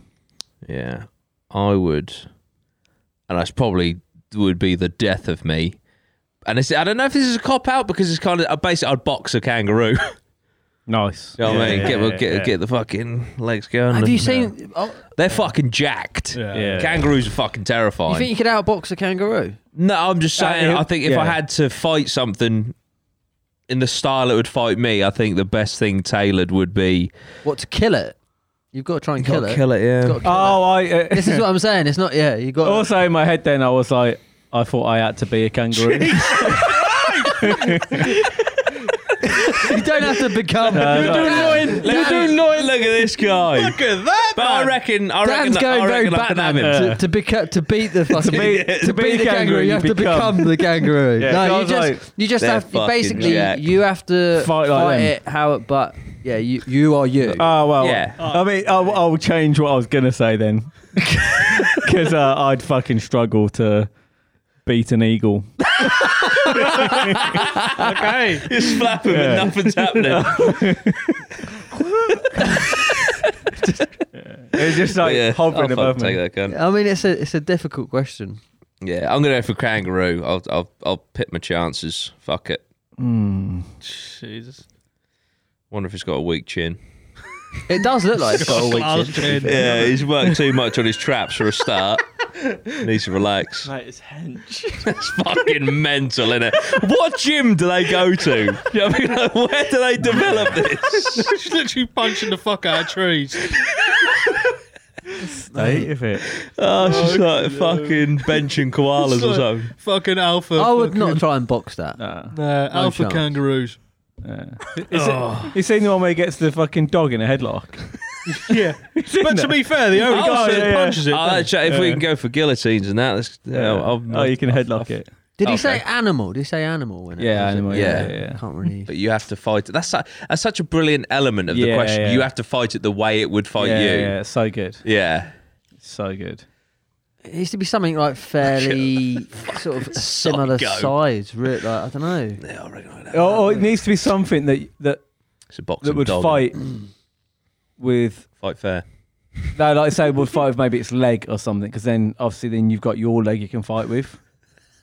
Speaker 3: Yeah. I would and that's probably would be the death of me. And it's, I don't know if this is a cop out because it's kind of uh, basically I'd box a kangaroo. you
Speaker 4: Nice.
Speaker 3: know what I mean?
Speaker 4: yeah,
Speaker 3: get
Speaker 4: yeah,
Speaker 3: get
Speaker 4: yeah.
Speaker 3: get the fucking legs going.
Speaker 1: Have you
Speaker 3: and-
Speaker 1: seen? Oh,
Speaker 3: They're fucking jacked.
Speaker 2: Yeah.
Speaker 4: Yeah.
Speaker 3: Kangaroos are fucking terrifying.
Speaker 1: you think you could outbox a kangaroo?
Speaker 3: No, I'm just
Speaker 4: Uh,
Speaker 3: saying.
Speaker 4: it-
Speaker 3: I think if I
Speaker 4: yeah.
Speaker 3: had to fight something in the style it would fight me, I think the best thing tailored would be
Speaker 1: What to kill it? You've got to try and kill it.
Speaker 3: yeah.
Speaker 1: Gotta kill
Speaker 4: Oh,
Speaker 1: it.
Speaker 4: I. Uh,
Speaker 1: This is what I'm saying. It's not. Yeah, you got.
Speaker 4: also, in my head, then I was like, I thought I had to be a kangaroo.
Speaker 1: You don't have to become.
Speaker 4: You're doing
Speaker 3: Look, look at this guy. look at that. But I reckon. I reckon.
Speaker 1: Dan's
Speaker 3: that-
Speaker 1: going
Speaker 3: I
Speaker 1: very
Speaker 3: reckon I can
Speaker 1: Batman
Speaker 3: have him.
Speaker 1: to, to, beca- to beat the fucking to
Speaker 4: beat-
Speaker 1: beat,
Speaker 4: to beat
Speaker 1: the kangaroo. You have to become, the kangaroo.
Speaker 4: Yeah, I
Speaker 1: no, you
Speaker 4: was
Speaker 1: just
Speaker 4: like,
Speaker 1: you just
Speaker 3: they're
Speaker 1: have you
Speaker 3: fucking
Speaker 1: basically
Speaker 3: jacked.
Speaker 1: you have to
Speaker 4: Fight like them.
Speaker 1: it how. it- But yeah, you you are you.
Speaker 4: Oh well,
Speaker 3: Yeah.
Speaker 4: I mean, I'll, I'll change what I was gonna say then, because uh, I'd fucking struggle to beat an eagle.
Speaker 2: Okay.
Speaker 3: Just flap him and nothing's happening.
Speaker 4: It's just like
Speaker 3: yeah, I'll
Speaker 4: hovering above
Speaker 3: fucking
Speaker 4: me.
Speaker 3: take that gun.
Speaker 1: I mean, it's a it's a difficult question.
Speaker 3: Yeah, I'm gonna go for kangaroo. I'll I'll I'll pit my chances. Fuck it.
Speaker 2: Jesus.
Speaker 3: Wonder if he's got a weak chin.
Speaker 1: It does look like it's got a weak
Speaker 2: Last
Speaker 1: chin.
Speaker 2: chin.
Speaker 3: Yeah, he's worked too much on his traps for a start. Needs to relax.
Speaker 6: Mate, it's hench.
Speaker 3: It's fucking mental, innit? What gym do they go to? You know what I mean? Like, where do they develop this?
Speaker 2: She's literally punching the fuck out of trees.
Speaker 4: Mate, if it.
Speaker 3: Oh, it's just like fucking benching koalas or something.
Speaker 2: Fucking alpha.
Speaker 1: I would
Speaker 2: fucking-
Speaker 1: not try and box that.
Speaker 4: Nah.
Speaker 2: No, alpha
Speaker 1: chance.
Speaker 2: kangaroos.
Speaker 4: Is it, you seen the one where he gets the fucking dog in a headlock?
Speaker 2: Yeah. but to be fair, the only
Speaker 4: Oh,
Speaker 2: guy that
Speaker 4: yeah, yeah.
Speaker 2: punches it.
Speaker 3: I'll
Speaker 2: doesn't
Speaker 3: actually- if we can go for guillotines and that, that's, yeah, I'll,
Speaker 4: oh, you can headlock it.
Speaker 1: Did he
Speaker 3: Okay.
Speaker 1: say animal? Did he say animal? In it?
Speaker 4: Yeah,
Speaker 1: Was it-
Speaker 4: animal.
Speaker 3: Yeah.
Speaker 4: Yeah, yeah.
Speaker 1: I can't really.
Speaker 3: but you have to fight it. That's, su- that's such a brilliant element of the
Speaker 4: Yeah,
Speaker 3: question.
Speaker 4: yeah.
Speaker 3: You have to fight it the way it would fight
Speaker 4: yeah,
Speaker 3: Oh, you.
Speaker 4: yeah, it's so good,
Speaker 3: Yeah.
Speaker 4: so good.
Speaker 1: It needs to be something like fairly sort of a similar
Speaker 3: psycho.
Speaker 1: size. Really, like, I don't know.
Speaker 3: Yeah, I reckon like that.
Speaker 4: Or, or Oh, it needs to be something that that
Speaker 3: It's a boxing
Speaker 4: that would
Speaker 3: dog.
Speaker 4: fight with
Speaker 3: Fight fair.
Speaker 4: no, like I say, would fight with maybe its leg or something, because then obviously then you've got your leg you can fight with.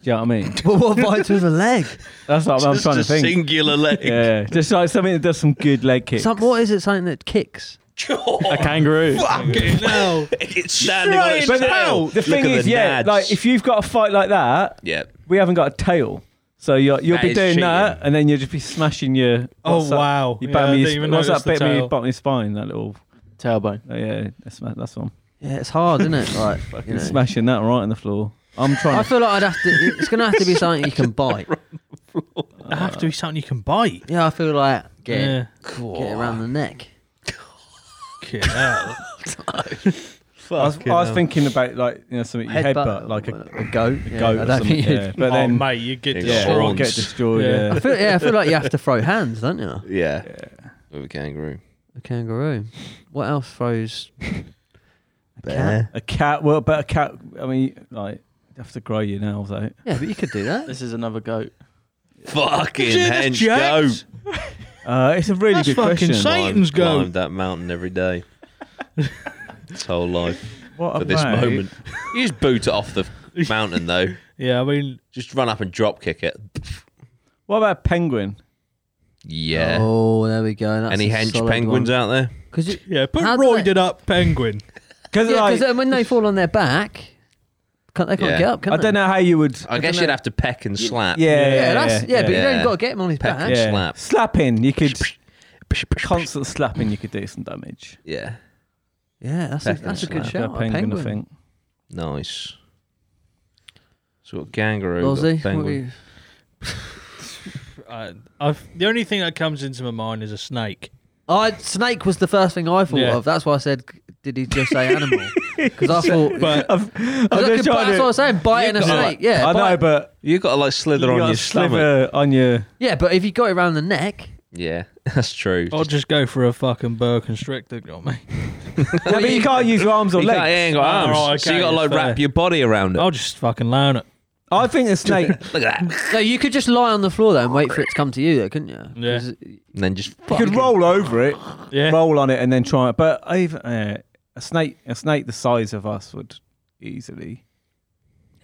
Speaker 4: Do you know what I mean?
Speaker 1: But what bites with a leg?
Speaker 4: That's what I'm
Speaker 3: Just
Speaker 4: trying
Speaker 3: a
Speaker 4: to think.
Speaker 3: singular leg.
Speaker 4: Yeah, just like something that does some good leg kicks.
Speaker 1: Some, what is it? Something that kicks.
Speaker 4: a kangaroo.
Speaker 2: it? No.
Speaker 3: It's standing on its
Speaker 4: But the,
Speaker 3: tail.
Speaker 4: the
Speaker 3: Look
Speaker 4: thing
Speaker 3: at
Speaker 4: is,
Speaker 3: the
Speaker 4: yeah,
Speaker 3: nads.
Speaker 4: like if you've got a fight like that,
Speaker 3: Yeah.
Speaker 4: we haven't got a tail. So you're, you'll
Speaker 3: That
Speaker 4: be
Speaker 3: is
Speaker 4: doing that,
Speaker 3: cheating.
Speaker 4: and then you'll just be smashing your.
Speaker 2: Oh,
Speaker 4: what's that-
Speaker 2: wow.
Speaker 4: You
Speaker 2: Yeah,
Speaker 4: bang
Speaker 2: I
Speaker 4: me your
Speaker 2: didn't
Speaker 4: sp-
Speaker 2: even
Speaker 4: what's
Speaker 2: notice
Speaker 4: that
Speaker 2: the
Speaker 4: bit me
Speaker 2: tail.
Speaker 4: bottom of your spine? That little.
Speaker 6: Tailbone.
Speaker 4: oh, yeah, that's, ma- that's one.
Speaker 1: Yeah, it's hard, isn't it? Like, you know.
Speaker 4: Smashing that right on the floor. I'm
Speaker 1: I
Speaker 4: trying. to,
Speaker 1: feel like I'd have to. It's gonna have to be something you can bite.
Speaker 2: I have to be something you can bite.
Speaker 1: Yeah, I feel like get it-
Speaker 2: Yeah.
Speaker 1: get it around the neck.
Speaker 2: Get out.
Speaker 4: I was, I was thinking about like you know something you
Speaker 1: Headbutt,
Speaker 4: headbutt like a
Speaker 1: a goat. Yeah,
Speaker 4: goat
Speaker 1: I
Speaker 4: or
Speaker 1: don't
Speaker 4: something.
Speaker 1: think.
Speaker 4: Yeah.
Speaker 1: you'd-
Speaker 4: But
Speaker 2: oh,
Speaker 4: then
Speaker 2: mate, you get
Speaker 3: Yeah.
Speaker 4: yeah, Oh,
Speaker 2: destroyed.
Speaker 4: get destroyed.
Speaker 2: Yeah.
Speaker 4: Yeah.
Speaker 1: I feel, yeah, I feel like you have to throw hands, don't you?
Speaker 3: Yeah. With a kangaroo.
Speaker 1: A kangaroo. What else throws?
Speaker 4: A cat. Well, but a cat. I mean, like you have to grow your nails out.
Speaker 1: Yeah, but you could do that.
Speaker 6: This is another goat.
Speaker 3: Fucking
Speaker 2: Shit, that's
Speaker 3: hench
Speaker 2: jacked.
Speaker 3: goat.
Speaker 4: Uh, it's a really
Speaker 2: That's
Speaker 4: good
Speaker 2: fucking
Speaker 4: question.
Speaker 2: sick. Satan's
Speaker 3: Climbed-
Speaker 2: goat.
Speaker 3: Climbed that mountain every day. His whole life
Speaker 4: What
Speaker 3: for this
Speaker 4: about-
Speaker 3: moment. You just boot it off the mountain though.
Speaker 2: Yeah, I mean,
Speaker 3: Just run up and drop kick it.
Speaker 4: What about a penguin?
Speaker 3: Yeah.
Speaker 1: Oh, there we go. That's
Speaker 3: Any hench penguins out there?
Speaker 1: Because
Speaker 2: yeah, put
Speaker 1: How do
Speaker 2: roided
Speaker 1: they-
Speaker 2: up penguin.
Speaker 4: Because
Speaker 1: yeah,
Speaker 4: like,
Speaker 1: 'cause, um, when they fall on their back, can't, they can't
Speaker 3: Yeah.
Speaker 1: get up. Can
Speaker 4: I
Speaker 1: they?
Speaker 4: don't know how you would.
Speaker 3: I, guess you'd have to peck and slap.
Speaker 4: Yeah, yeah,
Speaker 1: Yeah, that's, yeah, but you
Speaker 3: Yeah.
Speaker 1: don't got to get him on his
Speaker 3: Peck
Speaker 1: back.
Speaker 3: and slap.
Speaker 4: slapping. You could
Speaker 3: Psh, psh, psh.
Speaker 4: constant slapping. You could do some damage.
Speaker 3: Yeah.
Speaker 1: Yeah, that's a,
Speaker 3: Peck and
Speaker 1: that's a good
Speaker 4: Like
Speaker 1: shout.
Speaker 4: a
Speaker 1: a
Speaker 4: penguin, I
Speaker 1: penguin.
Speaker 4: think.
Speaker 3: Nice. So we've got kangaroo. we've got
Speaker 1: Lozzie, what
Speaker 3: penguin.
Speaker 1: you?
Speaker 2: I, I've, the only thing that comes into my mind is a snake.
Speaker 1: I snake was the first thing I thought
Speaker 2: Yeah.
Speaker 1: of. That's why I said, did he just say animal? Because I thought,
Speaker 2: But
Speaker 1: Cause I
Speaker 4: just
Speaker 1: could-
Speaker 4: trying
Speaker 1: that's
Speaker 4: to-
Speaker 1: what I was saying. Biting a
Speaker 3: got
Speaker 1: snake,
Speaker 3: it.
Speaker 1: yeah.
Speaker 4: I know,
Speaker 1: bite-
Speaker 4: but
Speaker 3: You gotta like slither
Speaker 4: you
Speaker 3: on
Speaker 4: got
Speaker 3: your
Speaker 4: a
Speaker 3: stomach.
Speaker 4: sliver on your.
Speaker 1: yeah, but if you got it around the neck,
Speaker 3: Yeah, that's true.
Speaker 4: Oh,
Speaker 2: I'll just go for a fucking boa constrictor, got me.
Speaker 4: Yeah, but you can't use your arms or
Speaker 3: you can't, you ain't
Speaker 4: legs.
Speaker 3: got
Speaker 2: Oh,
Speaker 3: arms,
Speaker 2: right,
Speaker 3: so you
Speaker 2: okay,
Speaker 3: gotta like
Speaker 2: fair.
Speaker 3: wrap your body around it.
Speaker 2: I'll just fucking loan it.
Speaker 4: Oh, I think the snake. you
Speaker 3: Look at that,
Speaker 1: no, you could just lie on the floor though and wait for it to come to you, though, couldn't you?
Speaker 2: Yeah.
Speaker 1: 'Cause-
Speaker 3: and then just
Speaker 4: could roll over it,
Speaker 2: Yeah.
Speaker 4: roll on it, and then try it. But even uh, a snake, a snake the size of us would easily.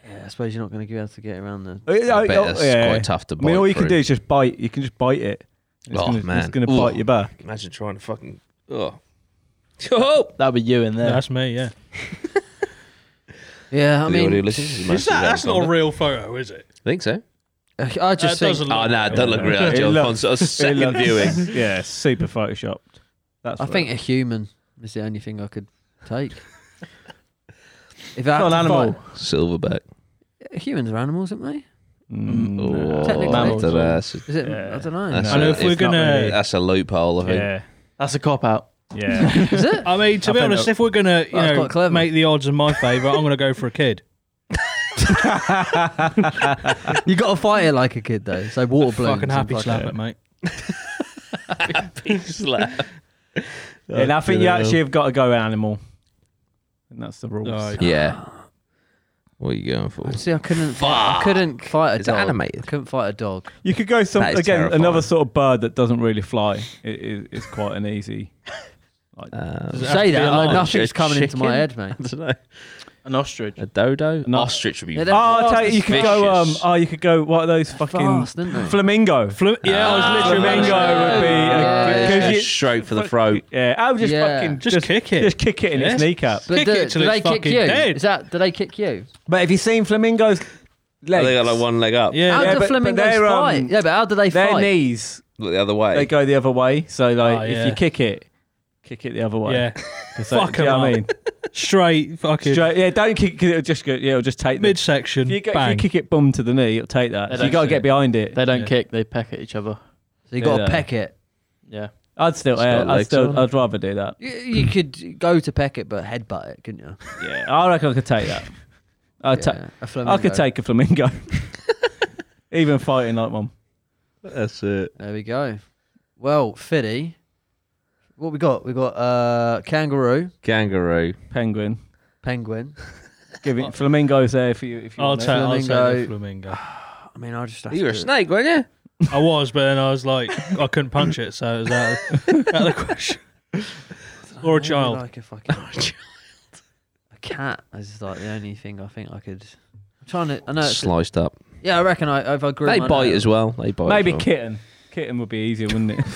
Speaker 1: yeah, I suppose you're not going to be able to get around the.
Speaker 4: I,
Speaker 3: I bet that's quite tough to
Speaker 4: I mean,
Speaker 3: bite
Speaker 4: all you can
Speaker 3: through.
Speaker 4: do is just bite. You can just bite it. It's
Speaker 3: Oh,
Speaker 4: gonna, it's
Speaker 3: man.
Speaker 4: gonna
Speaker 3: Ooh.
Speaker 4: bite you back.
Speaker 3: Imagine trying to fucking. Oh. Oh!
Speaker 6: That'd be you in there.
Speaker 2: That's me, yeah.
Speaker 1: Yeah, I
Speaker 3: The audio
Speaker 1: mean,
Speaker 3: listeners is
Speaker 2: Is
Speaker 3: mostly
Speaker 2: that, that's not a
Speaker 3: Vancouver.
Speaker 2: real photo, is it?
Speaker 3: I think so.
Speaker 1: I just
Speaker 2: that
Speaker 1: think
Speaker 2: doesn't
Speaker 3: Oh, no, it don't look real.
Speaker 4: It
Speaker 3: Joe
Speaker 4: looks-
Speaker 3: Alfonso, second
Speaker 4: It looks-
Speaker 3: viewing.
Speaker 4: Yeah, super photoshopped. That's
Speaker 1: I
Speaker 4: what-
Speaker 1: think a human is the only thing I could take. if
Speaker 4: It's
Speaker 1: I
Speaker 4: not
Speaker 1: had
Speaker 4: an
Speaker 1: to
Speaker 4: animal.
Speaker 3: Silverback.
Speaker 1: fight- humans are animals, aren't they?
Speaker 4: Mm,
Speaker 3: Oh,
Speaker 1: Technically.
Speaker 3: that's a- that's a-
Speaker 1: Is it? I
Speaker 4: Yeah.
Speaker 1: don't know.
Speaker 3: that's
Speaker 2: And
Speaker 3: a-
Speaker 2: if we're
Speaker 4: it's not
Speaker 2: gonna-
Speaker 4: really.
Speaker 3: That's a loophole, I think.
Speaker 4: yeah,
Speaker 6: That's a cop out.
Speaker 4: yeah.
Speaker 1: Is it?
Speaker 2: I mean, to
Speaker 4: I
Speaker 2: be
Speaker 4: think
Speaker 2: honest,
Speaker 4: that-
Speaker 2: if we're gonna, you
Speaker 1: That's quite
Speaker 2: know,
Speaker 1: clever.
Speaker 2: make the odds in my favour, I'm gonna go for a kid.
Speaker 1: You got to fight it like a kid though. So water balloons.
Speaker 2: fucking
Speaker 1: and
Speaker 2: happy
Speaker 1: fucking-
Speaker 2: slap it, mate.
Speaker 4: and I think you actually have got to go animal. And that's the rules.
Speaker 2: Aye.
Speaker 3: Oh, Yeah. What are you going for?
Speaker 1: I See, I couldn't. Fight, I couldn't fight a
Speaker 3: Is it
Speaker 1: dog. I
Speaker 3: animated?
Speaker 1: couldn't fight a dog.
Speaker 4: You could go some
Speaker 3: That
Speaker 4: again
Speaker 3: is terrifying.
Speaker 4: another sort of bird that doesn't really fly. It is it's quite an easy. Like,
Speaker 3: Um,
Speaker 2: have
Speaker 1: Say
Speaker 2: to be
Speaker 1: that,
Speaker 2: alive?
Speaker 1: like, nothing's
Speaker 3: A
Speaker 1: coming into my
Speaker 3: chicken?
Speaker 1: head, mate.
Speaker 3: I don't know.
Speaker 6: An ostrich.
Speaker 3: A dodo?
Speaker 4: No.
Speaker 3: Ostrich would be.
Speaker 1: Yeah,
Speaker 4: oh,
Speaker 1: they're
Speaker 4: I'll tell you, you
Speaker 3: that's
Speaker 4: could go. Um,
Speaker 3: vicious.
Speaker 4: oh, you could go. What are those fucking
Speaker 1: fast, didn't they?
Speaker 4: flamingo?
Speaker 2: Flu- yeah, I was
Speaker 1: Ah,
Speaker 2: literally
Speaker 4: flamingo would be
Speaker 1: Yeah,
Speaker 4: a,
Speaker 1: yeah,
Speaker 4: good-
Speaker 1: yeah.
Speaker 4: 'cause you-
Speaker 3: Straight for the throat.
Speaker 4: Yeah, I would just
Speaker 1: Yeah.
Speaker 4: fucking
Speaker 2: Just kick it.
Speaker 4: Just kick it in
Speaker 2: Yeah.
Speaker 4: its kneecap.
Speaker 1: But
Speaker 2: Kick
Speaker 1: do,
Speaker 2: it till
Speaker 1: do
Speaker 2: it's
Speaker 1: they kick
Speaker 2: fucking
Speaker 1: you?
Speaker 2: dead.
Speaker 1: Is that? Do they kick you?
Speaker 4: But have you seen flamingos?
Speaker 3: I
Speaker 4: Legs.
Speaker 3: think I got like one leg up.
Speaker 2: Yeah,
Speaker 1: How
Speaker 4: Yeah,
Speaker 1: do
Speaker 4: but- but
Speaker 1: flamingos
Speaker 4: they're, um,
Speaker 1: fight? yeah, but how do they
Speaker 4: Their
Speaker 1: fight?
Speaker 4: knees
Speaker 3: Look the other way.
Speaker 4: they go the other way. So like
Speaker 2: Oh,
Speaker 4: if
Speaker 2: yeah.
Speaker 4: you kick it, kick it the other way.
Speaker 2: yeah.
Speaker 4: 'Cause that-
Speaker 2: Fuck
Speaker 4: do you know
Speaker 2: 'em
Speaker 4: what I
Speaker 2: up.
Speaker 4: mean?
Speaker 2: Straight fucking
Speaker 4: Straight, yeah, don't kick because it'll just go. Yeah, it'll just take the If
Speaker 2: midsection.
Speaker 4: you, go, if you
Speaker 2: bang.
Speaker 4: kick it bum to the knee, it'll take that.
Speaker 6: They
Speaker 4: So you
Speaker 6: don't
Speaker 4: got to
Speaker 6: see
Speaker 4: get
Speaker 6: it.
Speaker 4: behind it.
Speaker 6: They don't
Speaker 2: Yeah.
Speaker 6: kick, they peck at each other.
Speaker 1: So you got to
Speaker 4: Yeah.
Speaker 1: peck it.
Speaker 6: Yeah.
Speaker 4: I'd still,
Speaker 3: It's
Speaker 4: yeah,
Speaker 3: got
Speaker 4: I'd
Speaker 3: legs
Speaker 4: still,
Speaker 3: on.
Speaker 4: I'd rather do that.
Speaker 1: You, you could go to peck it, but headbutt it, couldn't you?
Speaker 4: Yeah, I reckon I could take that. I'd ta-
Speaker 1: a
Speaker 4: I
Speaker 1: flamingo.
Speaker 4: could take a flamingo, even fighting like one.
Speaker 3: That's it.
Speaker 1: There we go. Well, Fiddy, what we got? We got uh, kangaroo,
Speaker 3: Kangaroo.
Speaker 4: Penguin,
Speaker 1: penguin.
Speaker 4: give it flamingos there for you. If you
Speaker 2: I'll
Speaker 4: want
Speaker 2: take,
Speaker 4: it.
Speaker 2: I'll take the
Speaker 1: Flamingo.
Speaker 2: flamingo.
Speaker 1: I mean, I just have
Speaker 3: You were a
Speaker 1: to-
Speaker 3: snake, weren't you?
Speaker 2: I was, but then I was like, I couldn't punch it, so it was out of, out of the question. Or a
Speaker 1: Maybe
Speaker 2: child.
Speaker 1: Like a fucking a cat is like the only thing I think I could. I'm trying to. I know. It's,
Speaker 3: Sliced up.
Speaker 1: yeah, I reckon I if I grew.
Speaker 3: They
Speaker 1: mine
Speaker 3: bite
Speaker 1: out,
Speaker 3: as well. They bite.
Speaker 4: Maybe
Speaker 3: as
Speaker 4: kitten. Kitten would be easier, wouldn't it?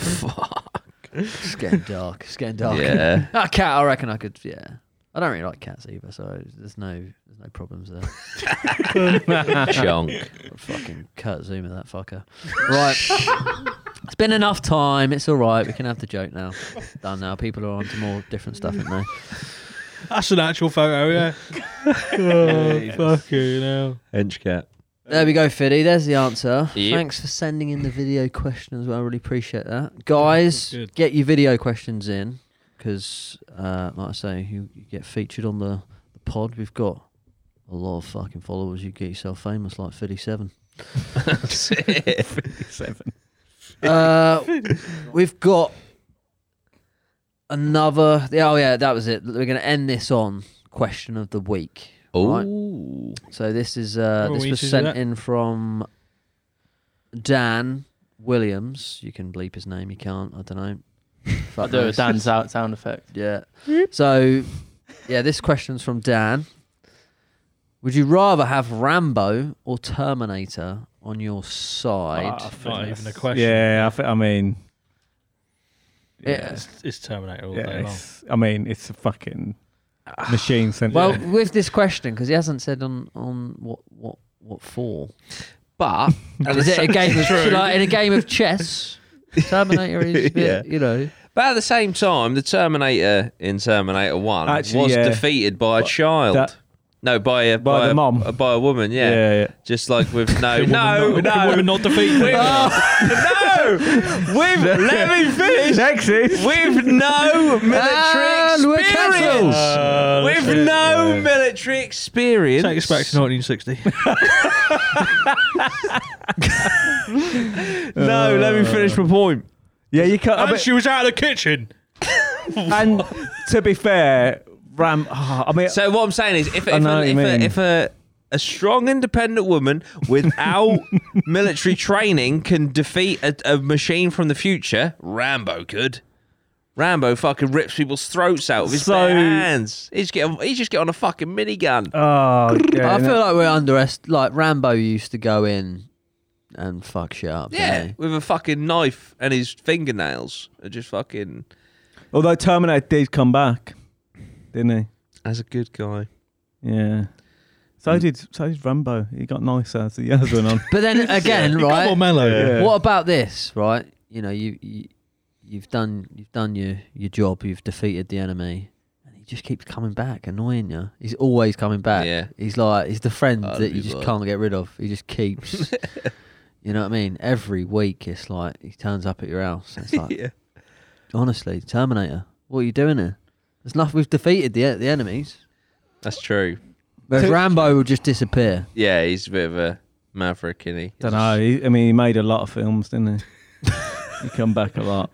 Speaker 1: It's getting dark. It's getting
Speaker 3: well.
Speaker 1: dark.
Speaker 3: Yeah.
Speaker 1: That cat, I reckon I could. Yeah, I don't really like cats either, so there's no there's no problems there.
Speaker 3: Chunk.
Speaker 1: fucking Kurt Zuma, that fucker. Right. it's been enough time. It's all right. We can have the joke now. Done now. People are on to more different stuff, aren't they?
Speaker 2: That's an actual photo, yeah. oh, fuck you now.
Speaker 3: Hench cat.
Speaker 1: There we go, Fiddy. There's the answer.
Speaker 3: Yep.
Speaker 1: Thanks for sending in the video question as well. I really appreciate that. Guys,
Speaker 2: Good.
Speaker 1: get your video questions in because, uh, like I say, you, you get featured on the, the pod. We've got a lot of fucking followers. You get yourself famous like 57.
Speaker 3: That's it.
Speaker 4: Seven.
Speaker 1: Uh, we've got another. Oh, yeah, that was it. We're going to end this on question of the week. Right.
Speaker 3: Ooh.
Speaker 1: So this is uh,
Speaker 2: Oh,
Speaker 1: this
Speaker 2: we
Speaker 1: was
Speaker 2: should do
Speaker 1: sent
Speaker 2: that.
Speaker 1: in from Dan Williams. You can bleep his name. You can't. I don't know.
Speaker 6: I do a Dan sound, sound effect.
Speaker 1: Yeah. So yeah, this question's from Dan. Would you rather have Rambo or Terminator on your side?
Speaker 4: Ah, I think
Speaker 2: Not even
Speaker 4: that's-
Speaker 2: a question.
Speaker 4: Yeah, I, thi- I mean,
Speaker 1: Yeah.
Speaker 2: It's, it's Terminator all
Speaker 4: yeah,
Speaker 2: day long.
Speaker 4: it's- I mean, it's a fucking machine sent.
Speaker 1: Ah. Well, with this question, because he hasn't said on on what what what for.
Speaker 3: But
Speaker 1: Is it a game of like, in a game of chess? Terminator is,
Speaker 3: Yeah.
Speaker 1: you know.
Speaker 3: but at the same time, the Terminator in Terminator One
Speaker 4: Actually,
Speaker 3: was
Speaker 4: yeah.
Speaker 3: defeated by a child.
Speaker 4: that
Speaker 3: No, by a
Speaker 4: By
Speaker 3: by,
Speaker 4: the
Speaker 3: a,
Speaker 4: mom.
Speaker 3: by a woman. Yeah.
Speaker 4: Yeah, yeah.
Speaker 3: Just like with no, no,
Speaker 2: Woman not-
Speaker 3: no,
Speaker 2: woman not defeated.
Speaker 3: no. With let me finish.
Speaker 4: Next is
Speaker 3: With no
Speaker 4: Ah,
Speaker 1: And we're
Speaker 3: military
Speaker 1: cancelled.
Speaker 3: experience.
Speaker 2: Uh,
Speaker 3: With no military experience.
Speaker 2: Take us back to 1960.
Speaker 3: No, let
Speaker 4: Uh,
Speaker 3: me finish my point.
Speaker 4: yeah. You can't. I
Speaker 2: and
Speaker 4: mean-
Speaker 2: she was out of the kitchen.
Speaker 4: and to be fair, Ram. ah, I mean,
Speaker 3: So what I'm saying is, if if,
Speaker 4: know
Speaker 3: a,
Speaker 4: what you
Speaker 3: if,
Speaker 4: mean.
Speaker 3: a, if a a strong, independent woman without military training can defeat a, a machine from the future, Rambo could. Rambo fucking rips people's throats out with his
Speaker 4: So-
Speaker 3: bare hands. He's get he just get on a fucking minigun.
Speaker 4: oh, yeah,
Speaker 1: I
Speaker 4: no.
Speaker 1: feel like we're underest. Like Rambo used to go in and fuck shit up. didn't
Speaker 3: yeah, with a fucking knife and his fingernails are just fucking.
Speaker 4: although Terminator did come back, didn't
Speaker 3: As a good guy.
Speaker 4: he? Yeah.
Speaker 1: Hmm.
Speaker 4: So did so did Rambo. He got nicer as the years went on.
Speaker 1: he? But then again, right?
Speaker 2: Come on, Mello.
Speaker 4: Yeah.
Speaker 1: What about this, right? You know, you, you you've done you've done your your job. You've defeated the enemy, and he just keeps coming back, annoying you. He's always coming back.
Speaker 3: Yeah.
Speaker 1: he's like he's the friend
Speaker 3: That'd
Speaker 1: that
Speaker 3: be
Speaker 1: you just
Speaker 3: like-
Speaker 1: can't get rid of. He just keeps. you know what I mean? Every week, it's like he turns up at your house. and It's like,
Speaker 3: Yeah.
Speaker 1: honestly, Terminator, what are you doing here? There's nothing. We've defeated the the enemies.
Speaker 3: That's true.
Speaker 1: Whereas Rambo will just disappear.
Speaker 3: Yeah, he's a bit of a maverick, isn't he?
Speaker 4: Don't know. He, I mean, he made a lot of films, didn't he? he come back a lot.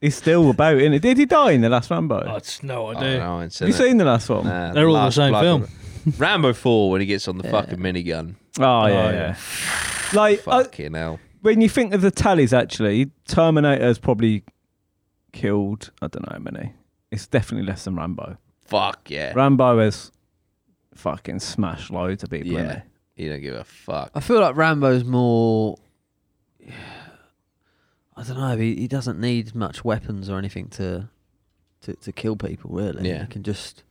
Speaker 4: He's still about, isn't he? Did he die in the last Rambo?
Speaker 2: Oh, it's no
Speaker 3: I don't
Speaker 2: idea.
Speaker 3: know.
Speaker 4: Have you seen the last one?
Speaker 3: Nah,
Speaker 2: They're all the
Speaker 3: Last
Speaker 2: same
Speaker 3: Blood.
Speaker 2: film.
Speaker 3: Rambo 4 when he gets on the fucking minigun.
Speaker 4: Oh, yeah,
Speaker 2: Oh,
Speaker 4: yeah.
Speaker 2: yeah.
Speaker 4: Like uh,
Speaker 3: Fucking hell.
Speaker 4: when you think of the tallies, actually, Terminator's probably killed. I don't know how many. It's definitely less than Rambo.
Speaker 3: Fuck yeah.
Speaker 4: Rambo has fucking smashed loads of people.
Speaker 3: yeah.
Speaker 4: Yeah.
Speaker 3: He don't give a fuck.
Speaker 1: I feel like Rambo's more. I don't know. He, he doesn't need much weapons or anything to, to, to kill people. Really,
Speaker 3: Yeah.
Speaker 1: He can just.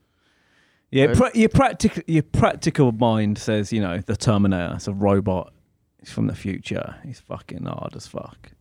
Speaker 4: Yeah, pra- your practical your practical mind says, you know, the Terminator, it's a robot, he's from the future, he's fucking hard as fuck.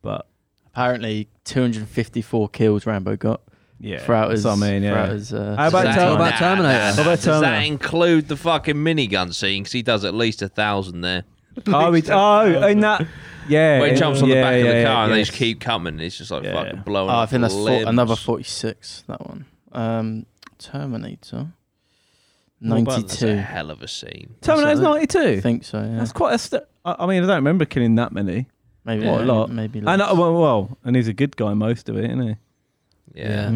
Speaker 4: But
Speaker 6: Apparently, 254 kills Rambo got
Speaker 4: yeah,
Speaker 6: throughout his.
Speaker 4: that's what I mean, yeah.
Speaker 6: throughout his, uh,
Speaker 4: How about
Speaker 3: Does
Speaker 1: Does
Speaker 3: that-
Speaker 1: that-
Speaker 4: Terminator?
Speaker 1: about Terminator?
Speaker 3: Does
Speaker 4: How about
Speaker 3: that
Speaker 4: Terminator?
Speaker 3: include the fucking minigun scene? Because he does at least a thousand there.
Speaker 4: Oh, we, oh, in that, yeah.
Speaker 3: When he
Speaker 4: in-
Speaker 3: jumps on the
Speaker 4: yeah,
Speaker 3: back of
Speaker 4: yeah,
Speaker 3: the
Speaker 4: yeah,
Speaker 3: car and they
Speaker 4: yes.
Speaker 3: just keep coming. It's just like
Speaker 4: Yeah.
Speaker 3: fucking blowing
Speaker 6: Oh, I
Speaker 3: up
Speaker 6: think that's four,
Speaker 3: limbs.
Speaker 6: another 46. That one. Um, Terminator.
Speaker 2: What about-
Speaker 3: That's a
Speaker 6: 92.
Speaker 3: hell of a scene.
Speaker 4: Terminator's
Speaker 6: That's I
Speaker 4: ninety-two.
Speaker 6: think so. Yeah.
Speaker 4: That's quite a. St- I I mean, I don't remember killing that many.
Speaker 6: maybe
Speaker 4: quite a lot.
Speaker 6: Maybe.
Speaker 4: And
Speaker 6: less.
Speaker 4: uh, well, well, and he's a good guy most of it, isn't he?
Speaker 3: Yeah. Yeah,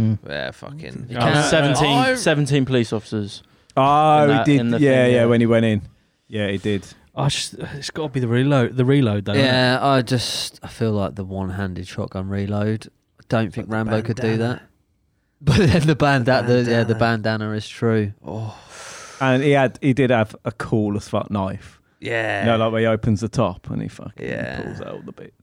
Speaker 6: Mm.
Speaker 3: fucking.
Speaker 6: He
Speaker 2: Oh,
Speaker 6: killed
Speaker 2: no, no.
Speaker 6: 17,
Speaker 3: I-
Speaker 6: 17 police officers.
Speaker 4: Oh,
Speaker 6: In that-
Speaker 4: he
Speaker 6: in
Speaker 4: did.
Speaker 6: the
Speaker 4: Yeah,
Speaker 6: thing,
Speaker 4: yeah,
Speaker 6: yeah.
Speaker 4: When he went in, yeah, he did.
Speaker 2: I just, it's got to be the reload. The reload, though. isn't it?
Speaker 1: Yeah, I just I feel like the one-handed shotgun reload. I don't think Rambo could do that. But then the bandana, the yeah, the bandana is true.
Speaker 3: Oh,
Speaker 4: And he had, he did have a cool as fuck knife.
Speaker 3: Yeah.
Speaker 4: You know, like where he opens the top and he fucking
Speaker 3: Yeah.
Speaker 4: pulls out all the bits.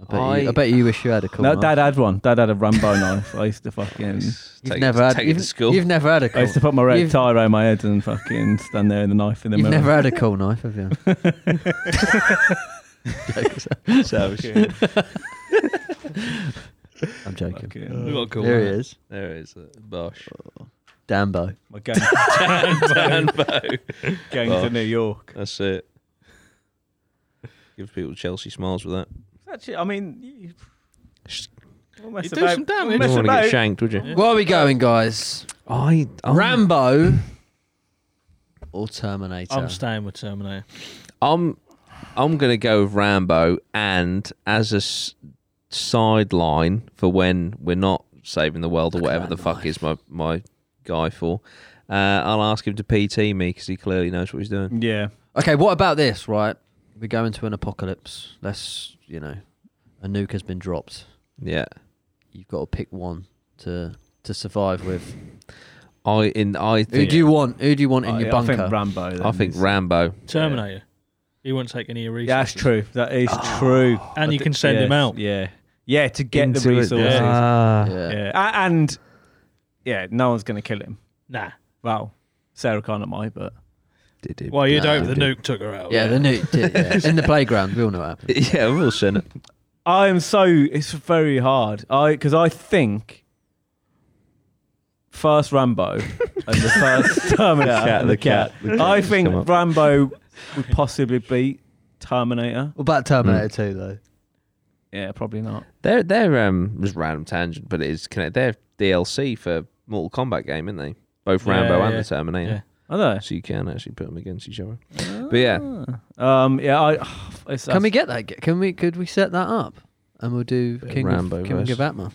Speaker 1: I bet,
Speaker 3: I-
Speaker 1: you, I bet you wish you had a cool.
Speaker 4: no,
Speaker 1: knife.
Speaker 4: Dad had one. Dad had a Rambo knife. I used to fucking.
Speaker 1: you've
Speaker 3: Take it-
Speaker 1: never had.
Speaker 3: Take it
Speaker 1: You've,
Speaker 3: to school.
Speaker 1: you've never had a
Speaker 4: I
Speaker 1: cool.
Speaker 4: used to put my red
Speaker 1: You've-
Speaker 4: tie around my head and fucking stand there with a knife in the
Speaker 1: You've
Speaker 4: middle.
Speaker 1: never had a cool knife, have you? I'm joking.
Speaker 2: We got a cool
Speaker 1: There
Speaker 2: one.
Speaker 1: he is,
Speaker 3: There it is uh, it. Bosh.
Speaker 1: Dambo.
Speaker 4: my gang, gang to New York.
Speaker 3: That's it. Gives people Chelsea smiles with that.
Speaker 4: Actually, I mean, you,
Speaker 3: Shh.
Speaker 4: we'll mess
Speaker 2: You do some damage.
Speaker 4: Mess
Speaker 3: You wouldn't wanna
Speaker 4: about.
Speaker 3: get shanked, would you?
Speaker 1: Where are we going, guys?
Speaker 3: I
Speaker 1: Rambo or Terminator?
Speaker 2: I'm staying with Terminator.
Speaker 3: I'm I'm gonna go with Rambo, and as a s- sideline for when we're not saving the world or whatever the fuck is my my guy for, uh, I'll ask him to PT me because he clearly knows what he's doing.
Speaker 4: Yeah.
Speaker 1: okay, what about this, right? We go into an apocalypse. Let's, you know, a nuke has been dropped.
Speaker 3: Yeah,
Speaker 1: You've got to pick one to to survive with.
Speaker 3: I in I
Speaker 1: Who
Speaker 3: think
Speaker 1: do you want? Who do you want in
Speaker 4: I,
Speaker 1: your
Speaker 4: I
Speaker 1: bunker?
Speaker 4: think Rambo. then
Speaker 3: Oh, I think
Speaker 4: is-
Speaker 3: Rambo.
Speaker 2: Terminator. He won't take any resources.
Speaker 4: Yeah, that's true. That is true.
Speaker 2: And you
Speaker 4: I
Speaker 2: can
Speaker 4: thi-
Speaker 2: send him
Speaker 4: yes,
Speaker 2: out.
Speaker 4: Yeah. Yeah, to get
Speaker 3: Into
Speaker 4: the
Speaker 3: it,
Speaker 4: resources. Yeah.
Speaker 3: Ah.
Speaker 1: yeah.
Speaker 4: A- And yeah, no one's going to kill him.
Speaker 2: Nah.
Speaker 4: Well, Sarah Connor might, but
Speaker 2: Well, you'd hope the
Speaker 3: did it.
Speaker 2: nuke took her out.
Speaker 1: Yeah, the nuke did, yeah. in the playground. We all know what happened.
Speaker 3: Yeah, we'll send it.
Speaker 4: I am so. It's very hard. I because I think first Rambo, and the first Terminator.
Speaker 8: cat, the cat, the cat
Speaker 4: I
Speaker 8: just come
Speaker 4: think
Speaker 8: up.
Speaker 4: Rambo would possibly beat Terminator.
Speaker 1: What about Terminator 2, though?
Speaker 4: Yeah, probably not.
Speaker 3: They're they're um just random tangent, but it is connected. They're DLC for Mortal Kombat game, isn't they? Both Rambo
Speaker 2: Yeah,
Speaker 3: and
Speaker 2: yeah.
Speaker 3: the Terminator,
Speaker 2: Yeah. Mm.
Speaker 4: I don't
Speaker 3: so you can actually put them against each other. But yeah,
Speaker 4: know. Um, yeah, I. It's,
Speaker 1: Can we get that? g- Can we? Could we set that up? And we'll do
Speaker 3: of
Speaker 1: King
Speaker 3: Rambo
Speaker 1: of, King of
Speaker 3: versus-
Speaker 1: Batman.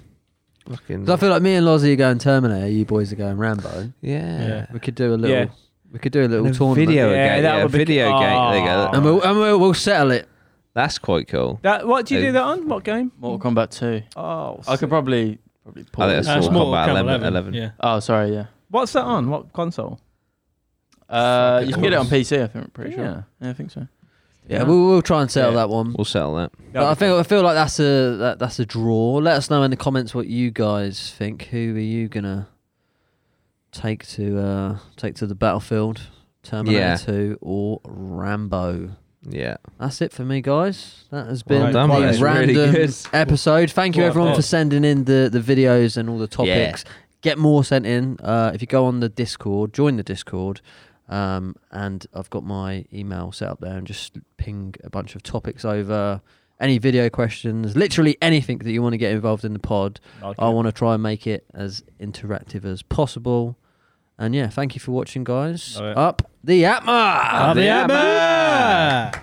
Speaker 3: fucking
Speaker 1: 'Cause I feel like me and Lozzie are going Terminator. You boys are going Rambo.
Speaker 3: yeah.
Speaker 1: We could do a little.
Speaker 4: Yeah.
Speaker 1: We could do a little
Speaker 3: And a
Speaker 1: tournament.
Speaker 3: video
Speaker 4: Yeah,
Speaker 3: game,
Speaker 4: that
Speaker 3: yeah,
Speaker 4: would be- Ah.
Speaker 3: video game. There you go.
Speaker 1: And we'll, and we'll, we'll settle it.
Speaker 3: That's quite cool.
Speaker 4: That, what do you do
Speaker 3: Uh,
Speaker 4: that on? What game?
Speaker 6: Mortal Kombat 2.
Speaker 4: Oh,
Speaker 6: I could probably probably
Speaker 3: I think
Speaker 6: pause.
Speaker 3: that's
Speaker 2: That's
Speaker 3: Mortal
Speaker 2: Mortal
Speaker 3: Kombat
Speaker 2: Kombat
Speaker 3: 11,
Speaker 2: 11.
Speaker 3: 11.
Speaker 2: Yeah.
Speaker 6: Oh, sorry, yeah.
Speaker 4: What's that on? What console?
Speaker 6: Uh, you can get it on
Speaker 4: course.
Speaker 6: PC, I think, I'm pretty sure.
Speaker 4: Yeah.
Speaker 6: Yeah. I think so.
Speaker 1: Yeah, we'll, we'll try and settle
Speaker 6: Yeah.
Speaker 1: that one.
Speaker 3: We'll settle that.
Speaker 1: But I think I feel like that's a that, that's a draw. Let us know in the comments what you guys think. Who are you gonna take to uh, take to the battlefield? Terminator
Speaker 3: Yeah.
Speaker 1: Two or Rambo?
Speaker 3: Yeah.
Speaker 1: That's it for me, guys. That has
Speaker 4: Well
Speaker 1: been
Speaker 4: done,
Speaker 1: the
Speaker 4: mate. That's
Speaker 3: really
Speaker 1: random
Speaker 3: good.
Speaker 1: episode. Thank you
Speaker 2: Well
Speaker 1: everyone
Speaker 2: done.
Speaker 1: for sending in the, the videos and all the topics. Get more sent in. Uh, if you go on the Discord, join the Discord, um, and I've got my email set up there and just ping a bunch of topics over. Any video questions, literally anything that you want to get involved in the pod. I want to try and make it as interactive as possible. And yeah, thank you for watching, guys.
Speaker 4: Love it.
Speaker 1: Up the Atma!
Speaker 2: Have the hammer!